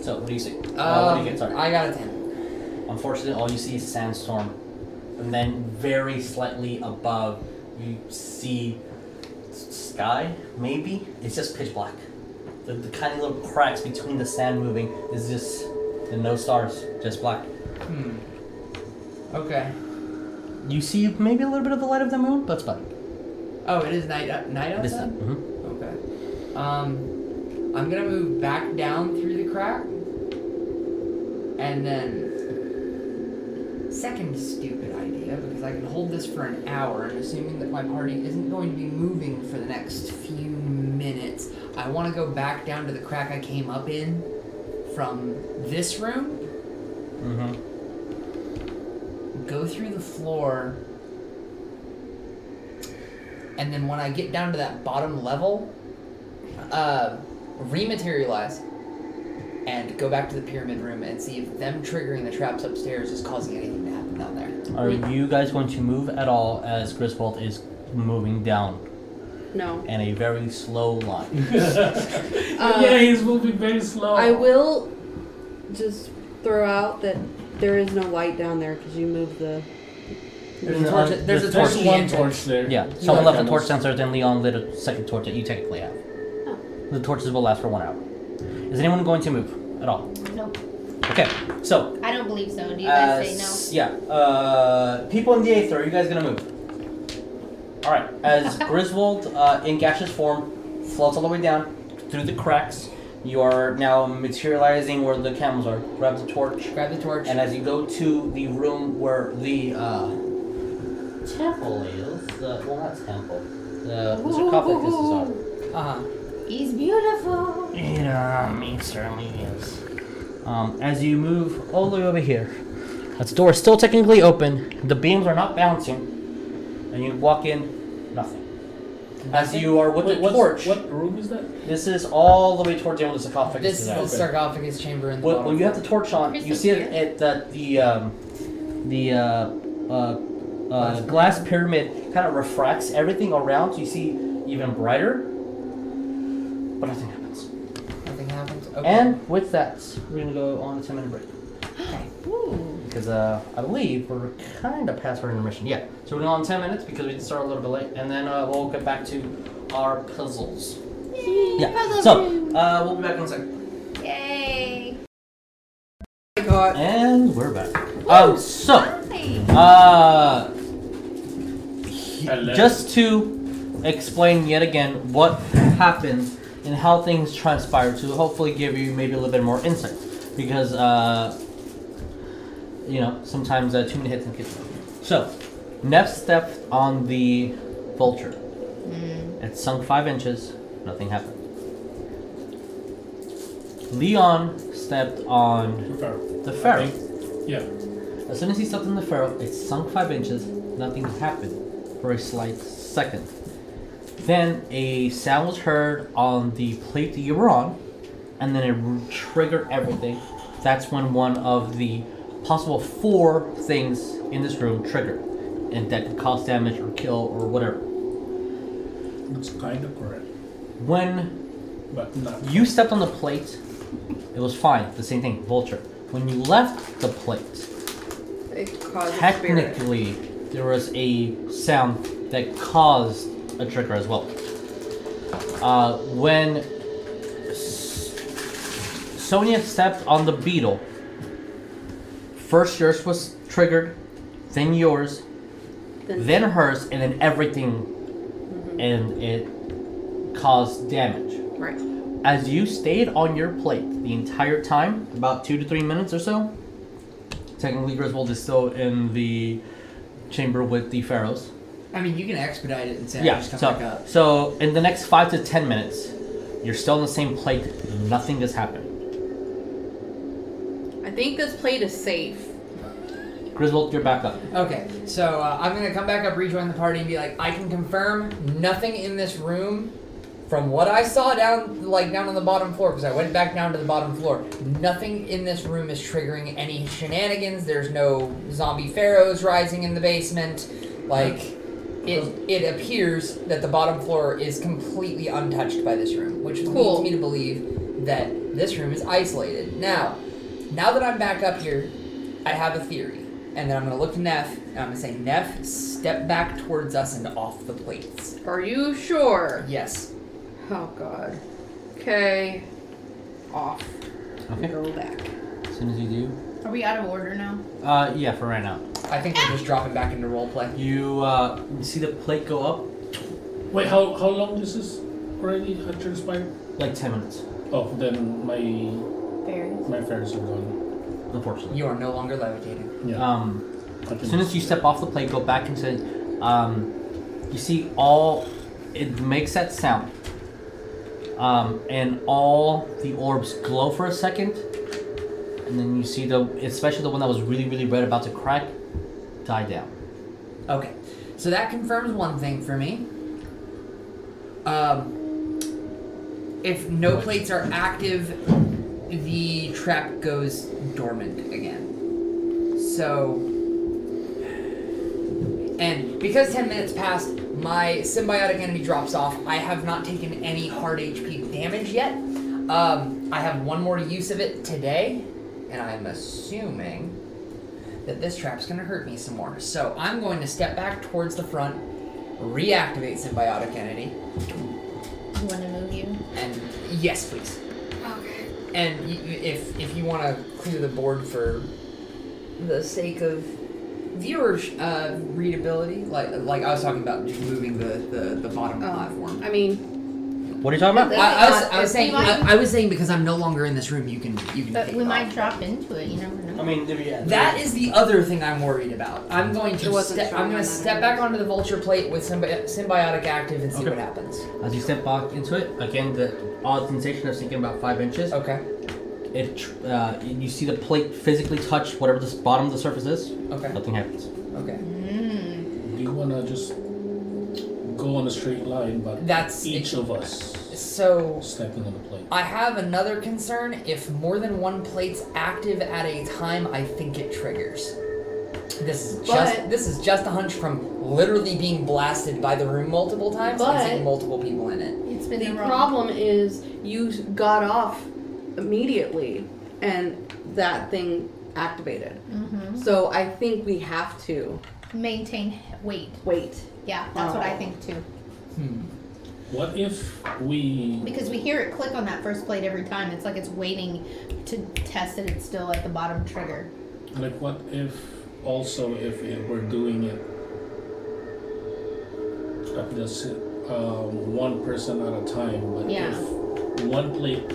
Speaker 2: So, what do you see?
Speaker 9: Um,
Speaker 2: Uh, what do you get? Sorry.
Speaker 9: I got a ten.
Speaker 2: Unfortunately, all you see is sandstorm, and then very slightly above, you see s- sky. Maybe it's just pitch black. The, the kind of little cracks between the sand moving is just and no stars, just black.
Speaker 9: Hmm. Okay.
Speaker 2: You see maybe a little bit of the light of the moon, but it's black.
Speaker 9: Oh, it is night. Uh, night outside.
Speaker 2: This time. Mhm.
Speaker 9: Okay. Um, I'm gonna move back down through the crack, and then second stupid idea because I can hold this for an hour, and assuming that my party isn't going to be moving for the next few minutes, I want to go back down to the crack I came up in from this room Mm-hmm.
Speaker 2: Mhm.
Speaker 9: go through the floor, and then when I get down to that bottom level, uh, rematerialize and go back to the pyramid room and see if them triggering the traps upstairs is causing anything to happen down there.
Speaker 2: Are you guys going to move at all as Griswold is moving down
Speaker 6: No.
Speaker 2: in a very slow line?
Speaker 5: (laughs)
Speaker 4: yeah, he's moving very slow.
Speaker 6: I will just throw out that there is no light down there because you moved the.
Speaker 9: There's a torch.
Speaker 2: an-
Speaker 9: There's a torch.
Speaker 2: there's
Speaker 4: There's
Speaker 9: at the
Speaker 4: one
Speaker 9: entrance.
Speaker 4: torch there.
Speaker 2: Yeah, someone left a torch sensor, then Leon lit a second torch that you technically have.
Speaker 6: Oh.
Speaker 2: The torches will last for one hour. Is anyone going to move at all?
Speaker 5: Nope.
Speaker 2: Okay, so.
Speaker 5: I don't believe so. Do you
Speaker 2: uh,
Speaker 5: guys
Speaker 2: s-
Speaker 5: say
Speaker 2: Yeah, uh, people in the eighth, are you guys gonna move? Alright,
Speaker 5: (laughs)
Speaker 2: as Griswold, uh, in gaseous form, floats all the way down through the cracks. You are now materializing where the camels are. Grab the torch.
Speaker 9: Grab the torch.
Speaker 2: And as you go to the room where the uh, temple is, the, well, not temple, the, the sarcophaguses are.
Speaker 9: uh
Speaker 3: Uh-huh.
Speaker 9: huh.
Speaker 5: no? He's
Speaker 2: (gasps)
Speaker 5: beautiful.
Speaker 2: It um, it certainly is. Um, as you move all the way over here, that door is still technically open. The beams are not bouncing, and you walk in, nothing. as you are with
Speaker 4: Wait,
Speaker 2: the
Speaker 4: what's-
Speaker 2: torch.
Speaker 4: What room is that?
Speaker 2: This is all the way towards the end of the sarcophagus.
Speaker 3: This is
Speaker 2: now.
Speaker 3: the sarcophagus chamber in the
Speaker 2: When,
Speaker 3: bottom
Speaker 2: when you have the torch on,
Speaker 5: Here's
Speaker 2: you
Speaker 5: the
Speaker 2: see it
Speaker 5: pier.
Speaker 2: at the the um, the uh, uh, uh, glass pyramid kind of refracts everything around, so you see even brighter. But nothing happens.
Speaker 3: Nothing happens. Okay.
Speaker 2: And with that, we're gonna go on a ten minute break
Speaker 5: Ooh.
Speaker 2: because uh, I believe we're kind of past our intermission. Yeah, so we're going on ten minutes because we did start a little bit late, and then uh, we'll get back to our puzzles. Yeah. So uh, we'll be back in a second.
Speaker 5: Yay.
Speaker 2: And we're back. Um. So.
Speaker 5: Lovely.
Speaker 2: Uh, he-
Speaker 4: Hello.
Speaker 2: just to explain yet again what happened and how things transpired to hopefully give you maybe a little bit more insight because uh, you know sometimes uh, too many hits and kids. So, Neff stepped on the vulture. It sunk five inches. Nothing happened. Leon stepped on
Speaker 4: Pharaoh.
Speaker 2: the pharaoh.
Speaker 4: Yeah.
Speaker 2: As soon as he stepped on the furrow, it sunk five inches. Nothing happened for a slight second. Then a sound was heard on the plate that you were on, and then it triggered everything. That's when one of the possible four things in this room triggered, and that could cause damage or kill or whatever.
Speaker 4: It's kind of correct,
Speaker 2: When
Speaker 4: but not.
Speaker 2: You stepped on the plate. It was fine. The same thing, vulture. When you left the plate,
Speaker 6: It causes spirit.
Speaker 2: technically there was a sound that caused a trigger as well. Uh, when S- Sonia stepped on the beetle, first yours was triggered, then yours, then hers, and then everything, and it caused damage
Speaker 6: Right.
Speaker 2: as you stayed on your plate the entire time, about two to three minutes or so. Technically, Griswold is still in the chamber with the pharaohs.
Speaker 3: I mean, you can expedite it and say,
Speaker 2: yeah.
Speaker 3: I just come
Speaker 2: so,
Speaker 3: back up.
Speaker 2: so in the next five to ten minutes, you're still on the same plate. Nothing has happened.
Speaker 6: I think this plate is safe.
Speaker 2: Griswold, you're back up.
Speaker 3: Okay, so uh, I'm gonna come back up, rejoin the party, and be like, I can confirm nothing in this room, from what I saw down like down on the bottom floor, because I went back down to the bottom floor. Nothing in this room is triggering any shenanigans. There's no zombie pharaohs rising in the basement. Like, it it appears that the bottom floor is completely untouched by this room, which
Speaker 6: Cool.
Speaker 3: leads me to believe that this room is isolated. Now, now that I'm back up here, I have a theory. And then I'm gonna look to Neff, and I'm gonna say, Neff, step back towards us and off the plates.
Speaker 6: Are you sure?
Speaker 3: Yes.
Speaker 6: Oh god. Okay. Off.
Speaker 2: Okay.
Speaker 6: Go back.
Speaker 2: As soon as you do.
Speaker 5: Are we out of order now?
Speaker 2: Uh, yeah, for right now.
Speaker 3: I think we're just dropping back into roleplay.
Speaker 2: You uh, you see the plate go up
Speaker 4: Wait, how how long this is already? Had transpired?
Speaker 2: like ten minutes.
Speaker 4: Oh, then my
Speaker 5: Very.
Speaker 4: my fairies are gone.
Speaker 2: Unfortunately.
Speaker 3: You are no longer levitating.
Speaker 4: Yeah.
Speaker 2: Um. As soon as you step off the plate, go back into, um, you see all, it makes that sound. Um, and all the orbs glow for a second, and then you see the, especially the one that was really, really red about to crack, die down.
Speaker 3: Okay. So that confirms one thing for me. Um, if no plates are active, the trap goes dormant again. So. And because 10 minutes passed, my symbiotic enemy drops off. I have not taken any hard HP damage yet. Um, I have one more use of it today, and I'm assuming that this trap's gonna hurt me some more. So I'm going to step back towards the front, reactivate symbiotic entity,
Speaker 5: You want to move you?
Speaker 3: and yes, please.
Speaker 5: Okay.
Speaker 3: And y- y- if if you want to clear the board for the sake of viewer uh, readability, like like I was talking about, just moving the the, the bottom
Speaker 5: Um,
Speaker 6: Oh.
Speaker 3: platform.
Speaker 6: I mean,
Speaker 2: What are you talking about?
Speaker 5: That-
Speaker 3: I, I was, I was
Speaker 5: If
Speaker 3: saying
Speaker 5: you want-
Speaker 3: I, I was saying because I'm no longer in this room, you can you can.
Speaker 5: But
Speaker 3: take
Speaker 5: we
Speaker 3: it
Speaker 5: might
Speaker 3: off.
Speaker 5: drop into it. You never know.
Speaker 2: mean, yeah.
Speaker 3: That is the other thing I'm worried about. I'm going
Speaker 6: It
Speaker 3: to
Speaker 6: wasn't
Speaker 3: step.
Speaker 6: strong
Speaker 3: I'm going to
Speaker 6: enough.
Speaker 3: step back onto the vulture plate with symbi- symbiotic active and see
Speaker 2: Okay.
Speaker 3: what happens.
Speaker 2: As you step back into it, again, the odd sensation of sinking about five inches.
Speaker 3: Okay.
Speaker 2: It, tr- uh, you see the plate physically touch whatever the s- bottom of the surface is.
Speaker 3: Okay.
Speaker 2: Nothing happens.
Speaker 3: Okay.
Speaker 5: Mm.
Speaker 4: Do you wanna just go on a straight line, but
Speaker 3: That's
Speaker 4: each of us
Speaker 3: so
Speaker 4: stepping on the plate.
Speaker 2: Ah.
Speaker 3: I have another concern. If more than one plate's active at a time, I think it triggers. This is just
Speaker 6: But-
Speaker 3: this is just a hunch from literally being blasted by the room multiple times and
Speaker 6: But-
Speaker 3: seeing multiple people in it.
Speaker 5: It's been
Speaker 6: The
Speaker 5: wrong.
Speaker 6: problem is you got off immediately and that thing activated.
Speaker 5: Mhm.
Speaker 6: So I think we have to
Speaker 5: Maintain weight.
Speaker 6: wait.
Speaker 5: Yeah, that's what I think too.
Speaker 4: What if we
Speaker 5: Because we hear it click on that first plate every time. It's like it's waiting to test it. It's still at the bottom trigger.
Speaker 4: like? What if also if it, we're doing it at the s- um, one person at a time, but
Speaker 5: Yeah.
Speaker 4: if one plate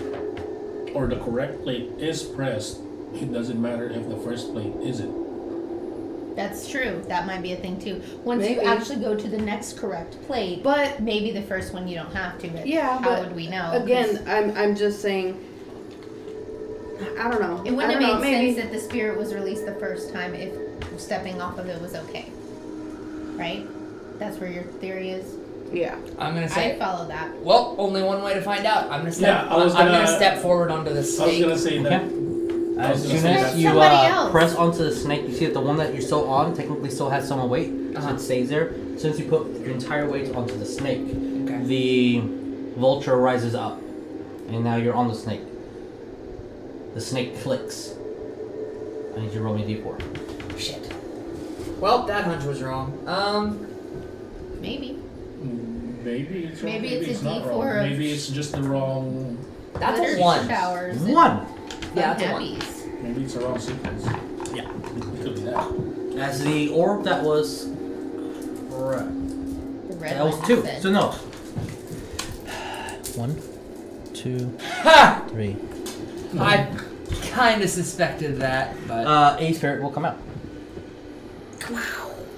Speaker 4: or the correct plate is pressed, it doesn't matter if the first plate isn't.
Speaker 5: That's true. That might be a thing too. Once you
Speaker 6: Maybe.
Speaker 5: actually go to the next correct plate,
Speaker 6: But-
Speaker 5: maybe the first one you don't have to. But
Speaker 6: Yeah,
Speaker 5: how
Speaker 6: but
Speaker 5: would we know? 'Cause
Speaker 6: Again, I'm I'm just saying I don't know.
Speaker 5: it wouldn't
Speaker 6: I
Speaker 5: have
Speaker 6: don't
Speaker 5: made
Speaker 6: know, maybe.
Speaker 5: sense that the spirit was released the first time if stepping off of it was okay, right? That's where your theory is.
Speaker 6: Yeah.
Speaker 3: I'm gonna
Speaker 5: I
Speaker 3: say
Speaker 5: follow that.
Speaker 3: well, only one way to find out. I'm gonna step
Speaker 4: Yeah, I was
Speaker 3: am
Speaker 4: gonna-
Speaker 3: gonna step forward onto the
Speaker 4: I was
Speaker 3: stake.
Speaker 4: gonna say that. I was
Speaker 2: As
Speaker 4: gonna
Speaker 2: soon
Speaker 4: say
Speaker 2: as
Speaker 4: that's-
Speaker 2: you
Speaker 5: Somebody
Speaker 2: uh,
Speaker 5: else.
Speaker 2: press onto the snake, you see that the one that you're still on technically still has some weight, so
Speaker 3: Uh-huh.
Speaker 2: it stays there. As soon as you put your entire weight onto the snake,
Speaker 3: Okay.
Speaker 2: the vulture rises up, and now you're on the snake. The snake clicks. I need you to roll me a d4.
Speaker 3: Shit. Well, that hunch was wrong. Um,
Speaker 5: Maybe.
Speaker 4: Maybe it's wrong,
Speaker 5: Maybe
Speaker 4: maybe
Speaker 5: it's a
Speaker 4: it's not
Speaker 5: D4
Speaker 4: wrong.
Speaker 5: of-
Speaker 4: Maybe it's just the wrong.
Speaker 3: that's
Speaker 5: Litter
Speaker 3: a one.
Speaker 5: Showers. and
Speaker 2: One.
Speaker 3: Yeah, that's a one.
Speaker 5: unhappies.
Speaker 4: Maybe it's the wrong sequence.
Speaker 2: Yeah.
Speaker 4: It could be that.
Speaker 2: As the orb that was. Correct.
Speaker 5: The red
Speaker 2: That was
Speaker 5: one
Speaker 2: two.
Speaker 5: said-
Speaker 2: So no. One, two,
Speaker 3: Ha!
Speaker 2: three.
Speaker 3: I kind of suspected that, but
Speaker 2: Uh, a spirit will come out.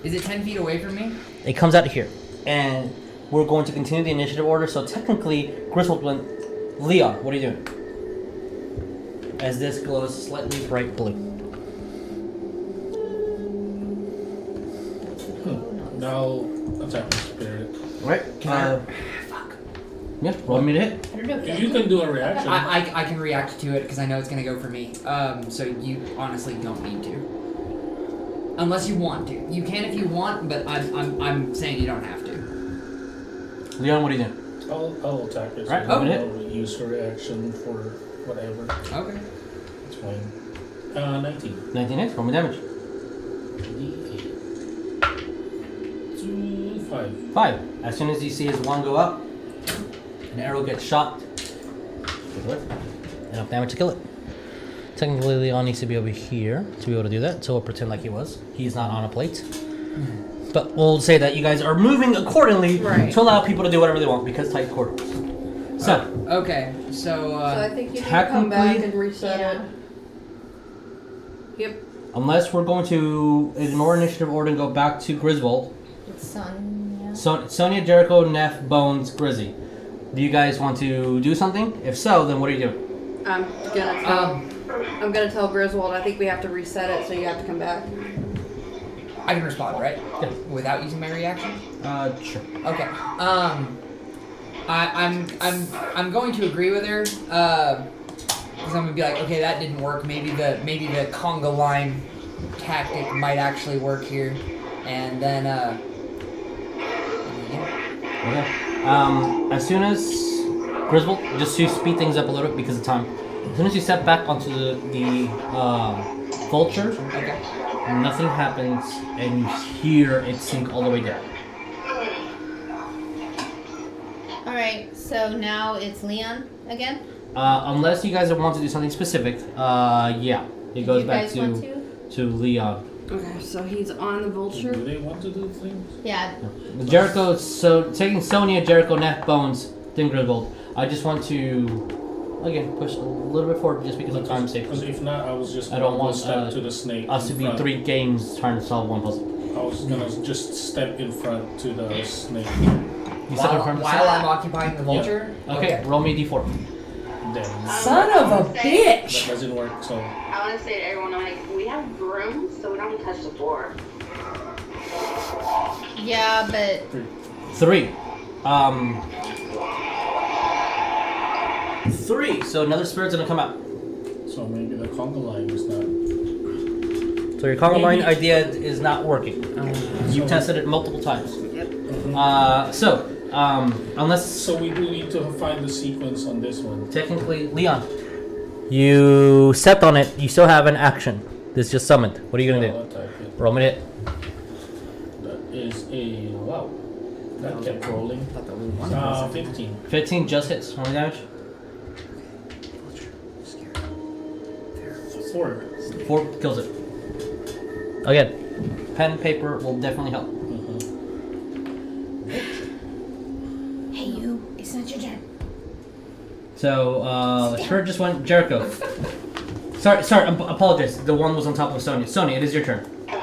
Speaker 3: is it ten feet away from me?
Speaker 2: It comes out here, and we're going to continue the initiative order. So technically, Griswold went. Leon, what are you doing? As this glows slightly bright blue.
Speaker 4: (laughs) Now attack the spirit.
Speaker 2: Right. Can uh,
Speaker 3: Fuck.
Speaker 2: Yeah. Roll me to hit.
Speaker 5: I don't know if
Speaker 4: If
Speaker 5: that-
Speaker 4: you can do a reaction,
Speaker 3: I, I, I can react to it because I know it's gonna go for me. Um, so you honestly don't need to, unless you want to. You can if you want, but I'm I'm, I'm saying you don't have to.
Speaker 2: Leon, what are you doing?
Speaker 4: I'll, I'll attack it.
Speaker 2: Right,
Speaker 4: I'll
Speaker 2: open it.
Speaker 4: use her reaction for whatever.
Speaker 3: Okay.
Speaker 4: It's fine. Uh, 19.
Speaker 2: 19 hits. Roll me damage.
Speaker 4: D8. Two, five.
Speaker 2: Five. As soon as you see his wand go up, an arrow gets shot. Enough damage to kill it. Technically, Leon needs to be over here to be able to do that, so we'll pretend like he was. He's not on a plate. But we'll say that you guys are moving accordingly
Speaker 6: Right.
Speaker 2: to allow people to do whatever they want because tight quarters. So,
Speaker 3: Okay. So
Speaker 6: So I
Speaker 3: uh,
Speaker 6: think you need to come back
Speaker 2: technically-
Speaker 6: and reset
Speaker 5: Yeah.
Speaker 6: it. Yep.
Speaker 2: unless we're going to ignore initiative order and go back to Griswold,
Speaker 5: It's sun. Yeah.
Speaker 2: Son- Sonia, Jericho, Neff, Bones, Grizzy, do you guys want to do something? If so, then what are you doing?
Speaker 6: I'm gonna tell
Speaker 3: um,
Speaker 6: I'm gonna tell Griswold I think we have to reset it so you have to come back.
Speaker 3: I can respond, right?
Speaker 2: Yeah.
Speaker 3: Without using my reaction.
Speaker 2: Uh, sure.
Speaker 3: Okay. Um, I, I'm I'm I'm going to agree with her. Uh, because I'm gonna be like, okay, that didn't work. Maybe the maybe the conga line tactic might actually work here. And then uh,
Speaker 2: Okay. Um, as soon as Griswold, just to speed things up a little bit because of time, as soon as you step back onto the, the um vulture,
Speaker 3: okay,
Speaker 2: nothing happens, and you hear it sink all the way down.
Speaker 5: All right. So now it's Leon again.
Speaker 2: Uh, unless you guys want to do something specific, uh, yeah, it goes
Speaker 5: you
Speaker 2: back
Speaker 5: guys
Speaker 2: to
Speaker 5: want to?
Speaker 2: to Leon.
Speaker 6: Okay, so he's on the
Speaker 4: Do
Speaker 6: vulture.
Speaker 4: they want to do things?
Speaker 5: Yeah.
Speaker 2: Jericho, so taking Sonia, Jericho, Neff, Bones, then Griswold. I just want to again push a little bit forward just because of time sake.
Speaker 4: Because if not, I was just
Speaker 2: I don't
Speaker 4: gonna
Speaker 2: want,
Speaker 4: step
Speaker 2: uh,
Speaker 4: to the snake.
Speaker 2: Us
Speaker 4: in
Speaker 2: to be
Speaker 4: front.
Speaker 2: three games trying to solve one puzzle.
Speaker 4: I was gonna just step in front to the snake.
Speaker 2: You said
Speaker 3: while,
Speaker 2: in front of
Speaker 3: while I'm occupying the vulture.
Speaker 2: Okay, roll me a d4.
Speaker 4: Damn.
Speaker 3: Son of a
Speaker 4: That
Speaker 3: bitch!
Speaker 4: doesn't work, so.
Speaker 8: I want to say to everyone, I'm like, we have brooms, so we don't even touch the floor.
Speaker 5: Yeah, but
Speaker 2: Three. Um, three. So another spirit's gonna come out.
Speaker 4: So maybe the conga line is not.
Speaker 2: So your conga line idea is not working. You've tested it multiple times. Uh, so um, unless
Speaker 4: So we do need to find the sequence on this one.
Speaker 2: technically, Leon, you stepped on it. You still have an action. This just summoned. What are you gonna
Speaker 4: I'll
Speaker 2: do?
Speaker 4: attack it.
Speaker 2: Roll me it.
Speaker 4: That is a wow. That kept rolling.
Speaker 3: I thought that was one.
Speaker 4: Uh, 15.
Speaker 2: 15 just hits. How much damage?
Speaker 4: Four.
Speaker 2: Four kills it. Again, pen paper will definitely help.
Speaker 5: Hey, you. It's not your turn.
Speaker 2: So uh, the spirit just went Jericho. Sorry, sorry. I apologize. The one was on top of Sonya. Sonya, it is your turn.
Speaker 8: Um,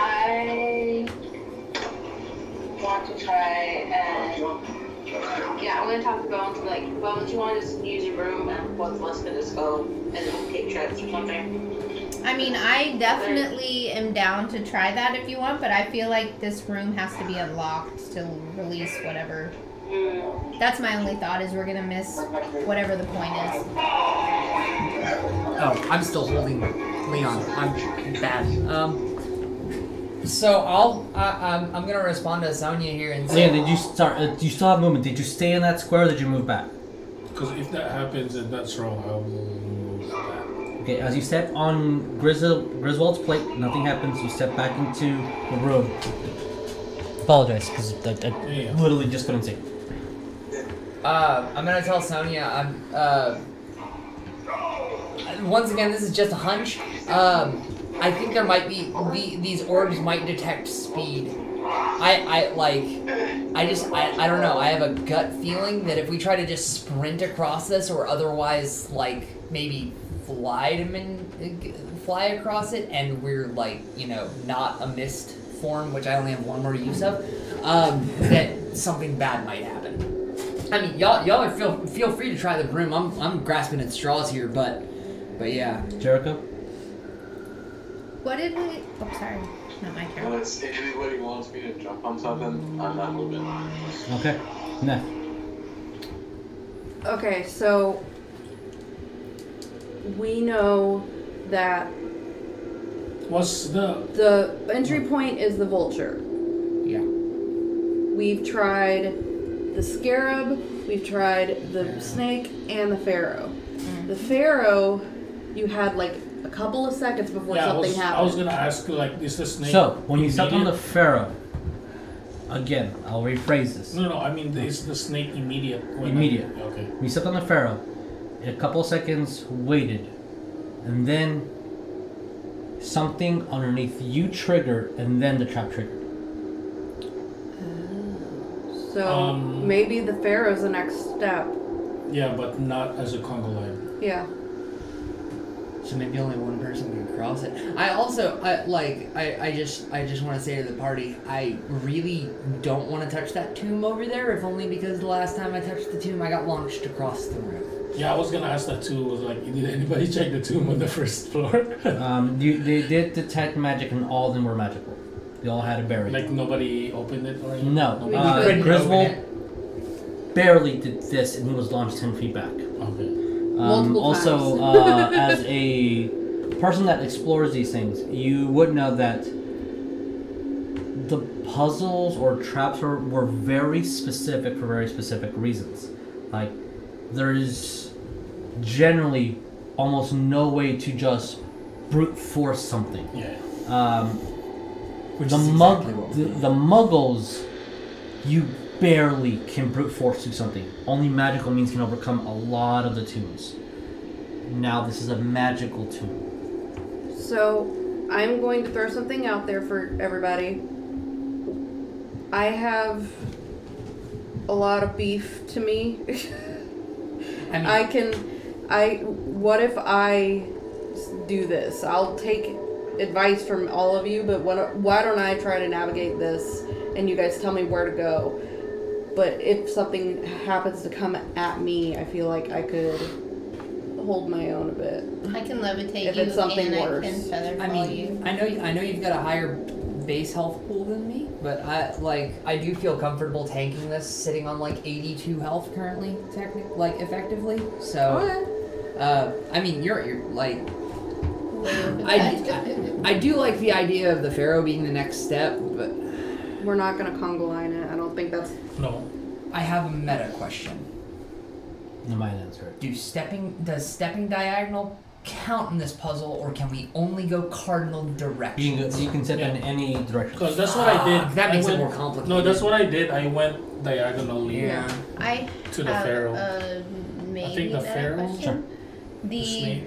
Speaker 8: I want to try and yeah, I'm gonna talk to Bones. and be Like, Bones, you want to just use your room and what's left of this go and then take trips or something?
Speaker 5: I mean, I definitely am down to try that if you want, but I feel like this room has to be unlocked to release whatever.
Speaker 8: Mm.
Speaker 5: That's my only thought is we're gonna miss whatever the point is.
Speaker 3: Oh, I'm still holding Leon. I'm bad. Um. So I'll I, I'm I'm gonna respond to Sonya here and say
Speaker 2: Leon, did you start? Uh, do you still have movement? Did you stay in that square? or Did you move back?
Speaker 4: Because if that happens and that's wrong, I will move that.
Speaker 2: Okay, as you step on Grisel, Griswold's plate, nothing happens. You step back into the room. Apologize, because I, I
Speaker 4: Yeah.
Speaker 2: literally just couldn't see.
Speaker 3: Uh, I'm gonna tell Sonia. I'm. Uh, once again, this is just a hunch. Um, I think there might be the, these orbs might detect speed. I, I like. I just I, I don't know. I have a gut feeling that if we try to just sprint across this or otherwise like maybe fly to min, fly across it and we're like you know not a mist form which I only have one more use of, um, that something bad might happen. I mean, y'all, y'all are feel feel free to try the broom. I'm I'm grasping at straws here, but but yeah.
Speaker 2: Jericho,
Speaker 5: What did we? Oh, sorry, not my turn.
Speaker 7: Unless anybody wants me to jump on something, I'm not moving.
Speaker 2: okay, Neff.
Speaker 6: Okay, so we know that
Speaker 4: What's the.
Speaker 6: the entry point is the vulture.
Speaker 3: Yeah.
Speaker 6: We've tried the scarab, we've tried the snake, and the pharaoh. The pharaoh, you had like a couple of seconds before
Speaker 4: Yeah, I
Speaker 6: something
Speaker 4: was, I
Speaker 6: happened.
Speaker 4: was gonna ask, like, is the snake.
Speaker 2: So when you stepped on the
Speaker 4: immediate?
Speaker 2: pharaoh, again, I'll rephrase this.
Speaker 4: No, no, I mean, is the snake immediate? when I-
Speaker 2: Immediate.
Speaker 4: okay.
Speaker 2: We stepped on the pharaoh. A couple seconds waited, and then something underneath you triggered, and then the trap triggered.
Speaker 6: so
Speaker 4: Um,
Speaker 6: maybe the pharaoh's the next step.
Speaker 4: Yeah, but not as a conga line.
Speaker 6: Yeah.
Speaker 3: So maybe only one person can cross it. I also I like I, I just I just want to say to the party I really don't want to touch that tomb over there. If only because the last time I touched the tomb, I got launched across the room.
Speaker 4: Yeah, I was gonna ask that too. Was like, did anybody (laughs) check the tomb on the first floor? (laughs)
Speaker 2: Um, you, they did detect magic, and all of them were magical. They all had a barrier.
Speaker 4: like, nobody opened it or anything?
Speaker 2: no,
Speaker 6: We
Speaker 2: uh,
Speaker 6: couldn't
Speaker 2: Griswold barely did this, and he was launched ten feet back.
Speaker 4: Okay.
Speaker 2: Um,
Speaker 6: Multiple
Speaker 2: also,
Speaker 6: times. (laughs)
Speaker 2: uh, as a person that explores these things, you would know that the puzzles or traps were, were very specific for very specific reasons. Like, there is generally almost no way to just brute force something.
Speaker 4: Yeah.
Speaker 2: Um,
Speaker 3: Which
Speaker 2: the
Speaker 3: is
Speaker 2: mug,
Speaker 3: exactly what
Speaker 2: the,
Speaker 3: we did.
Speaker 2: the muggles, you barely can brute force through something. Only magical means can overcome a lot of the tombs. Now this is a magical tomb.
Speaker 6: So I'm going to throw something out there for everybody. I have a lot of beef to me. (laughs)
Speaker 3: I mean,
Speaker 6: I can I what if I s- do this? I'll take advice from all of you, but what, why don't I try to navigate this and you guys tell me where to go? But if something happens to come at me, I feel like I could hold my own a bit.
Speaker 5: I can levitate
Speaker 6: If
Speaker 5: you
Speaker 6: it's something
Speaker 5: and
Speaker 6: worse.
Speaker 5: I can feather
Speaker 3: I
Speaker 5: fall
Speaker 3: mean,
Speaker 5: you.
Speaker 3: I know I know you've got a higher base health pool than me, but I like I do feel comfortable tanking this, sitting on like 82 health currently, technically, like effectively.
Speaker 6: Oh.
Speaker 3: So, uh, I mean, you're you're like I, I do like the idea of the pharaoh being the next step, but
Speaker 6: We're not gonna conga line it. I don't think that's.
Speaker 4: No.
Speaker 3: I have a meta question.
Speaker 2: No, my answer.
Speaker 3: Do stepping does stepping diagonal count in this puzzle, or can we only go cardinal
Speaker 2: You
Speaker 3: direction?
Speaker 2: can, go, you can step
Speaker 4: Yeah.
Speaker 2: in any direction.
Speaker 4: Because that's what I did.
Speaker 3: Fuck, Ah, that
Speaker 4: I
Speaker 3: makes it
Speaker 4: went-
Speaker 3: more complicated.
Speaker 4: No, that's what I did. I went diagonally
Speaker 3: Yeah.
Speaker 5: I
Speaker 4: to the
Speaker 5: have
Speaker 4: pharaoh.
Speaker 5: a Uh, maybe
Speaker 4: the
Speaker 5: better
Speaker 4: pharaoh-
Speaker 5: question.
Speaker 4: The snake.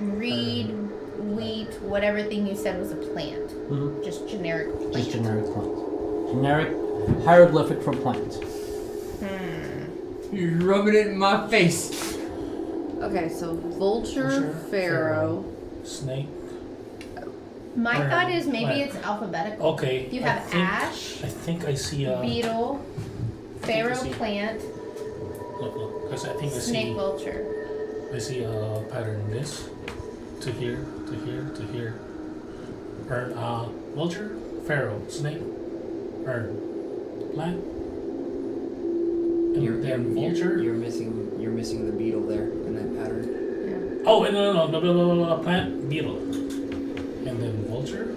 Speaker 5: The reed, wheat, whatever thing you said was a plant.
Speaker 4: Mm-hmm.
Speaker 2: Mhm.
Speaker 5: Just generic plant.
Speaker 2: Just generic plants. Generic hieroglyphic for plants.
Speaker 3: You're rubbing it in my face.
Speaker 6: Okay, so vulture,
Speaker 4: Vulture,
Speaker 6: pharaoh.
Speaker 4: Snake.
Speaker 5: My
Speaker 4: Or
Speaker 5: thought is maybe
Speaker 4: plant.
Speaker 5: it's alphabetical.
Speaker 4: Okay.
Speaker 5: You
Speaker 4: I
Speaker 5: have
Speaker 4: think-
Speaker 5: ash,
Speaker 4: I think I see a.
Speaker 5: beetle, pharaoh
Speaker 4: see-
Speaker 5: plant,
Speaker 4: Look, look. 'cause I think I
Speaker 5: snake
Speaker 4: see.
Speaker 5: vulture.
Speaker 4: I see a pattern. This to here, to here, to here. Or uh, vulture, pharaoh, snake, or plant. And
Speaker 9: You're, you're,
Speaker 4: then
Speaker 9: you're-
Speaker 4: vulture.
Speaker 9: you're missing you're missing the beetle there in that pattern.
Speaker 4: Oh, and no, no, no, blah, blah, blah, blah, blah, plant, beetle. And then vulture.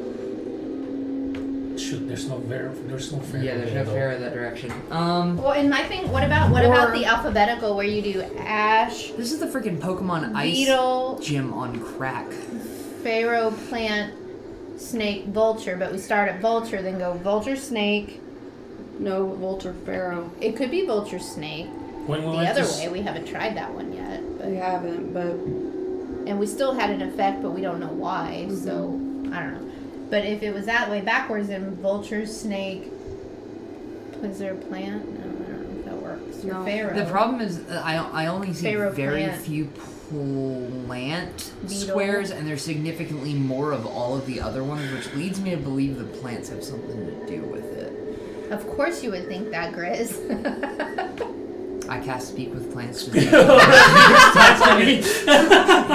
Speaker 4: Shoot, there's no fair. There's no fair.
Speaker 9: Yeah, there's no pharaoh in that direction. Um,
Speaker 5: Well, in my thing, what about what
Speaker 6: Or-
Speaker 5: about the alphabetical where you do ash,
Speaker 9: this is the freaking Pokemon Ice
Speaker 5: beetle,
Speaker 9: gym on crack.
Speaker 5: pharaoh plant, snake vulture? But we start at vulture, then go vulture snake.
Speaker 6: No, vulture, pharaoh.
Speaker 5: It could be vulture snake.
Speaker 4: When we
Speaker 5: The
Speaker 4: went
Speaker 5: other
Speaker 4: to, s-
Speaker 5: way, we haven't tried that one yet,
Speaker 6: I
Speaker 5: but,
Speaker 6: haven't, but
Speaker 5: and we still had an effect, but we don't know why. So I don't know. But if it was that way backwards, then vulture snake. Was there a plant? No, I don't know if that works. Or
Speaker 6: No.
Speaker 5: pharaoh.
Speaker 9: The problem is uh, I, I only see
Speaker 5: Pharaoh
Speaker 9: very
Speaker 5: plant.
Speaker 9: few plant
Speaker 5: Beetle.
Speaker 9: squares, and there's significantly more of all of the other ones, which leads me to believe the plants have something to do with it.
Speaker 5: Of course, you would think that, Grizz. (laughs)
Speaker 9: I cast speak with plants. to see- I'm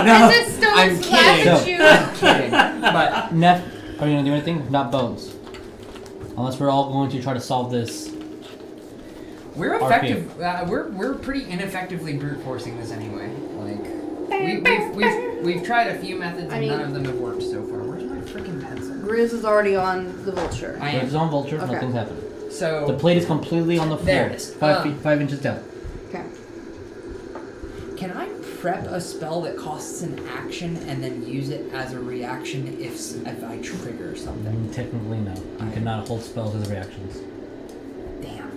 Speaker 5: As a stone
Speaker 9: I'm
Speaker 5: slaps at
Speaker 2: kidding.
Speaker 5: you.
Speaker 9: kidding, but
Speaker 2: Neff, are you gonna do anything? Not bones. Unless we're all going to try to solve this.
Speaker 9: we're
Speaker 2: RP.
Speaker 9: effective. Uh, we're we're pretty ineffectively brute forcing this anyway. Like we, we've, we've we've tried a few methods and
Speaker 6: I mean-
Speaker 9: none of them have worked so far. Where's my freaking pencil?
Speaker 6: Grizz is already on the vulture.
Speaker 9: I
Speaker 2: If It's
Speaker 9: am
Speaker 2: on vulture.
Speaker 6: Okay.
Speaker 2: Nothing's happening.
Speaker 9: so.
Speaker 2: The plate is completely on the floor.
Speaker 9: There it is.
Speaker 2: Five
Speaker 9: Uh.
Speaker 2: feet, five inches down.
Speaker 6: Okay.
Speaker 9: Can I prep a spell that costs an action and then use it as a reaction if, s- if I trigger something?
Speaker 2: Mm, Technically, no. You
Speaker 9: I-
Speaker 2: cannot hold spells as reactions.
Speaker 9: Damn.
Speaker 5: (laughs)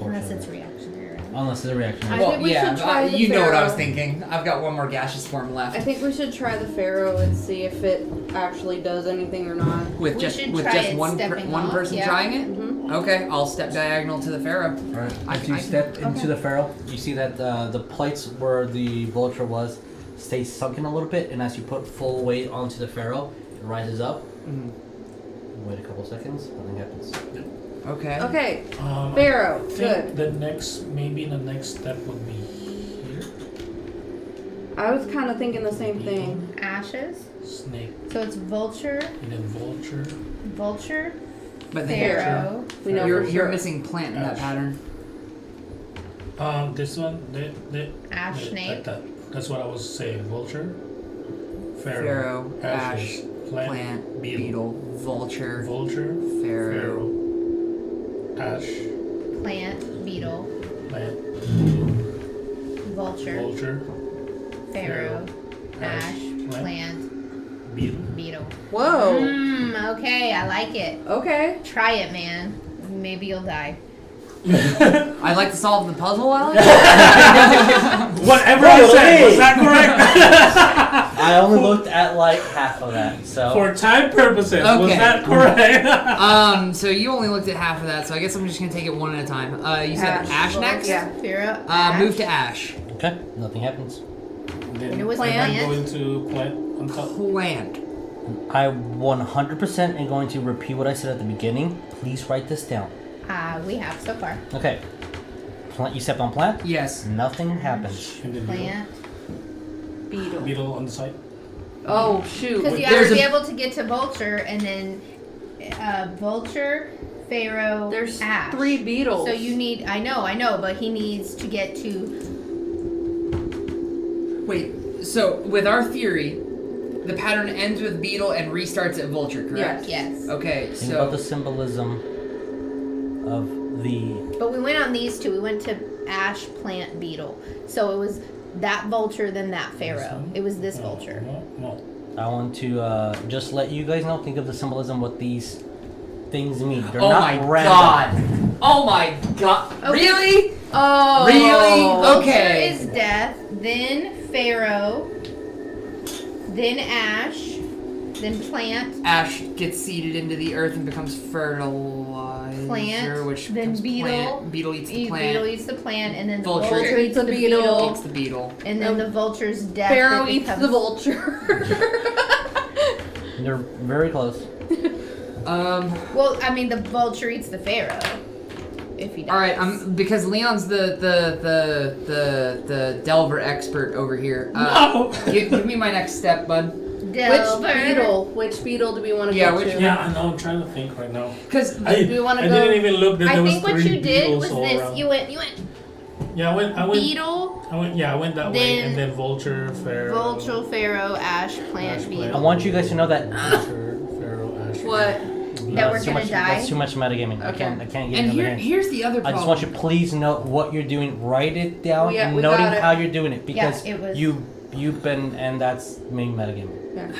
Speaker 5: Unless it's
Speaker 2: Unfortunately.
Speaker 5: reactionary.
Speaker 2: Unless it's a reaction.
Speaker 6: I
Speaker 9: well,
Speaker 6: think we
Speaker 9: yeah,
Speaker 6: should try
Speaker 9: I-
Speaker 6: the
Speaker 9: you know what I was
Speaker 6: Pharaoh.
Speaker 9: thinking. I've got one more gaseous form left.
Speaker 6: I think we should try the pharaoh and see if it actually does anything or not.
Speaker 9: with
Speaker 5: We
Speaker 9: just
Speaker 5: should
Speaker 9: with
Speaker 5: try
Speaker 9: just
Speaker 5: it
Speaker 9: one per-
Speaker 5: stepping
Speaker 9: one
Speaker 5: off,
Speaker 9: person
Speaker 5: yeah.
Speaker 9: trying it.
Speaker 3: Mm-hmm.
Speaker 6: Mhm.
Speaker 9: Okay, I'll step diagonal to the pharaoh.
Speaker 2: Alright,
Speaker 9: I-
Speaker 2: as you
Speaker 9: I-
Speaker 2: step into
Speaker 5: okay.
Speaker 2: the feral, you see that uh, the plates where the vulture was stay sunken a little bit, and as you put full weight onto the feral, it rises up.
Speaker 9: Mhm.
Speaker 5: Mm-hmm.
Speaker 2: Wait a couple seconds, nothing happens.
Speaker 9: Okay.
Speaker 6: Okay,
Speaker 4: Um,
Speaker 6: pharaoh.
Speaker 4: I
Speaker 6: Good.
Speaker 4: think the next, maybe the next step would be here.
Speaker 6: I was kind of thinking the same thing.
Speaker 5: Ashes.
Speaker 4: Snake
Speaker 5: So it's vulture,
Speaker 4: and then vulture.
Speaker 5: vulture,
Speaker 9: But then
Speaker 5: pharaoh.
Speaker 6: We know
Speaker 9: you're
Speaker 6: for
Speaker 9: you're
Speaker 6: sure.
Speaker 9: missing plant in that
Speaker 4: Ash.
Speaker 9: pattern.
Speaker 4: Um, this one, the, the,
Speaker 5: Ash
Speaker 4: the-
Speaker 5: snake.
Speaker 4: Like that. That's what I was saying. Vulture, pharaoh,
Speaker 9: Pharaoh, ash,
Speaker 4: plant,
Speaker 9: Plant, beetle, vulture,
Speaker 4: vulture,
Speaker 9: pharaoh.
Speaker 4: pharaoh, ash,
Speaker 5: Plant, beetle,
Speaker 4: plant,
Speaker 5: vulture,
Speaker 4: vulture,
Speaker 5: pharaow, ash, plant,
Speaker 4: beetle.
Speaker 5: beetle.
Speaker 6: Whoa.
Speaker 5: Mmm, okay, I like it.
Speaker 6: Okay.
Speaker 5: Try it, man. Maybe you'll die.
Speaker 9: I'd like to solve the puzzle, (laughs) Alex.
Speaker 2: Whatever I said, was that
Speaker 5: (laughs)
Speaker 2: correct? (laughs) I only looked at like half of that, so.
Speaker 4: For time purposes, was
Speaker 9: Okay.
Speaker 4: that correct?
Speaker 5: (laughs)
Speaker 9: um, so you only looked at half of that, so I guess I'm just gonna take it one at a time. Uh, you said
Speaker 6: Ash.
Speaker 9: ash, next.
Speaker 6: Yeah.
Speaker 5: Pharaoh.
Speaker 9: Uh,
Speaker 5: ash.
Speaker 9: move to ash.
Speaker 2: okay, nothing happens.
Speaker 4: then
Speaker 5: It was
Speaker 4: I'm
Speaker 5: plant.
Speaker 4: going to plant on top.
Speaker 9: Plant.
Speaker 2: I 100% am going to repeat what I said at the beginning. Please write this down.
Speaker 5: Uh, we have so far.
Speaker 2: Okay. Plant, you step on plant,
Speaker 9: Yes.
Speaker 2: nothing happens.
Speaker 4: And then
Speaker 5: Plant,
Speaker 6: beetle.
Speaker 4: Beetle on the side.
Speaker 6: Oh shoot!
Speaker 5: Because you
Speaker 4: Wait,
Speaker 5: have
Speaker 10: there's
Speaker 5: to be
Speaker 10: a-
Speaker 5: able to get to Vulture and then uh, Vulture, Pharaoh,
Speaker 6: There's
Speaker 5: Ash.
Speaker 6: three beetles.
Speaker 5: So you need. I know, I know, but he needs to get to.
Speaker 3: Wait, so with our theory, the pattern ends with Beetle and restarts at Vulture, correct?
Speaker 5: Yes.
Speaker 3: Okay,
Speaker 2: Think about the
Speaker 3: so
Speaker 2: symbolism of the.
Speaker 5: But we went on these two. We went to Ash, Plant, Beetle. So it was that Vulture, then that Pharaoh. It was this Vulture.
Speaker 4: Well, well,
Speaker 2: I want to uh, just let you guys know. Think of the symbolism what these things mean. They're
Speaker 3: Oh
Speaker 2: not
Speaker 3: my
Speaker 2: random.
Speaker 3: god. Oh my god.
Speaker 5: Okay.
Speaker 3: Really?
Speaker 5: Oh.
Speaker 3: Really? Okay.
Speaker 5: Vulture is death, then Pharaoh, then Ash, then Plant,
Speaker 3: Ash gets seeded into the earth and becomes fertilizer,
Speaker 5: Plant,
Speaker 3: which
Speaker 5: then
Speaker 3: becomes
Speaker 5: beetle,
Speaker 3: plant. Beetle eats the
Speaker 5: Beetle
Speaker 3: plant.
Speaker 5: eats the plant, and then the
Speaker 3: Vulture
Speaker 5: vulture, eats the beetle,
Speaker 3: eats the beetle.
Speaker 5: and then the vulture's death.
Speaker 6: Pharaoh
Speaker 5: that
Speaker 6: eats
Speaker 5: becomes-
Speaker 6: the
Speaker 5: (laughs)
Speaker 6: vulture.
Speaker 2: They're very close.
Speaker 3: Um.
Speaker 5: Well, I mean, the vulture eats the pharaoh. If he dies.
Speaker 3: All right, I'm because Leon's the the the the the Delver expert over here. Uh, give, give me my next step, bud.
Speaker 5: Delver.
Speaker 6: Which (laughs) beetle? Which beetle do we want to
Speaker 3: Yeah,
Speaker 6: go
Speaker 3: which-
Speaker 6: to?
Speaker 4: yeah, I know. I'm trying to think right now.
Speaker 3: Because
Speaker 4: I,
Speaker 6: Do we wanna
Speaker 4: I
Speaker 6: go-
Speaker 4: didn't even look. That
Speaker 5: I
Speaker 4: there was
Speaker 5: think what
Speaker 4: three
Speaker 5: you did
Speaker 4: beetles
Speaker 5: was
Speaker 4: all
Speaker 5: this.
Speaker 4: around.
Speaker 5: You went, you went
Speaker 4: yeah, I went. I went.
Speaker 5: beetle,
Speaker 4: I went. Yeah, I went that way,
Speaker 5: Then-
Speaker 4: and then vulture, pharaoh,
Speaker 5: vulture, pharaoh, ash, plant,
Speaker 4: Ash,
Speaker 5: beetle.
Speaker 2: I want you guys to know that. Ah.
Speaker 4: vulture, pharaoh, ash.
Speaker 6: What?
Speaker 5: That
Speaker 2: That's
Speaker 5: we're
Speaker 2: too
Speaker 5: gonna
Speaker 2: much,
Speaker 5: die?
Speaker 2: That's too much metagaming. I
Speaker 6: Okay.
Speaker 2: can't. I can't get
Speaker 3: and
Speaker 2: into
Speaker 3: here
Speaker 2: the game.
Speaker 3: here's the other
Speaker 2: I
Speaker 3: problem.
Speaker 2: just want you to please note what you're doing. Write it down.
Speaker 6: We- yeah, we
Speaker 2: noting
Speaker 6: got it.
Speaker 2: how you're doing it because
Speaker 5: it was-
Speaker 2: you you've been and that's main metagaming.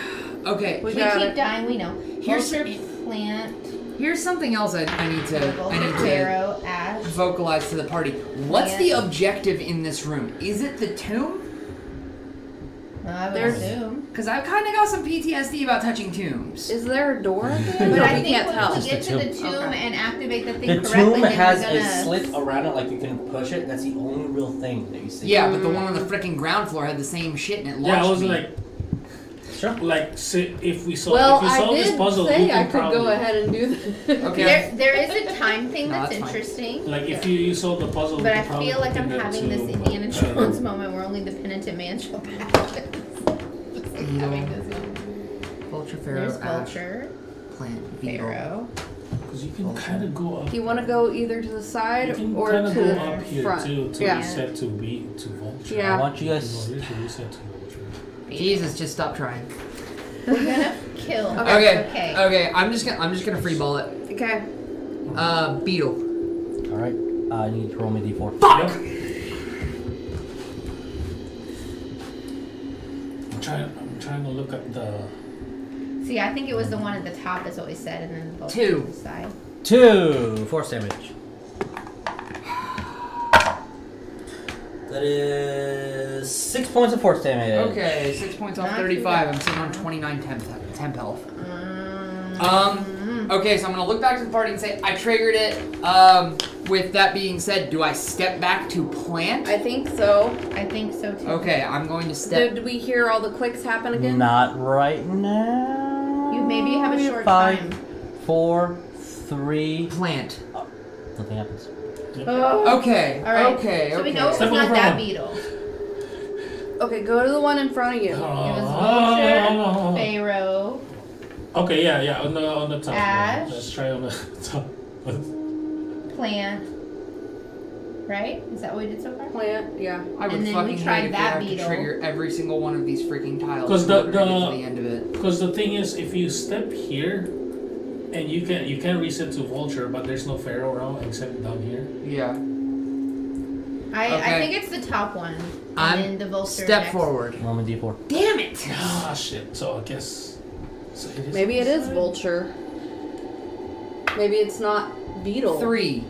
Speaker 3: okay,
Speaker 5: We
Speaker 6: We
Speaker 5: keep
Speaker 6: got it.
Speaker 5: dying. We know.
Speaker 3: Here's-
Speaker 5: vulture, plant,
Speaker 3: here's something else I, I need to Uh, I
Speaker 5: vulture,
Speaker 3: need to
Speaker 5: pharaoh, ash.
Speaker 3: vocalize to the party. What's the objective in this room? Is it the tomb?
Speaker 5: No, I would
Speaker 6: There's-
Speaker 5: assume.
Speaker 3: Because I've kind of got some PTSD about touching tombs.
Speaker 6: Is there a door at the end?
Speaker 5: But
Speaker 6: No,
Speaker 5: I
Speaker 6: we
Speaker 5: think
Speaker 6: can't
Speaker 5: when
Speaker 6: tell.
Speaker 5: we get to the tomb
Speaker 6: Okay.
Speaker 5: and activate the thing
Speaker 2: The
Speaker 5: correctly,
Speaker 2: tomb
Speaker 5: then
Speaker 2: has
Speaker 5: we're
Speaker 2: a
Speaker 5: gonna...
Speaker 2: slit around it, like you can push it. That's the only real thing that you see.
Speaker 3: Yeah, but the one on the freaking ground floor had the same shit and it launched
Speaker 4: Yeah, I was
Speaker 3: me.
Speaker 4: like,
Speaker 2: Sure.
Speaker 4: like si- if we saw
Speaker 6: Well,
Speaker 4: if we
Speaker 6: I
Speaker 4: solve this
Speaker 6: did
Speaker 4: puzzle, we
Speaker 6: say
Speaker 4: can
Speaker 6: I could
Speaker 4: probably,
Speaker 6: go ahead and do
Speaker 4: (laughs)
Speaker 6: this.
Speaker 3: Okay.
Speaker 5: There, there is a time thing
Speaker 3: No,
Speaker 5: that's,
Speaker 3: that's fine.
Speaker 5: interesting.
Speaker 4: Like if you, you solve the puzzle, we
Speaker 5: But I
Speaker 4: could probably
Speaker 5: feel like I'm
Speaker 4: do that
Speaker 5: having
Speaker 4: too,
Speaker 5: this
Speaker 4: but, (laughs) uh,
Speaker 5: Indiana
Speaker 4: I don't know.
Speaker 5: Jones moment where only the penitent man shall pass. (laughs) Just like having this moment.
Speaker 3: Vulture Pharaoh,
Speaker 5: There's
Speaker 3: Ash,
Speaker 5: vulture,
Speaker 3: plant, beetle.
Speaker 5: pharaow.
Speaker 4: Because you can kind of go up.
Speaker 6: You want to go either to the
Speaker 4: you
Speaker 6: side
Speaker 4: can
Speaker 6: or
Speaker 4: kinda
Speaker 6: to
Speaker 4: go
Speaker 6: the
Speaker 4: up here
Speaker 6: front.
Speaker 4: too to
Speaker 6: yeah.
Speaker 4: reset to be to vulture.
Speaker 6: Yeah.
Speaker 2: I want you
Speaker 4: You
Speaker 2: guys.
Speaker 4: know, you should reset to vulture.
Speaker 3: Jesus, just stop trying.
Speaker 5: We're gonna kill.
Speaker 3: Okay.
Speaker 5: Okay.
Speaker 3: Okay. I'm just gonna I'm just gonna free ball it.
Speaker 6: Okay.
Speaker 3: Uh, beetle.
Speaker 2: All right. I uh, need to roll me d4.
Speaker 3: Fuck.
Speaker 4: I'm trying. I'm trying to look at the.
Speaker 5: See, I think it was the one at the top is what we said, and then the vulture
Speaker 3: Two.
Speaker 5: on the side.
Speaker 2: Two force damage. That is six points of force damage.
Speaker 3: Okay. Six points off
Speaker 5: Not too
Speaker 3: 35.
Speaker 5: bad.
Speaker 3: I'm sitting on 29 temp temp health.
Speaker 5: Um,
Speaker 3: Um. Okay. So I'm gonna look back to the party and say I triggered it. Um. With that being said, do I step back to
Speaker 6: I
Speaker 3: plant?
Speaker 6: think so.
Speaker 5: I think so too.
Speaker 3: Okay. I'm going to step.
Speaker 6: Did we hear all the clicks happen again?
Speaker 2: Not right now.
Speaker 5: You maybe have a short
Speaker 2: Five,
Speaker 5: time.
Speaker 2: four, three.
Speaker 3: Plant.
Speaker 2: Nothing happens.
Speaker 5: Oh.
Speaker 3: Okay.
Speaker 5: All right.
Speaker 3: Okay.
Speaker 5: So
Speaker 3: okay.
Speaker 5: we know it's
Speaker 4: Step on
Speaker 5: not
Speaker 4: the
Speaker 5: that
Speaker 4: front.
Speaker 5: beetle.
Speaker 6: Okay, go to the one in front of you.
Speaker 4: Oh.
Speaker 5: was Pharaoh.
Speaker 4: Ah. Okay, yeah, yeah, on the on the top.
Speaker 5: Ash.
Speaker 4: Let's try on the (laughs) top.
Speaker 5: plant. Right? Is that what we did so far?
Speaker 6: Plant, yeah.
Speaker 3: I would
Speaker 5: And then we
Speaker 3: fucking
Speaker 5: tried
Speaker 3: hate if we
Speaker 5: that
Speaker 3: have
Speaker 5: beetle.
Speaker 3: to trigger every single one of these freaking tiles.
Speaker 4: 'Cause
Speaker 3: to
Speaker 4: the-
Speaker 3: get to
Speaker 4: the-
Speaker 3: the end of it.
Speaker 4: Because the thing is, if you step here, and you can you can reset to vulture, but there's no pharaoh around except down here.
Speaker 3: Yeah.
Speaker 5: I, I
Speaker 3: Okay.
Speaker 5: think it's the top one. And
Speaker 3: I'm
Speaker 5: then the vulture.
Speaker 3: Step
Speaker 5: next.
Speaker 3: forward.
Speaker 2: Roll me d4.
Speaker 3: Damn it!
Speaker 4: Ah shit. So I guess. So it is
Speaker 6: Maybe it is vulture. Maybe it's not beetle.
Speaker 3: Three.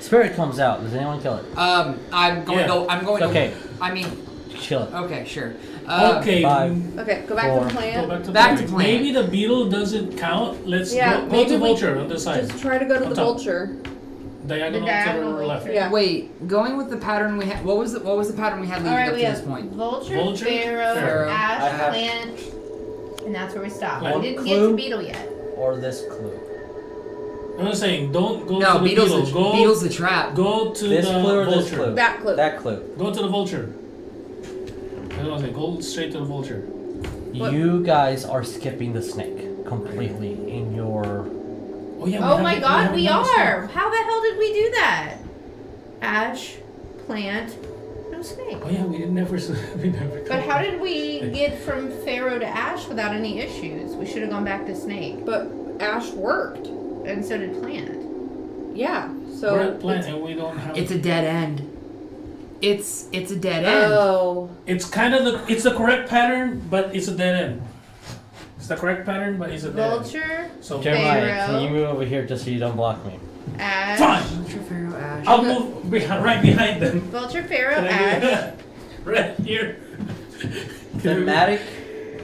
Speaker 2: Spirit comes out. Does anyone kill it?
Speaker 3: Um, I'm going
Speaker 4: Yeah.
Speaker 3: to. I'm going
Speaker 2: Okay.
Speaker 3: to. I mean,
Speaker 2: Kill it.
Speaker 3: okay, sure. Uh,
Speaker 4: Okay.
Speaker 2: Five.
Speaker 6: Okay, go back
Speaker 2: Four.
Speaker 6: to the
Speaker 4: Go
Speaker 6: plant.
Speaker 4: back to
Speaker 3: Back
Speaker 4: plant.
Speaker 3: to plant.
Speaker 4: Maybe the beetle doesn't count. Let's
Speaker 6: Yeah,
Speaker 4: go, go
Speaker 6: maybe
Speaker 4: to
Speaker 6: we-
Speaker 4: vulture on the side.
Speaker 6: Just try to go to
Speaker 4: On
Speaker 6: the
Speaker 4: top.
Speaker 6: vulture.
Speaker 4: Diagonal
Speaker 5: The
Speaker 4: to the
Speaker 5: diagonal
Speaker 4: left.
Speaker 5: vulture.
Speaker 6: Yeah.
Speaker 3: Wait. Going with the pattern we had. What was the What was the pattern we had leading
Speaker 5: All right,
Speaker 3: up to
Speaker 5: we have
Speaker 3: this point?
Speaker 5: vulture,
Speaker 4: Vulture,
Speaker 5: pharaoh,
Speaker 4: pharaoh,
Speaker 2: I
Speaker 5: ash,
Speaker 2: have-
Speaker 5: plant, and that's where we stopped.
Speaker 4: One
Speaker 5: we didn't get to
Speaker 2: clue.
Speaker 5: beetle yet.
Speaker 2: Or this clue.
Speaker 4: I'm not saying don't go
Speaker 3: No,
Speaker 4: to the
Speaker 3: beetles.
Speaker 4: beetle.
Speaker 3: the,
Speaker 4: Go,
Speaker 3: Beetles the trap.
Speaker 4: go to
Speaker 2: This
Speaker 4: the
Speaker 2: clue or
Speaker 4: vulture.
Speaker 2: this clue?
Speaker 6: That clue.
Speaker 2: That clue.
Speaker 4: Go to the vulture. That's what I'm saying. Go Hold straight to the vulture.
Speaker 6: What?
Speaker 2: You guys are skipping the snake completely in your.
Speaker 4: Oh yeah. we
Speaker 5: Oh
Speaker 4: have
Speaker 5: my
Speaker 4: it-
Speaker 5: god,
Speaker 4: have
Speaker 5: we
Speaker 4: it on the snake.
Speaker 5: are! How the hell did we do that? Ash, plant, no snake.
Speaker 4: Oh yeah, we didn't never. s- (laughs) We never.
Speaker 5: But how did we get from Pharaoh to Ash without any issues? We should have gone back to Snake.
Speaker 6: But Ash worked.
Speaker 5: And so did Plant.
Speaker 6: Yeah. So.
Speaker 4: We're at plant and we don't have.
Speaker 3: It's a dead end. It's it's a dead end.
Speaker 6: Oh.
Speaker 4: It's kind of the it's the correct pattern, but it's a dead end. It's the correct pattern, but it's a dead end.
Speaker 5: Vulture,
Speaker 4: So
Speaker 2: Jeremiah,
Speaker 5: Pharaoh.
Speaker 2: can you move over here just so you don't block me?
Speaker 5: Ash.
Speaker 4: fine.
Speaker 3: Vulture, Pharaoh, Ash.
Speaker 4: I'll move behind, right behind them.
Speaker 5: Vulture, Pharaoh,
Speaker 4: Can I do
Speaker 5: Ash.
Speaker 4: that? (laughs) right here. Can we-
Speaker 2: Thematic.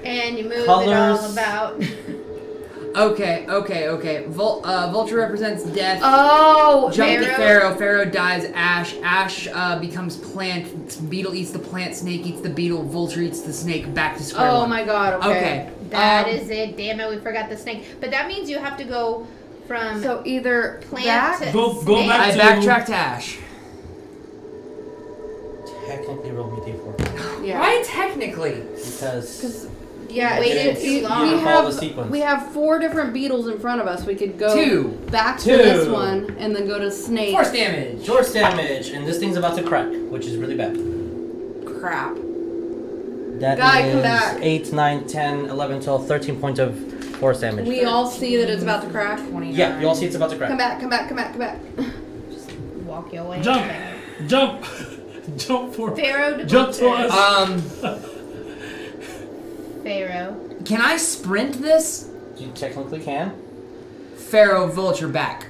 Speaker 5: And you move it all
Speaker 2: Colours.
Speaker 3: (laughs)
Speaker 5: about.
Speaker 3: Okay, okay, okay. Vul- uh, Vulture represents death.
Speaker 5: Oh,
Speaker 3: Jump to
Speaker 5: Pharaoh.
Speaker 3: Pharaoh. Pharaoh dies. Ash. Ash uh, becomes plant. Beetle eats the plant. Snake eats the beetle. Vulture eats the snake. Back to square
Speaker 6: Oh
Speaker 3: one.
Speaker 6: my god. Okay.
Speaker 3: Okay.
Speaker 5: That
Speaker 3: um,
Speaker 5: is it. Damn it, we forgot the snake. But that means you have to go from
Speaker 6: So either
Speaker 5: plant
Speaker 6: that-
Speaker 5: to
Speaker 4: Go-
Speaker 5: snake.
Speaker 4: go back
Speaker 3: I
Speaker 4: to-
Speaker 3: backtracked to Ash.
Speaker 2: Technically, roll me d4
Speaker 6: Yeah.
Speaker 3: Why technically?
Speaker 2: because
Speaker 6: Yeah.
Speaker 5: Waited
Speaker 6: it's-
Speaker 5: too
Speaker 6: you-
Speaker 5: long.
Speaker 6: We
Speaker 5: Follow
Speaker 2: the
Speaker 6: have
Speaker 2: sequence.
Speaker 6: we have four different beetles in front of us. We could go
Speaker 3: Two.
Speaker 6: back to
Speaker 2: Two.
Speaker 6: this one and then go to snake.
Speaker 3: Force damage.
Speaker 2: force damage, and this thing's about to crack, which is really bad.
Speaker 6: Crap.
Speaker 2: That
Speaker 6: Guy, come
Speaker 2: is
Speaker 6: back.
Speaker 2: 8, 9, 10, 11, 12, 13 points of force damage.
Speaker 6: We all see that it's about to crack.
Speaker 2: yeah, you all see it's about to crack.
Speaker 6: Come back. Come back. Come back. Come back.
Speaker 5: Walk your way.
Speaker 4: Jump, jump, (laughs) jump for
Speaker 5: Pharaoh to
Speaker 4: jump for
Speaker 5: Vulture.
Speaker 4: us.
Speaker 3: Um,
Speaker 5: Pharaoh.
Speaker 3: can I sprint this?
Speaker 2: You technically can.
Speaker 3: Pharaoh, Vulture, back.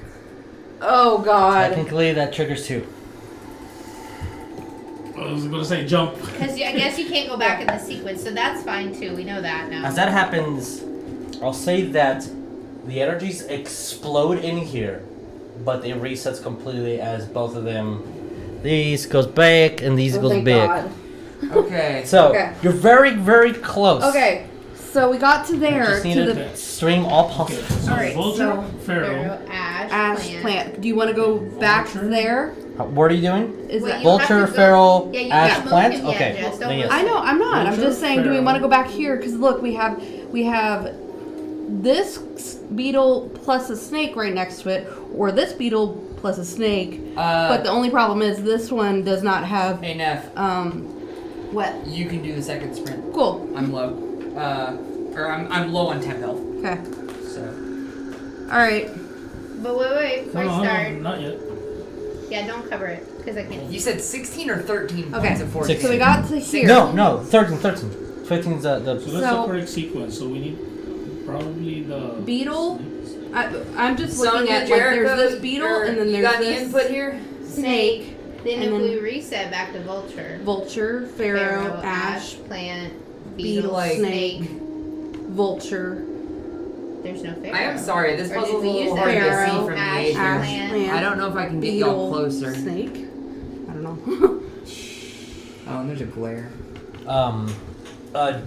Speaker 6: Oh god.
Speaker 2: Technically, that triggers two.
Speaker 4: I was gonna say jump.
Speaker 5: Because I guess you can't go back in the sequence, so that's fine too. We know that now.
Speaker 2: As that happens, I'll say that the energies explode in here, but it resets completely as both of them. These goes back and these
Speaker 6: Oh,
Speaker 2: goes
Speaker 6: thank
Speaker 2: back.
Speaker 6: god.
Speaker 3: (laughs) Okay.
Speaker 2: So
Speaker 6: Okay.
Speaker 2: you're very, very close.
Speaker 6: Okay. So we got to
Speaker 2: You
Speaker 6: there
Speaker 2: just need
Speaker 6: to
Speaker 2: to
Speaker 6: the
Speaker 2: stream all possible.
Speaker 4: Okay, so
Speaker 5: Alright,
Speaker 4: vulture,
Speaker 5: so
Speaker 4: pharaoh.
Speaker 5: Pharaoh, Ash,
Speaker 6: ash
Speaker 5: plant.
Speaker 6: plant. Do you want to go back there?
Speaker 2: Uh, What are you doing?
Speaker 6: Is
Speaker 5: Well,
Speaker 6: that?
Speaker 5: you- have
Speaker 2: Vulture,
Speaker 5: to go-
Speaker 2: feral,
Speaker 5: yeah, you
Speaker 2: ash,
Speaker 5: can't move
Speaker 2: plant.
Speaker 5: him yet,
Speaker 2: okay.
Speaker 5: just
Speaker 2: then
Speaker 5: don't
Speaker 2: yes.
Speaker 5: move
Speaker 6: I know. I'm not. I'm
Speaker 4: Vulture,
Speaker 6: just saying. Do we
Speaker 4: pharaoh.
Speaker 6: want to go back here? Because look, we have we have this beetle plus a snake right next to it, or this beetle plus a snake.
Speaker 3: Uh,
Speaker 6: but the only problem is this one does not have
Speaker 3: hey, Neff,
Speaker 6: um what?
Speaker 3: you can do the second sprint.
Speaker 6: Cool.
Speaker 3: I'm low. Uh, or I'm, I'm low on temp health.
Speaker 6: Okay.
Speaker 3: So
Speaker 6: All right.
Speaker 5: But wait, wait, before
Speaker 4: No,
Speaker 5: I
Speaker 4: no,
Speaker 5: start.
Speaker 4: no, not yet.
Speaker 5: Yeah, don't cover it, because I can't.
Speaker 3: you said 16 or 13
Speaker 6: Okay.
Speaker 3: points of force.
Speaker 2: Six.
Speaker 6: So we got to here.
Speaker 2: No, no, 13, 13. 15's uh, the.
Speaker 4: So that's
Speaker 6: So-
Speaker 4: the correct sequence. So we need probably the
Speaker 6: Beetle?
Speaker 4: snakes.
Speaker 6: I, I'm just looking
Speaker 3: Sonya,
Speaker 6: at
Speaker 3: Jericho,
Speaker 6: like there's this beetle
Speaker 3: or
Speaker 6: and then
Speaker 3: you
Speaker 6: there's
Speaker 3: got
Speaker 6: this
Speaker 3: the input here.
Speaker 5: Snake. Then
Speaker 6: And
Speaker 5: if
Speaker 6: then-
Speaker 5: we reset back to vulture.
Speaker 6: vulture, pharaoh, ash,
Speaker 5: plant,
Speaker 6: beetle,
Speaker 5: beetle,
Speaker 3: like-
Speaker 5: snake.
Speaker 6: vulture,
Speaker 5: There's no pharaoh.
Speaker 3: I am sorry. This
Speaker 5: Or did
Speaker 3: puzzle's a
Speaker 5: we use
Speaker 3: little
Speaker 5: that
Speaker 3: hard to see
Speaker 6: Pharaoh,
Speaker 3: from the
Speaker 5: ash,
Speaker 3: edge here.
Speaker 6: ash,
Speaker 5: Plant.
Speaker 3: I don't know if I can get y'all
Speaker 6: beetle,
Speaker 3: closer.
Speaker 6: snake. I don't know. (laughs)
Speaker 3: Oh, and there's a glare.
Speaker 2: Um, uh,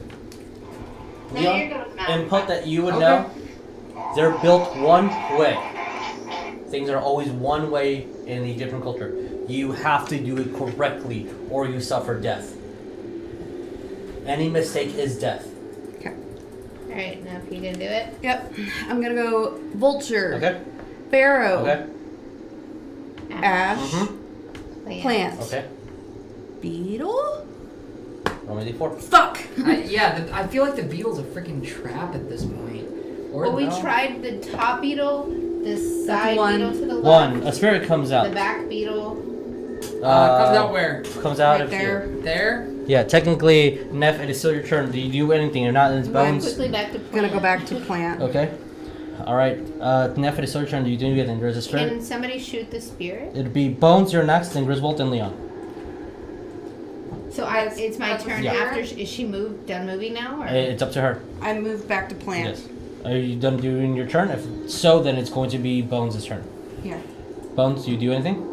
Speaker 11: Now
Speaker 2: Leon,
Speaker 11: you're good with math.
Speaker 2: input that you would know. They're built one way. Things are always one way in the Egyptian culture. You have to do it correctly, or you suffer death. Any mistake is death.
Speaker 5: Alright, now if you can do it.
Speaker 6: yep. I'm gonna go vulture,
Speaker 2: Okay.
Speaker 6: pharaoh,
Speaker 2: Okay.
Speaker 6: ash,
Speaker 2: Mhm.
Speaker 6: plant,
Speaker 2: Okay.
Speaker 6: beetle.
Speaker 2: Roll me a d4.
Speaker 6: Fuck.
Speaker 3: I, yeah, the, I feel like the beetle's a freaking trap at this point. Or
Speaker 5: Well, we
Speaker 3: no.
Speaker 5: tried the top beetle, the side
Speaker 6: one.
Speaker 5: beetle to the left,
Speaker 2: One. A spirit comes out.
Speaker 5: the back beetle.
Speaker 3: Uh, comes out where?
Speaker 2: Comes out
Speaker 6: Right
Speaker 2: of
Speaker 6: there.
Speaker 2: here.
Speaker 3: There?
Speaker 2: Yeah. Technically, Neff, it is still your turn. Do you do anything? You're not in its
Speaker 5: Going
Speaker 2: bones.
Speaker 5: quickly back to
Speaker 6: I'm gonna
Speaker 5: plant.
Speaker 6: go back to plant.
Speaker 2: Okay. All right. Uh, Neff, it is still your turn. Do you do anything? There's a spirit.
Speaker 5: Can somebody shoot the spirit?
Speaker 2: It'd be Bones, you're next, then Griswold, and Leon.
Speaker 5: So I, it's my turn
Speaker 2: Yeah.
Speaker 5: after. Is she moved? Done moving now? Or?
Speaker 2: I- It's up to her.
Speaker 6: I move back to plant.
Speaker 2: Yes. Are you done doing your turn? If so, then it's going to be Bones' turn.
Speaker 6: Here.
Speaker 2: Bones, do you do anything?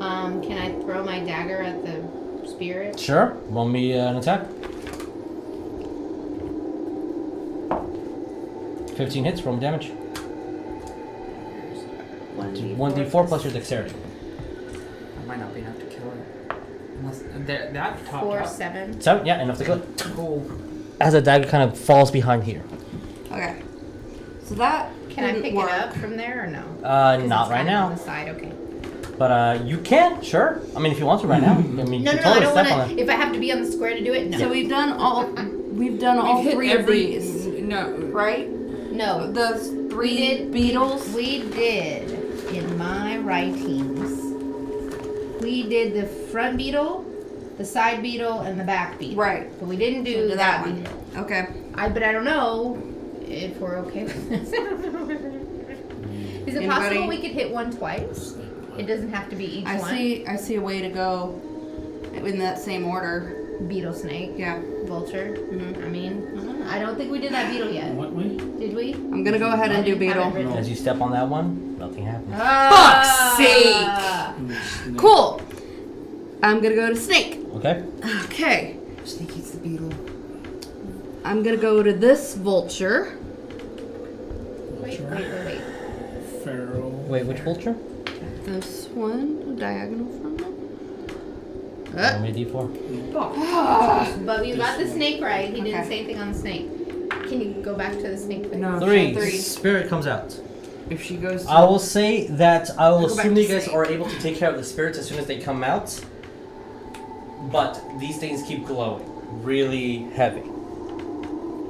Speaker 5: Um, can I throw my dagger at the spirit?
Speaker 2: Sure. Roll me uh, an attack. 15 hits, roll me damage. 1d4 plus your dexterity.
Speaker 3: That might not be enough to kill it.
Speaker 9: Unless, that, that top
Speaker 5: Four,
Speaker 9: up.
Speaker 5: seven.
Speaker 2: So yeah, enough to go.
Speaker 9: Cool.
Speaker 2: As a dagger kind of falls behind here.
Speaker 6: Okay. So that
Speaker 5: Can I
Speaker 6: didn't
Speaker 5: pick
Speaker 6: work.
Speaker 5: it up from there or no? 'Cause
Speaker 2: Uh,
Speaker 5: it's
Speaker 2: not right
Speaker 5: kind of on
Speaker 2: now.
Speaker 5: the side, okay.
Speaker 2: But uh, you can, sure. I mean, if you want to right
Speaker 5: (laughs)
Speaker 2: now. I mean, you
Speaker 5: No,
Speaker 2: can
Speaker 5: no, no, I
Speaker 2: totally
Speaker 5: don't
Speaker 2: step
Speaker 5: want
Speaker 2: on
Speaker 5: to.
Speaker 2: it.
Speaker 5: If I have to be on the square to do it, no.
Speaker 6: So we've done all we've done all
Speaker 9: We've hit
Speaker 6: three
Speaker 9: every,
Speaker 6: of these,
Speaker 9: n- No.
Speaker 6: right?
Speaker 5: no.
Speaker 6: The
Speaker 5: We
Speaker 6: three
Speaker 5: did-
Speaker 6: beetles.
Speaker 5: We did in my writings. We did the front beetle, the side beetle, and the back beetle.
Speaker 6: Right.
Speaker 5: But we didn't do
Speaker 6: So do
Speaker 5: that,
Speaker 6: that one.
Speaker 5: beetle.
Speaker 6: Okay.
Speaker 5: I but I don't know if we're okay with this. Is it
Speaker 6: Anybody?
Speaker 5: possible we could hit one twice? It doesn't have to be each
Speaker 6: I
Speaker 5: one.
Speaker 6: see. I see a way to go in that same order.
Speaker 5: Beetle snake,
Speaker 6: Yeah.
Speaker 5: vulture.
Speaker 6: Mhm.
Speaker 5: I mean, I don't think we did that beetle yet.
Speaker 4: What way?
Speaker 5: Did we?
Speaker 6: I'm gonna go ahead and do beetle.
Speaker 2: As you step on that one, nothing happens.
Speaker 5: Fuck's uh,
Speaker 6: sake. Cool. I'm gonna go to snake.
Speaker 2: Okay.
Speaker 6: Okay.
Speaker 9: Snake eats the beetle.
Speaker 6: I'm gonna go to this vulture.
Speaker 5: Wait, wait, wait, wait.
Speaker 4: Feral.
Speaker 2: Wait, which vulture?
Speaker 6: This one diagonal from it.
Speaker 2: Roll me a d4.
Speaker 5: But you got the snake right. He didn't
Speaker 6: Okay.
Speaker 5: say anything on the snake. Can you go back to the snake? thing?
Speaker 9: No.
Speaker 2: Three.
Speaker 6: Three.
Speaker 2: Spirit comes out.
Speaker 9: If she goes.
Speaker 2: I will say that I will
Speaker 6: Go back
Speaker 2: assume that
Speaker 6: to
Speaker 2: you guys
Speaker 6: sleep.
Speaker 2: are able to take care of the spirits as soon as they come out. But these things keep glowing, really heavy.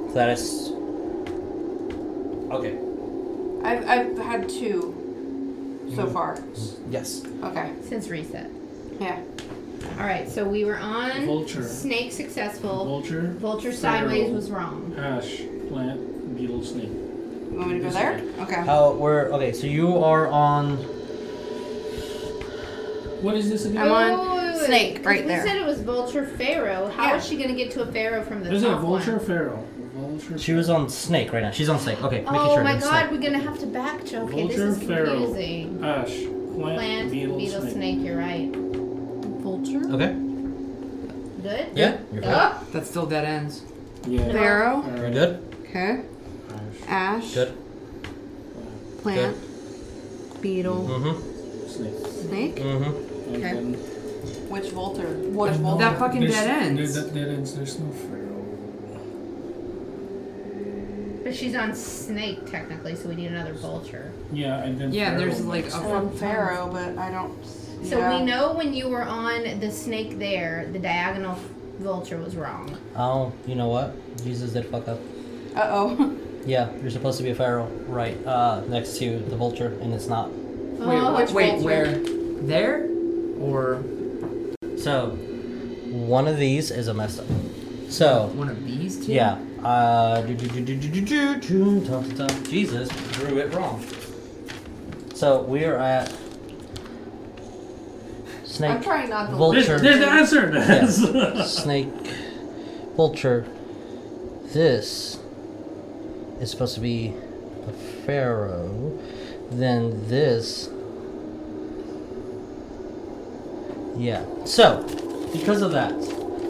Speaker 2: So that is okay.
Speaker 6: I've I've had two so far.
Speaker 2: Yes.
Speaker 6: Okay.
Speaker 5: Since reset.
Speaker 6: Yeah.
Speaker 5: All right, so we were on
Speaker 4: Vulture.
Speaker 5: snake successful.
Speaker 4: Vulture.
Speaker 5: Vulture
Speaker 4: Feral.
Speaker 5: sideways was wrong.
Speaker 4: Ash. Plant. Beetle. Snake.
Speaker 6: You want me to go there? Okay.
Speaker 2: How we're okay? So you are on.
Speaker 4: What is this again?
Speaker 6: I'm on
Speaker 5: Oh, wait, wait, wait.
Speaker 6: snake
Speaker 5: 'Cause
Speaker 6: right
Speaker 5: we
Speaker 6: there.
Speaker 5: said it was vulture pharaoh. How is
Speaker 6: Yeah.
Speaker 5: she gonna get to a pharaoh from the
Speaker 4: Is it
Speaker 5: top
Speaker 4: vulture or
Speaker 5: one?
Speaker 4: feral? Vulture.
Speaker 2: She was on snake right now. She's on snake. Okay, making
Speaker 5: Oh
Speaker 2: sure.
Speaker 5: my
Speaker 2: it's
Speaker 5: god,
Speaker 2: Snake.
Speaker 5: we're gonna have to back joke. Okay,
Speaker 4: Vulture,
Speaker 5: this is
Speaker 4: pharaoh.
Speaker 5: confusing.
Speaker 4: Ash. Plant.
Speaker 5: Plant,
Speaker 4: beetle. snake.
Speaker 5: You're right.
Speaker 6: Vulture.
Speaker 2: Okay.
Speaker 5: Good.
Speaker 2: Yeah. You're good.
Speaker 5: Oh,
Speaker 9: That's still dead ends.
Speaker 4: Yeah.
Speaker 6: Barrow.
Speaker 4: Alright.
Speaker 2: You're good.
Speaker 6: Okay.
Speaker 4: Ash.
Speaker 6: Ash.
Speaker 2: Good.
Speaker 6: Plant. Beetle.
Speaker 2: Mm-hmm.
Speaker 4: Snake.
Speaker 6: Snake.
Speaker 2: Mm-hmm.
Speaker 4: And
Speaker 6: Okay.
Speaker 4: then
Speaker 6: Which vulture? Which
Speaker 9: That fucking
Speaker 4: there's-
Speaker 9: dead
Speaker 4: There's,
Speaker 9: ends.
Speaker 4: that dead ends. There's no feral.
Speaker 5: but she's on snake technically, so we need another vulture.
Speaker 4: Yeah, and then.
Speaker 9: Yeah, there's
Speaker 4: feral.
Speaker 9: like a
Speaker 5: Oh,
Speaker 6: From Pharaoh, but I don't.
Speaker 5: So
Speaker 6: yeah.
Speaker 5: we know when you were on the snake there, the diagonal vulture was wrong.
Speaker 2: Oh, you know what? Jesus did fuck up.
Speaker 6: Uh (laughs) oh.
Speaker 2: Yeah, you're supposed to be a pharaoh right uh, next to the vulture, and it's not.
Speaker 9: Wait,
Speaker 5: Oh,
Speaker 9: wait,
Speaker 5: which
Speaker 9: wait,
Speaker 5: vulture?
Speaker 9: where? There? Or
Speaker 2: So, one of these is a messed up. So,
Speaker 9: one of these two?
Speaker 2: yeah. Uh, do, do, do, do, do, do, do, do, dum, dum, dum. Jesus drew it wrong. So, we are at.
Speaker 6: I'm
Speaker 2: Snake.
Speaker 6: trying not to.
Speaker 2: Vulture.
Speaker 4: There's, there's the answer. (laughs) That's.
Speaker 2: (laughs) snake. Vulture. This is supposed to be the pharaoh. Then this. Yeah. So, because of that,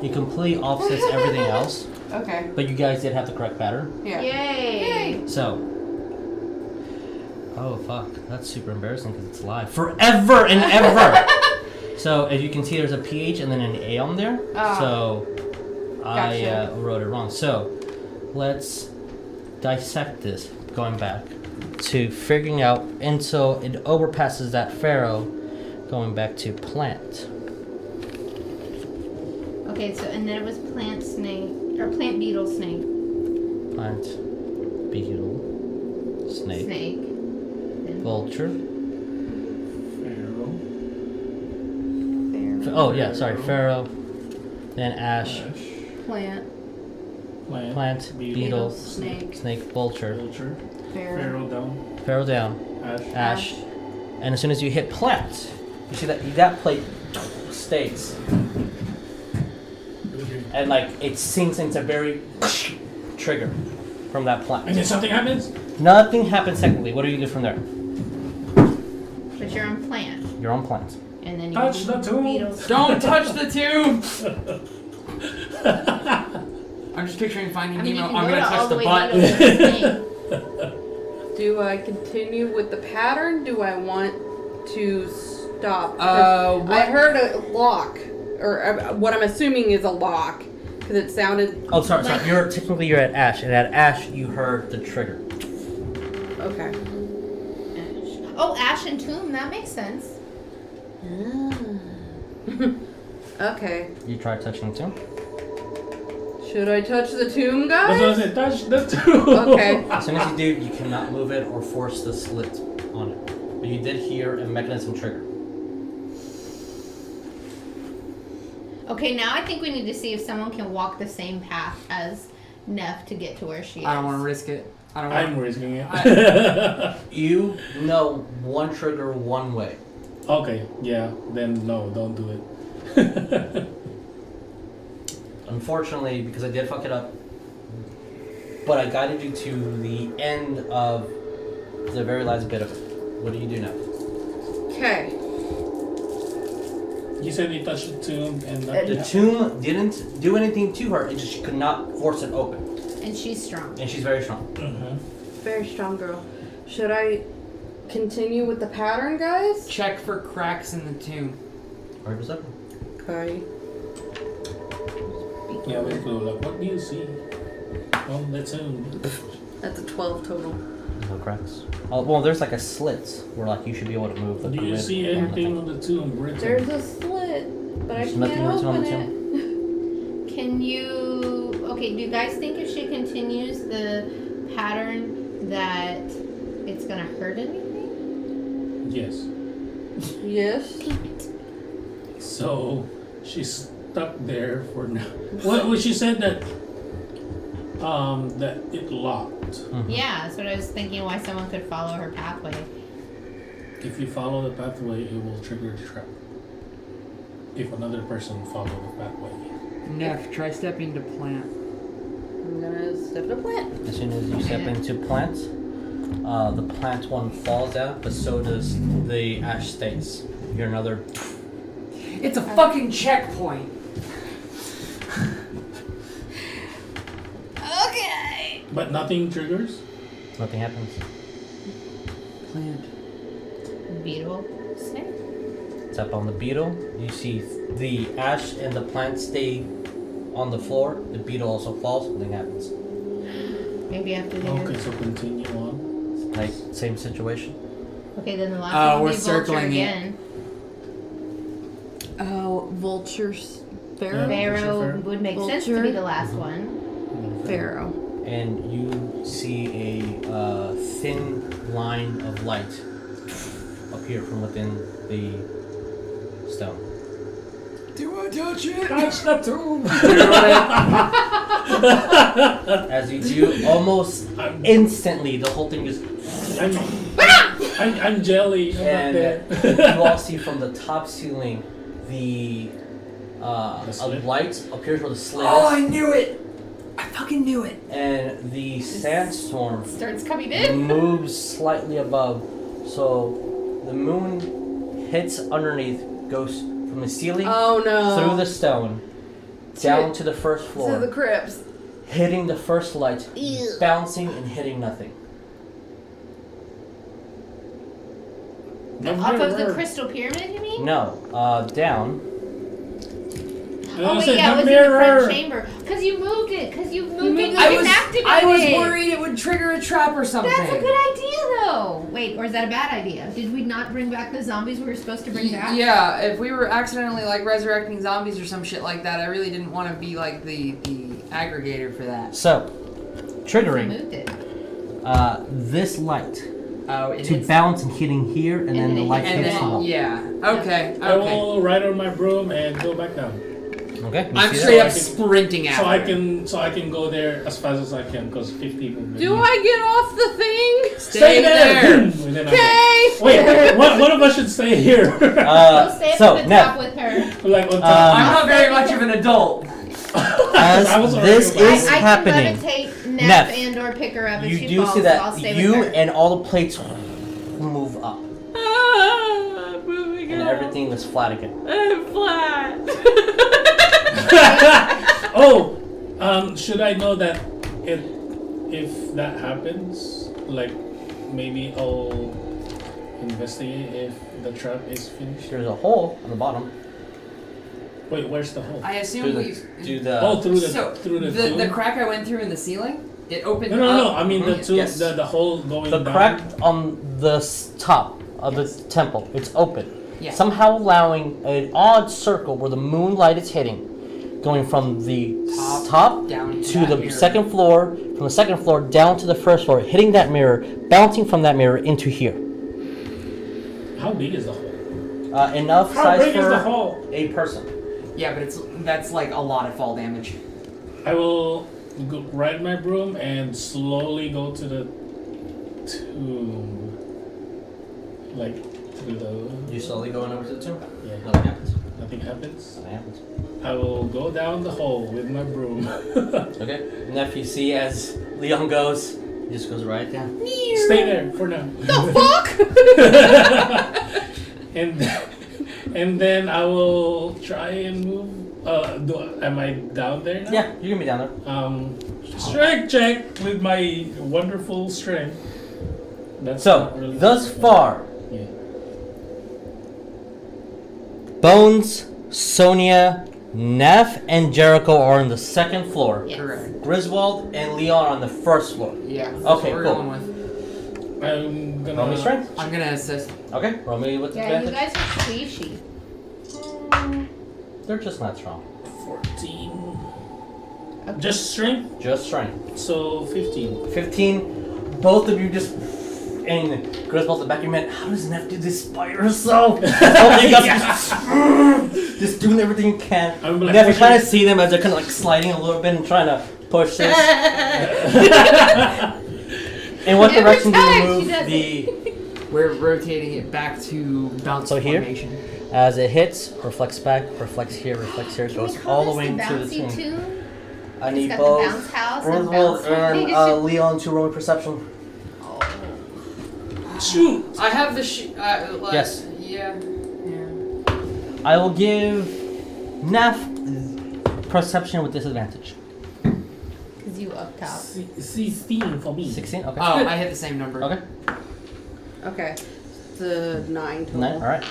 Speaker 2: it completely offsets everything else.
Speaker 6: Okay.
Speaker 2: But you guys did have the correct pattern.
Speaker 6: Yeah.
Speaker 5: Yay!
Speaker 2: So. Oh fuck! That's super embarrassing because it's live forever and
Speaker 6: (laughs)
Speaker 2: ever. so as you can see, there's a ph and then an a on there.
Speaker 6: Ah.
Speaker 2: so I
Speaker 6: Gotcha.
Speaker 2: uh, wrote it wrong. So let's dissect this. Going back to figuring out, and so it overpasses that pharaoh. Going back to plant.
Speaker 5: Okay, so and then it was plant snake or plant beetle snake.
Speaker 2: Plant. Beetle. Snake.
Speaker 5: Snake. Then
Speaker 2: Vulture.
Speaker 4: Feral.
Speaker 2: F- Oh yeah, sorry. Pharaoh. Then ash.
Speaker 4: Ash.
Speaker 6: Plant.
Speaker 4: Plant.
Speaker 2: Plant.
Speaker 4: Beetle.
Speaker 2: Beetle.
Speaker 6: Snake.
Speaker 2: Snake. Vulture.
Speaker 4: Vulture.
Speaker 6: Pharaoh.
Speaker 4: Feral down.
Speaker 2: Pharaoh down.
Speaker 4: Ash.
Speaker 2: Ash. And as soon as you hit plant, you see that that plate stays. And like it sinks into very (sniffs) trigger from that
Speaker 4: And
Speaker 2: plant.
Speaker 4: then something happens.
Speaker 2: Nothing happens technically. What do you do from there?
Speaker 5: But you're on plant,
Speaker 2: You're on plant.
Speaker 5: and then you
Speaker 4: Touch the tomb.
Speaker 5: beetle. snake.
Speaker 9: Don't touch the (laughs) tube! I'm just picturing finding
Speaker 5: I mean, you
Speaker 9: Nemo.
Speaker 5: can
Speaker 9: I'm
Speaker 5: go
Speaker 9: gonna
Speaker 5: to all
Speaker 9: touch
Speaker 5: the
Speaker 9: the
Speaker 5: way
Speaker 9: butt.
Speaker 5: down to the
Speaker 9: (laughs)
Speaker 5: snake.
Speaker 6: Do I continue with the pattern? Do I want to stop?
Speaker 9: Uh,
Speaker 6: I
Speaker 9: what-
Speaker 6: heard a lock or uh, what I'm assuming is a lock, because it sounded
Speaker 2: Oh, sorry, sorry. You're technically you're at Ash, and at Ash you heard the trigger.
Speaker 6: okay.
Speaker 5: Oh, ash and tomb. That makes sense.
Speaker 6: okay.
Speaker 2: You try touching it too.
Speaker 6: Should I touch the tomb,
Speaker 4: That's what I
Speaker 6: guys?
Speaker 4: said. That's that's true.
Speaker 2: (laughs)
Speaker 6: Okay.
Speaker 2: As soon as you do, you cannot move it or force the slit on it. But you did hear a mechanism trigger.
Speaker 5: Okay, now I think we need to see if someone can walk the same path as Neff to get to where she is.
Speaker 9: I don't want to risk it. I don't want.
Speaker 4: (laughs) I'm risking it.
Speaker 2: You know one trigger one way.
Speaker 4: (laughs) okay. Yeah. Then no, don't do it. (laughs)
Speaker 2: Unfortunately, because I did fuck it up, but I guided you to the end of the very last bit of it. What do you do now?
Speaker 6: Okay.
Speaker 4: you said you touched the tomb and that,
Speaker 2: The
Speaker 4: yeah.
Speaker 2: tomb didn't do anything to her, it just she could not force it open.
Speaker 5: And she's strong.
Speaker 2: And she's very strong.
Speaker 4: Mhm.
Speaker 6: Very strong girl. Should I continue with the pattern, guys?
Speaker 9: Check for cracks in the tomb.
Speaker 2: Alright, what's up?
Speaker 6: Okay.
Speaker 4: Yeah, we go like, what do you see? Well, that's him.
Speaker 6: That's a 12 total.
Speaker 2: No cracks. Oh, well, there's like a slit where like you should be able to move the
Speaker 4: Do you
Speaker 2: grid.
Speaker 4: see anything on the tomb written?
Speaker 6: There's a slit, but I
Speaker 2: There's
Speaker 6: can't
Speaker 2: nothing written on
Speaker 6: open
Speaker 2: the
Speaker 6: it.
Speaker 5: Can you. Okay, do you guys think if she continues the pattern that it's gonna hurt anything?
Speaker 4: Yes.
Speaker 6: Yes.
Speaker 9: Mm-hmm.
Speaker 4: So she's stuck there for now. Well, well, she said that um that it locked.
Speaker 5: Yeah, that's what I was thinking why someone could follow her pathway.
Speaker 4: If you follow the pathway, it will trigger the trap. If another person follow the pathway.
Speaker 9: Neff, try stepping to plant.
Speaker 6: I'm gonna step in a plant.
Speaker 2: As soon as you step into plants, uh, the plant one falls out, but so does the ash states. You're another.
Speaker 9: It's a fucking checkpoint.
Speaker 5: Okay!
Speaker 4: But nothing triggers?
Speaker 2: Nothing happens.
Speaker 9: Plant.
Speaker 5: Beetle. Snake.
Speaker 2: It's up on the beetle. You see the ash and the plant stay on the floor. The beetle also falls. Nothing happens.
Speaker 5: Maybe after the
Speaker 4: Okay, so continue on.
Speaker 2: Like same situation.
Speaker 5: Okay, then the last
Speaker 9: Oh,
Speaker 5: one will
Speaker 9: we're
Speaker 5: be
Speaker 9: circling
Speaker 5: vulture
Speaker 9: it.
Speaker 5: again.
Speaker 12: Oh, vultures.
Speaker 4: Yeah,
Speaker 12: Pharaoh.
Speaker 5: Pharaoh
Speaker 4: vulture,
Speaker 5: would make sense to be
Speaker 12: Vulture.
Speaker 5: the last one.
Speaker 12: Pharaoh.
Speaker 2: And you see a uh, thin line of light appear from within the stone. (laughs)
Speaker 9: Do I touch it?
Speaker 4: Touch the tomb!
Speaker 2: As you do, almost
Speaker 4: (laughs) I'm,
Speaker 2: instantly, the whole thing just
Speaker 4: I'm, I'm, I'm jelly. I'm
Speaker 2: and
Speaker 4: not
Speaker 2: you all
Speaker 4: (laughs)
Speaker 2: (laughs)
Speaker 4: there.
Speaker 2: see from the top ceiling the uh,
Speaker 4: The
Speaker 2: a
Speaker 4: slit?
Speaker 2: light appears where the slit
Speaker 9: Oh, I
Speaker 2: is,
Speaker 9: knew it. I fucking knew it.
Speaker 2: and the sandstorm
Speaker 5: Starts coming
Speaker 2: moves slightly above. So the moon hits underneath, goes from the ceiling
Speaker 6: Oh no.
Speaker 2: through the stone down to the first floor,
Speaker 6: To the crypts.
Speaker 2: hitting the first light, bouncing and hitting nothing.
Speaker 4: I've
Speaker 5: Off
Speaker 4: never
Speaker 5: of the
Speaker 4: heard-
Speaker 5: crystal pyramid, you mean?
Speaker 2: No, uh, down.
Speaker 4: I
Speaker 5: Oh wait,
Speaker 4: said,
Speaker 5: yeah,
Speaker 4: the
Speaker 5: it was in the
Speaker 4: mirror.
Speaker 5: front chamber. Cause you moved it. Cause you moved,
Speaker 6: moved
Speaker 5: it.
Speaker 6: it.
Speaker 5: You
Speaker 9: I was,
Speaker 5: activated
Speaker 9: I was
Speaker 5: it.
Speaker 9: worried it would trigger a trap or something.
Speaker 5: That's a good idea, though. Wait, or is that a bad idea? Did we not bring back the zombies we were supposed to bring back?
Speaker 9: Yeah, if we were accidentally like resurrecting zombies or some shit like that, I really didn't want to be like the the aggregator for that.
Speaker 2: So,
Speaker 5: We
Speaker 2: triggering
Speaker 5: moved it.
Speaker 2: uh, this light.
Speaker 9: Oh, it
Speaker 2: to
Speaker 9: hits-
Speaker 2: bounce and hitting here, and, then
Speaker 5: then
Speaker 2: the
Speaker 5: it
Speaker 2: light
Speaker 5: hits
Speaker 9: and
Speaker 2: hits
Speaker 9: then
Speaker 2: the wall.
Speaker 9: yeah, okay,
Speaker 4: I
Speaker 9: okay.
Speaker 4: will ride on my broom and go back down.
Speaker 2: Okay. you
Speaker 9: I'm
Speaker 2: see
Speaker 9: straight
Speaker 2: that?
Speaker 9: up sprinting out.
Speaker 4: So I can so I can go there as fast as I can because 15 minutes.
Speaker 6: Do
Speaker 2: Mm.
Speaker 6: I get off the thing?
Speaker 9: stay, there.
Speaker 4: (laughs) And then I-
Speaker 6: Okay.
Speaker 4: Wait, wait, one, one of us should stay here. (laughs)
Speaker 2: Uh,
Speaker 5: Go stay up
Speaker 2: so
Speaker 5: to the
Speaker 2: now,
Speaker 5: top with her.
Speaker 4: like on
Speaker 2: Um,
Speaker 4: top.
Speaker 9: I'm not very much of an adult.
Speaker 4: (laughs) I
Speaker 2: as
Speaker 4: was already
Speaker 2: this
Speaker 4: awake.
Speaker 2: is
Speaker 5: I, I
Speaker 2: happening,
Speaker 5: can levitate,
Speaker 2: Neff,
Speaker 5: nap, and or pick her up if
Speaker 2: you
Speaker 5: she
Speaker 2: do
Speaker 5: falls.
Speaker 2: see
Speaker 5: I'll
Speaker 2: that
Speaker 5: stay
Speaker 2: you
Speaker 5: with her.
Speaker 2: and all the plates move up,
Speaker 6: Ah, moving
Speaker 2: and
Speaker 6: on.
Speaker 2: everything is flat again.
Speaker 6: I'm flat.
Speaker 4: oh, um, should I know that if if that happens, like maybe I'll investigate if the trap is finished.
Speaker 2: There's a hole on the bottom.
Speaker 4: Wait, where's the hole?
Speaker 9: I assume
Speaker 2: Do
Speaker 9: we.
Speaker 2: the, do the
Speaker 4: oh, through the
Speaker 9: so
Speaker 4: through the,
Speaker 9: the,
Speaker 4: ceiling?
Speaker 9: crack I went through in the ceiling, it opened.
Speaker 4: No, no, no.
Speaker 9: up.
Speaker 4: I mean the
Speaker 9: Mhm.
Speaker 4: two,
Speaker 9: Yes.
Speaker 4: the, the hole going
Speaker 2: the
Speaker 4: down.
Speaker 2: crack on the s- top of
Speaker 9: Yes.
Speaker 2: the temple. It's open,
Speaker 9: Yes.
Speaker 2: somehow allowing an odd circle where the moonlight is hitting, going from the
Speaker 9: Top
Speaker 2: s- top
Speaker 9: down to
Speaker 2: to
Speaker 9: that
Speaker 2: the
Speaker 9: mirror.
Speaker 2: second floor, from the second floor down to the first floor, hitting that mirror, bouncing from that mirror into here.
Speaker 4: How big is the hole?
Speaker 2: Uh, enough
Speaker 4: How
Speaker 2: size
Speaker 4: big is the
Speaker 2: for
Speaker 4: hole?
Speaker 2: a person.
Speaker 9: Yeah, but it's that's like a lot of fall damage.
Speaker 4: I will go, ride my broom and slowly go to the tomb, like through the.
Speaker 1: You slowly going over to the tomb.
Speaker 4: Yeah.
Speaker 1: Nothing happens.
Speaker 4: Nothing happens.
Speaker 1: Nothing happens.
Speaker 4: I will go down the hole with my broom.
Speaker 1: Okay. And if you see as Leon goes, he just goes right down.
Speaker 4: Stay there for now. (laughs) and and then I will try and move. Uh, do, am I down there now?
Speaker 2: Yeah, you can be down there.
Speaker 4: Um, strength check with my wonderful strength. That's
Speaker 2: So,
Speaker 4: not really-
Speaker 2: thus far,
Speaker 4: Yeah.
Speaker 2: Bones, Sonia, Neff, and Jericho are on the second floor.
Speaker 5: Yes.
Speaker 9: Correct.
Speaker 2: Griswold and Leon on the first floor.
Speaker 9: Yeah. that's
Speaker 2: Okay,
Speaker 9: what we're
Speaker 2: cool.
Speaker 9: going with.
Speaker 4: I'm gonna.
Speaker 2: Roll me strength.
Speaker 3: Uh,
Speaker 9: I'm gonna assist.
Speaker 2: Okay, roll me with
Speaker 5: Yeah, you
Speaker 2: advantage.
Speaker 5: guys are squishy.
Speaker 2: They're just not strong.
Speaker 4: 14. Just strength,
Speaker 2: Just strength.
Speaker 4: so 15.
Speaker 2: 15. Both of you just. And Griswold, the back of your head, how does Neff do this by
Speaker 5: (laughs)
Speaker 2: herself? Both of you guys just, (laughs) just doing everything you can.
Speaker 4: I'm like
Speaker 2: Neff, you
Speaker 4: pushing-
Speaker 2: kind of see them as they're kind of like sliding a little bit and trying to push
Speaker 5: (laughs)
Speaker 2: this. (laughs) In what
Speaker 5: Every
Speaker 2: direction do
Speaker 5: time
Speaker 2: you
Speaker 5: she
Speaker 2: move
Speaker 5: does
Speaker 2: the.
Speaker 9: We're rotating it back to bounce
Speaker 2: So here?
Speaker 9: formation.
Speaker 2: As it hits, reflects back, reflects here, reflects here,
Speaker 5: Can
Speaker 2: goes
Speaker 5: we call
Speaker 2: all the way
Speaker 5: this
Speaker 2: into the
Speaker 5: bouncy
Speaker 2: tomb.
Speaker 5: tomb?
Speaker 2: I
Speaker 5: It's
Speaker 2: need
Speaker 5: got the
Speaker 2: both.
Speaker 5: bounce house and
Speaker 2: Griswold
Speaker 5: bounce-
Speaker 2: and
Speaker 5: They just (laughs)
Speaker 2: uh,
Speaker 5: should-
Speaker 2: Leon to roll a perception.
Speaker 4: Shoot!
Speaker 9: I have the. Sh- uh, uh,
Speaker 2: Yes.
Speaker 9: Yeah. Yeah.
Speaker 2: I will give Neff perception with disadvantage.
Speaker 5: Because you up top.
Speaker 4: 16 for me.
Speaker 2: 16? Okay.
Speaker 9: Oh, I hit the same number.
Speaker 2: Okay.
Speaker 12: Okay. The nine total.
Speaker 2: Nine. All right.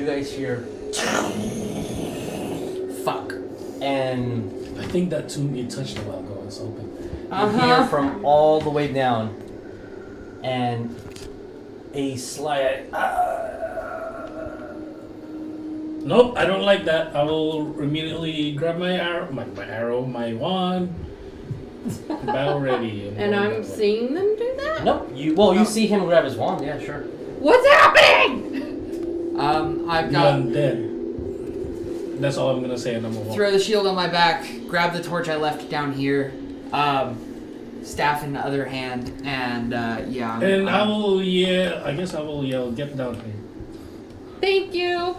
Speaker 2: You guys hear
Speaker 9: Fuck.
Speaker 2: and
Speaker 4: I think that tomb you touched a while ago is open.
Speaker 2: you hear from all the way down, and a slight.
Speaker 4: Nope, I don't like that. I will immediately grab my arrow, my, my arrow, my wand. Battle ready.
Speaker 6: And
Speaker 4: going
Speaker 6: I'm
Speaker 4: that way.
Speaker 6: seeing them do
Speaker 2: (laughs)
Speaker 6: that?
Speaker 2: Nope. You well, you see him grab his wand. Yeah, sure.
Speaker 6: What's happening?
Speaker 9: Um, I've
Speaker 4: The
Speaker 9: got
Speaker 4: undead. That's all I'm gonna say, and I'm gonna walk.
Speaker 9: throw the shield on my back, grab the torch I left down here, um, staff in the other hand, and uh, yeah. I'm-
Speaker 4: And I
Speaker 3: Ah.
Speaker 9: I'm-
Speaker 4: will, yeah, I guess I will yell, get down here.
Speaker 6: Thank
Speaker 5: (laughs)
Speaker 6: you.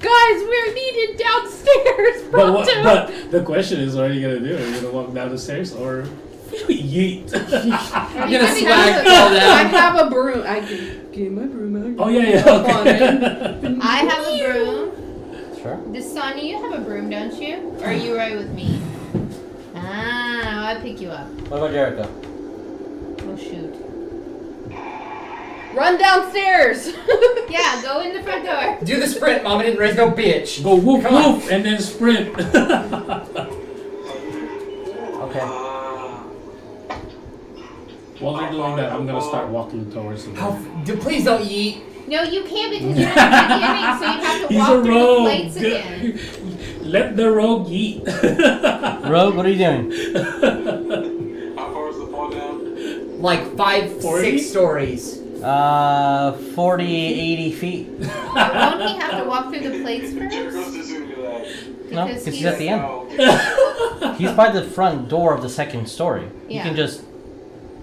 Speaker 6: Guys, we're needed
Speaker 5: (laughs)
Speaker 6: downstairs.
Speaker 4: But what?
Speaker 6: pronto.
Speaker 4: But the question is, what are you gonna do? Are you gonna walk down the stairs or (laughs) yeet?
Speaker 9: I'm gonna
Speaker 6: I mean,
Speaker 9: swag
Speaker 6: I have
Speaker 9: all
Speaker 6: a- I
Speaker 9: down.
Speaker 6: have a broom. I can get my broom out.
Speaker 4: oh yeah, yeah. Okay.
Speaker 5: (laughs) I have a broom.
Speaker 2: Sure.
Speaker 5: Dasani, you have a broom, don't you? Or are you right with me? Ah, I pick you up.
Speaker 2: What about Jericho?
Speaker 5: Oh shoot.
Speaker 6: Run downstairs. (laughs)
Speaker 5: Yeah, go in the front door.
Speaker 9: Do the sprint, mama didn't raise no bitch.
Speaker 4: (laughs) Go whoop
Speaker 9: Come on.
Speaker 4: whoop and then sprint. (laughs)
Speaker 2: Okay.
Speaker 4: While they're doing that, I'm gonna start walking towards them.
Speaker 9: How f- do, please don't yeet.
Speaker 5: No, you can't (laughs) because you're at the beginning, so you'd have to
Speaker 4: (laughs) He's
Speaker 5: walk
Speaker 4: a
Speaker 5: through the
Speaker 4: rogue.
Speaker 5: plates again.
Speaker 4: (laughs) Let the rogue yeet.
Speaker 2: Rogue, what are you doing?
Speaker 7: How far is the fall down?
Speaker 9: Like five,
Speaker 4: Forty?
Speaker 9: six stories.
Speaker 2: Uh, 40, 80 feet.
Speaker 5: Won't he have to walk through the
Speaker 7: (laughs)
Speaker 5: plates
Speaker 7: Jericho's
Speaker 5: first?
Speaker 7: just gonna be like,
Speaker 2: No, because he's at the end.
Speaker 7: no.
Speaker 2: (laughs) He's by the front door of the second story. You
Speaker 5: Yeah.
Speaker 2: can just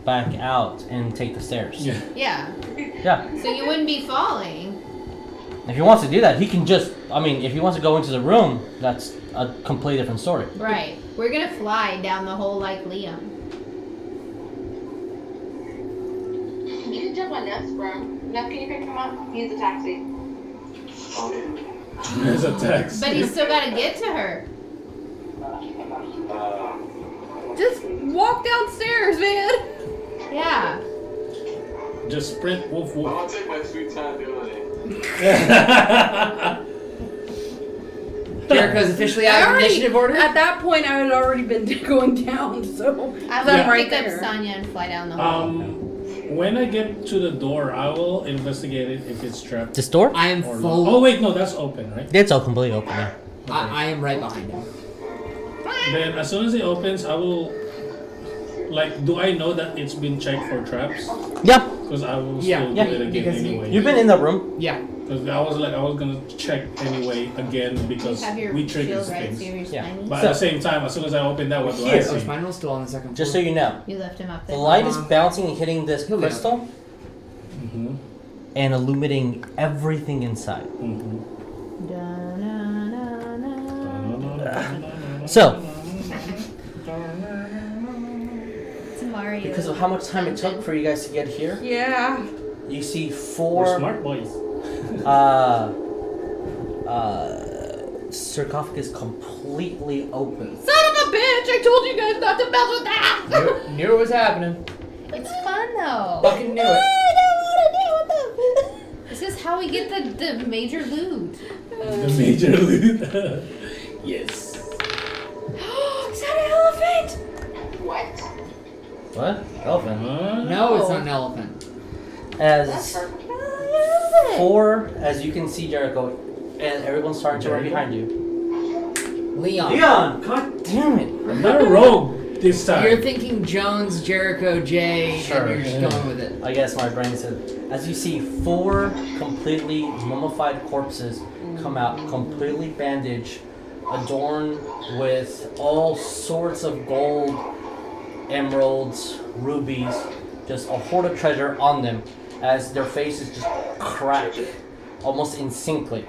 Speaker 2: back out and take the stairs.
Speaker 4: (laughs) Yeah.
Speaker 5: Yeah.
Speaker 2: Yeah.
Speaker 5: So you wouldn't be falling.
Speaker 2: If he wants to do that, he can just. I mean, if he wants to go into the room, that's a completely different story.
Speaker 5: Right. We're gonna fly down the hole like Liam.
Speaker 8: You can jump on Neff's broom. Neff, can you pick him up? He's a taxi.
Speaker 4: There's a text.
Speaker 5: But he's still gotta get to her.
Speaker 7: uh,
Speaker 6: Just walk downstairs, man.
Speaker 5: Yeah.
Speaker 4: Just sprint
Speaker 5: (laughs)
Speaker 4: woof (laughs) woof.
Speaker 7: I'll take my sweet time doing it.
Speaker 4: I
Speaker 3: Jericho's officially
Speaker 6: I
Speaker 3: out of
Speaker 6: already-
Speaker 3: initiative order.
Speaker 6: At that point, I had already been (laughs) going down, so.
Speaker 5: I
Speaker 6: Yeah.
Speaker 5: would
Speaker 6: Right
Speaker 5: pick up
Speaker 6: there.
Speaker 5: Sonya and fly down the hall.
Speaker 4: Um, when I get to the door, I will investigate it if it's trapped
Speaker 2: This door?
Speaker 3: I am
Speaker 4: or not.
Speaker 3: full.
Speaker 4: Oh wait, no, that's open, right?
Speaker 2: It's all completely open. yeah.
Speaker 3: I, I am right behind him.
Speaker 4: Then as soon as it opens, I will. Like, do I know that it's been checked for traps?
Speaker 2: Yeah.
Speaker 4: Because I will
Speaker 3: Yeah,
Speaker 4: still
Speaker 2: yeah,
Speaker 4: do it again
Speaker 3: because you-
Speaker 4: anyway.
Speaker 2: You've been in the room.
Speaker 3: Yeah.
Speaker 4: Because I was like, I was gonna check anyway again
Speaker 2: Um,
Speaker 5: You
Speaker 4: because
Speaker 5: have your
Speaker 4: we trick
Speaker 5: shield
Speaker 4: these
Speaker 5: right
Speaker 4: things.
Speaker 5: through your
Speaker 2: Yeah.
Speaker 5: spiny.
Speaker 4: But at
Speaker 2: So-
Speaker 4: the same time, as soon as I open that, what do I
Speaker 2: Here.
Speaker 3: Oh, is
Speaker 4: see?
Speaker 3: my roll still on the second
Speaker 2: Just so
Speaker 3: floor?
Speaker 2: you know,
Speaker 5: You left him up
Speaker 2: the
Speaker 5: there.
Speaker 2: light is bouncing and hitting this
Speaker 3: Here we go.
Speaker 2: crystal
Speaker 4: Mm-hmm.
Speaker 2: and illuminating everything inside.
Speaker 4: Mm-hmm.
Speaker 5: Da, na, na, na.
Speaker 2: So,
Speaker 5: It's Mario.
Speaker 2: because of how much time it took for you guys to get here,
Speaker 6: Yeah.
Speaker 2: you see
Speaker 4: We're
Speaker 2: 4
Speaker 4: smart boys.
Speaker 2: uh, uh, sarcophagus completely open.
Speaker 6: Son of a bitch! I told you guys not to mess with that!
Speaker 3: (laughs) Knew, knew it was happening.
Speaker 5: It's fun though.
Speaker 3: Fucking knew it.
Speaker 5: This is how we get the, the major loot. (gasps)
Speaker 4: (laughs) The major loot. yes.
Speaker 5: is that an elephant?
Speaker 8: What?
Speaker 2: What? Elephant.
Speaker 4: Huh?
Speaker 3: No, it's not an elephant.
Speaker 2: As
Speaker 5: An elephant.
Speaker 2: four, as you can see, Jericho, and everyone's starting to run behind you.
Speaker 3: Leon.
Speaker 2: Leon, god damn it!
Speaker 4: I'm not a rogue this time.
Speaker 3: You're thinking Jones, Jericho, Jay,
Speaker 2: Sure.
Speaker 3: and you're just
Speaker 4: Yeah.
Speaker 3: going with it.
Speaker 2: I guess my brain said, as you see four completely mummified corpses come out, completely bandaged, adorned with all sorts of gold, emeralds, rubies, just a hoard of treasure on them as their faces just crack almost instinctly.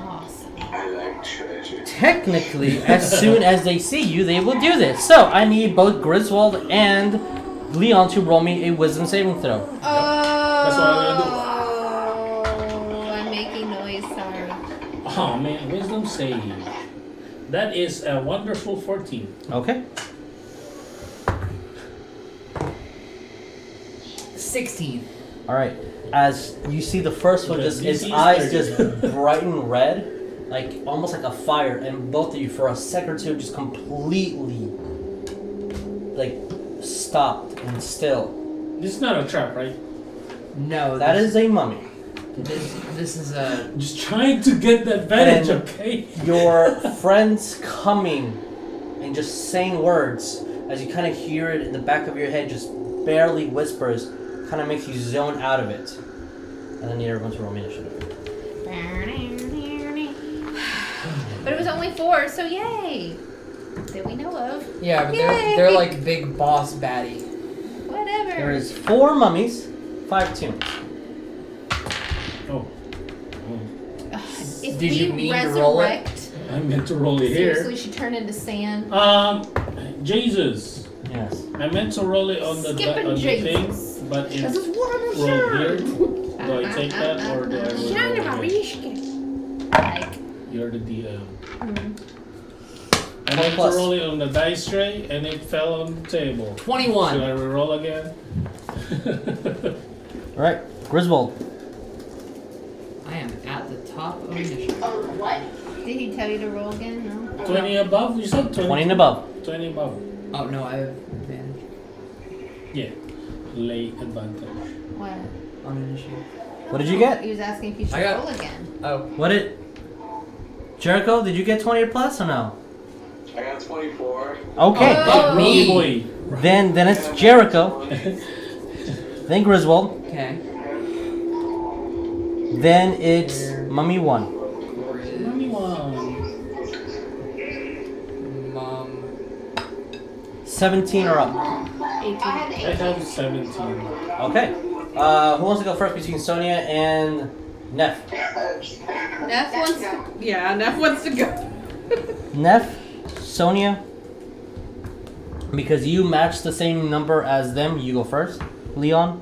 Speaker 5: Awesome.
Speaker 7: I like treasure.
Speaker 2: Technically, as soon as they see you, they will do this. So I need both Griswold and Leon to roll me a wisdom saving throw.
Speaker 4: That's what I'm gonna do.
Speaker 5: Oh, I'm making noise. Sorry. (sighs)
Speaker 4: Oh man, wisdom save. That is a wonderful 14.
Speaker 2: Okay.
Speaker 3: 16.
Speaker 2: All right. As you see the first one,
Speaker 4: The
Speaker 2: just his
Speaker 4: DC is
Speaker 2: eyes
Speaker 4: 30.
Speaker 2: just (laughs) brighten red, like almost like a fire, and both of you for a second or two just completely like stopped and still.
Speaker 4: This is not a trap, right?
Speaker 3: No,
Speaker 2: That
Speaker 3: this-
Speaker 2: is a mummy.
Speaker 3: This, this is a.
Speaker 4: I'm just trying to get the advantage,
Speaker 2: And-
Speaker 4: okay?
Speaker 2: Your friends coming and just saying words as you kind of hear it in the back of your head, just barely whispers, kind of makes you zone out of it. And then everyone to roll me initiative.
Speaker 5: But it was only four, so yay! That we know of.
Speaker 3: Yeah, but they're,
Speaker 5: Yay.
Speaker 3: they're like big boss baddie.
Speaker 5: Whatever.
Speaker 2: There is four mummies, five tombs.
Speaker 4: Oh,
Speaker 5: if
Speaker 3: Did
Speaker 5: we
Speaker 3: you mean to
Speaker 5: resurrect,
Speaker 3: roll it?
Speaker 4: I meant to roll it
Speaker 5: seriously,
Speaker 4: here.
Speaker 5: she turned into sand.
Speaker 4: Um, Jesus.
Speaker 2: Yes.
Speaker 4: I meant to roll it on the,
Speaker 5: Skipping
Speaker 4: on the
Speaker 5: Jesus.
Speaker 4: thing, but
Speaker 5: This
Speaker 4: it's
Speaker 5: is what I'm
Speaker 4: rolled here.
Speaker 5: sure.
Speaker 4: Do I take that or do I roll it
Speaker 5: Sure,
Speaker 4: again?
Speaker 5: Marishka.
Speaker 4: You're the DM.
Speaker 5: Mm.
Speaker 4: I meant
Speaker 2: Mm-hmm. Plus.
Speaker 4: to roll um, it on the dice tray and it fell on the table. Should
Speaker 3: 21.
Speaker 4: I reroll (laughs) again?
Speaker 2: All right, Griswold.
Speaker 3: I am at the top of initiative.
Speaker 8: Oh, what?
Speaker 5: Did he tell you to roll again? No.
Speaker 4: 20 above? You said 20?
Speaker 2: Twenty and above.
Speaker 4: 20 above.
Speaker 3: Oh, no, I have advantage
Speaker 4: Yeah. Late advantage.
Speaker 5: What?
Speaker 3: on initiative.
Speaker 2: What did you get?
Speaker 5: He was asking if you should
Speaker 3: I got-
Speaker 5: roll again.
Speaker 3: Oh,
Speaker 2: What did Jericho? Did you get twenty or plus or no?
Speaker 7: I got 24.
Speaker 2: Okay.
Speaker 3: Oh.
Speaker 4: Roll
Speaker 3: Me.
Speaker 4: boy.
Speaker 2: Then then it's Jericho. Then Griswold.
Speaker 3: okay.
Speaker 2: Then it's Mummy One.
Speaker 4: Mommy one.
Speaker 3: Mom.
Speaker 2: Seventeen or up.
Speaker 8: I had
Speaker 4: I
Speaker 8: eight.
Speaker 4: have 17.
Speaker 2: Okay. Uh, who wants to go first between Sonia and Neff?
Speaker 6: Neff wants to. Yeah, Neff wants to go.
Speaker 2: Neff, Sonia. Because you match the same number as them, you go first. Leon,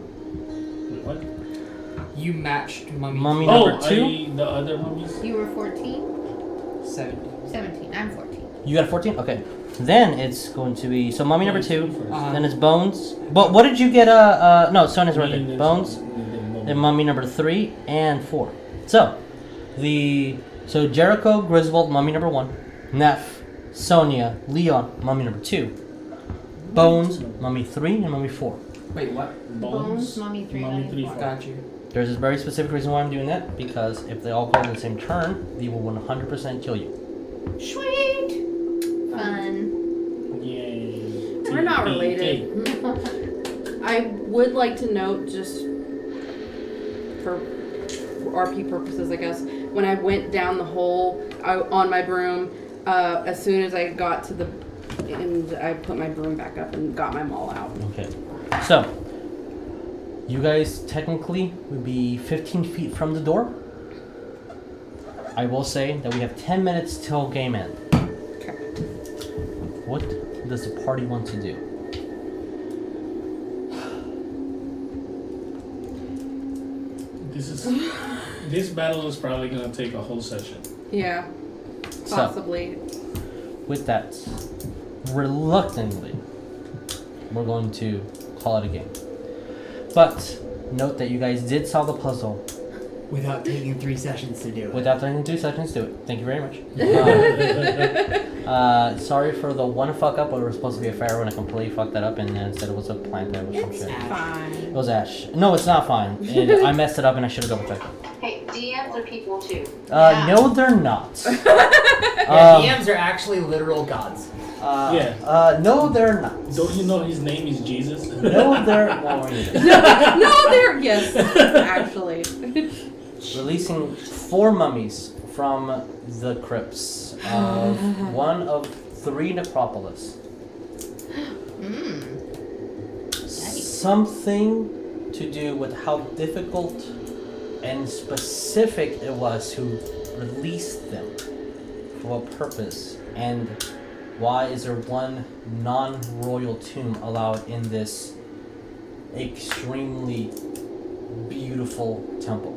Speaker 4: What?
Speaker 3: You matched Mummy.
Speaker 2: Mummy
Speaker 4: Oh,
Speaker 2: number two.
Speaker 4: I, the other mummies?
Speaker 5: You were 14?
Speaker 3: 7.
Speaker 5: 17. I'm 14.
Speaker 2: You got a 14? Okay. Then it's going to be. So, mommy number two. Uh,
Speaker 3: Uh-huh.
Speaker 2: Then it's Bones. But what did you get? Uh, uh No, Sonya's right
Speaker 4: Me
Speaker 2: there.
Speaker 4: and
Speaker 2: Bones.
Speaker 4: then-
Speaker 2: Then mommy number three and four. So, the So Jericho, Griswold, mummy number one. Neff, Sonia, Leon, mummy number two. Bones, mummy three, and mummy four.
Speaker 9: Wait, what?
Speaker 5: Bones,
Speaker 4: Bones,
Speaker 5: mummy three,
Speaker 4: mummy
Speaker 5: mummy
Speaker 4: three,
Speaker 5: four.
Speaker 4: four.
Speaker 9: Got you.
Speaker 2: There's a very specific reason why I'm doing that because if they all go in the same turn, they will 100% kill you.
Speaker 5: Sweet. Fun.
Speaker 4: Yay.
Speaker 6: We're not
Speaker 4: TPK.
Speaker 6: related. I would like to note, just for RP purposes, I guess, when I went down the hole I, on my broom, uh, as soon as I got to the, and I put my broom back up and got my maul out.
Speaker 2: Okay. So, you guys technically would be 15 feet from the door. I will say that we have 10 minutes till game end.
Speaker 6: Okay.
Speaker 2: What does the party want to do?
Speaker 4: This is this battle is probably gonna take a whole session.
Speaker 2: (laughs)
Speaker 4: (laughs)
Speaker 6: Yeah,
Speaker 2: So,
Speaker 6: possibly.
Speaker 2: with that, reluctantly, we're going to call it a game. But note that you guys did solve the puzzle
Speaker 9: Without taking three sessions to do it.
Speaker 2: Without taking two seconds, do it. Thank you very much.
Speaker 4: (laughs)
Speaker 2: Uh, uh, sorry for the one fuck up, but it was supposed to be a fire when I completely fucked that up and then said it was a plant that was some shit. It
Speaker 12: Fine.
Speaker 2: was ash. No, it's not
Speaker 3: (laughs)
Speaker 2: fine. It- I messed it up and I should have double checked. it.
Speaker 8: Hey, DMs are people too.
Speaker 2: Uh, no, they're not.
Speaker 3: (laughs) Yeah,
Speaker 2: Um,
Speaker 3: DMs are actually literal gods.
Speaker 2: uh,
Speaker 4: Yeah.
Speaker 2: Uh, no, they're not.
Speaker 4: Don't you know his name is Jesus?
Speaker 2: (laughs) No, they're not.
Speaker 6: no, there. Yes, actually.
Speaker 2: releasing four mummies from the crypts of one of three necropolis. Something to do with how difficult and specific it was who released them, for what purpose, and why is there one non royal tomb allowed in this extremely beautiful temple?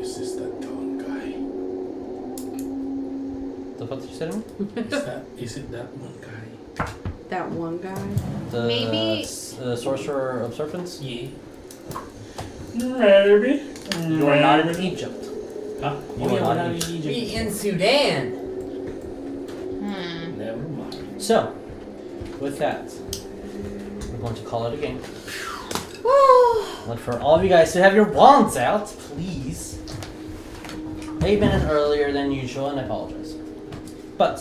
Speaker 4: Is this that dumb guy?
Speaker 2: The fuck did you say to me?
Speaker 4: Is that is it that one guy?
Speaker 6: That one guy.
Speaker 2: The
Speaker 8: Maybe-
Speaker 2: s- uh, sorcerer of serpents.
Speaker 4: Yeah. Maybe.
Speaker 2: You are not in Egypt.
Speaker 4: Huh?
Speaker 2: You
Speaker 4: yeah,
Speaker 2: are
Speaker 4: we're
Speaker 2: not
Speaker 4: not
Speaker 2: in
Speaker 4: in
Speaker 3: We
Speaker 4: Egypt.
Speaker 3: in Sudan.
Speaker 5: Hmm.
Speaker 4: Never mind.
Speaker 2: So, with that, we're going to call it a game. Look for all of you guys to have your wands out, please. Eight minutes earlier than usual, and I apologize. But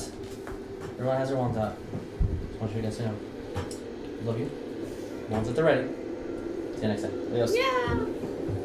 Speaker 2: everyone has their wands out. Just want you guys to know. Love you. Wands at the ready. See you next time. Adios.
Speaker 5: Yeah.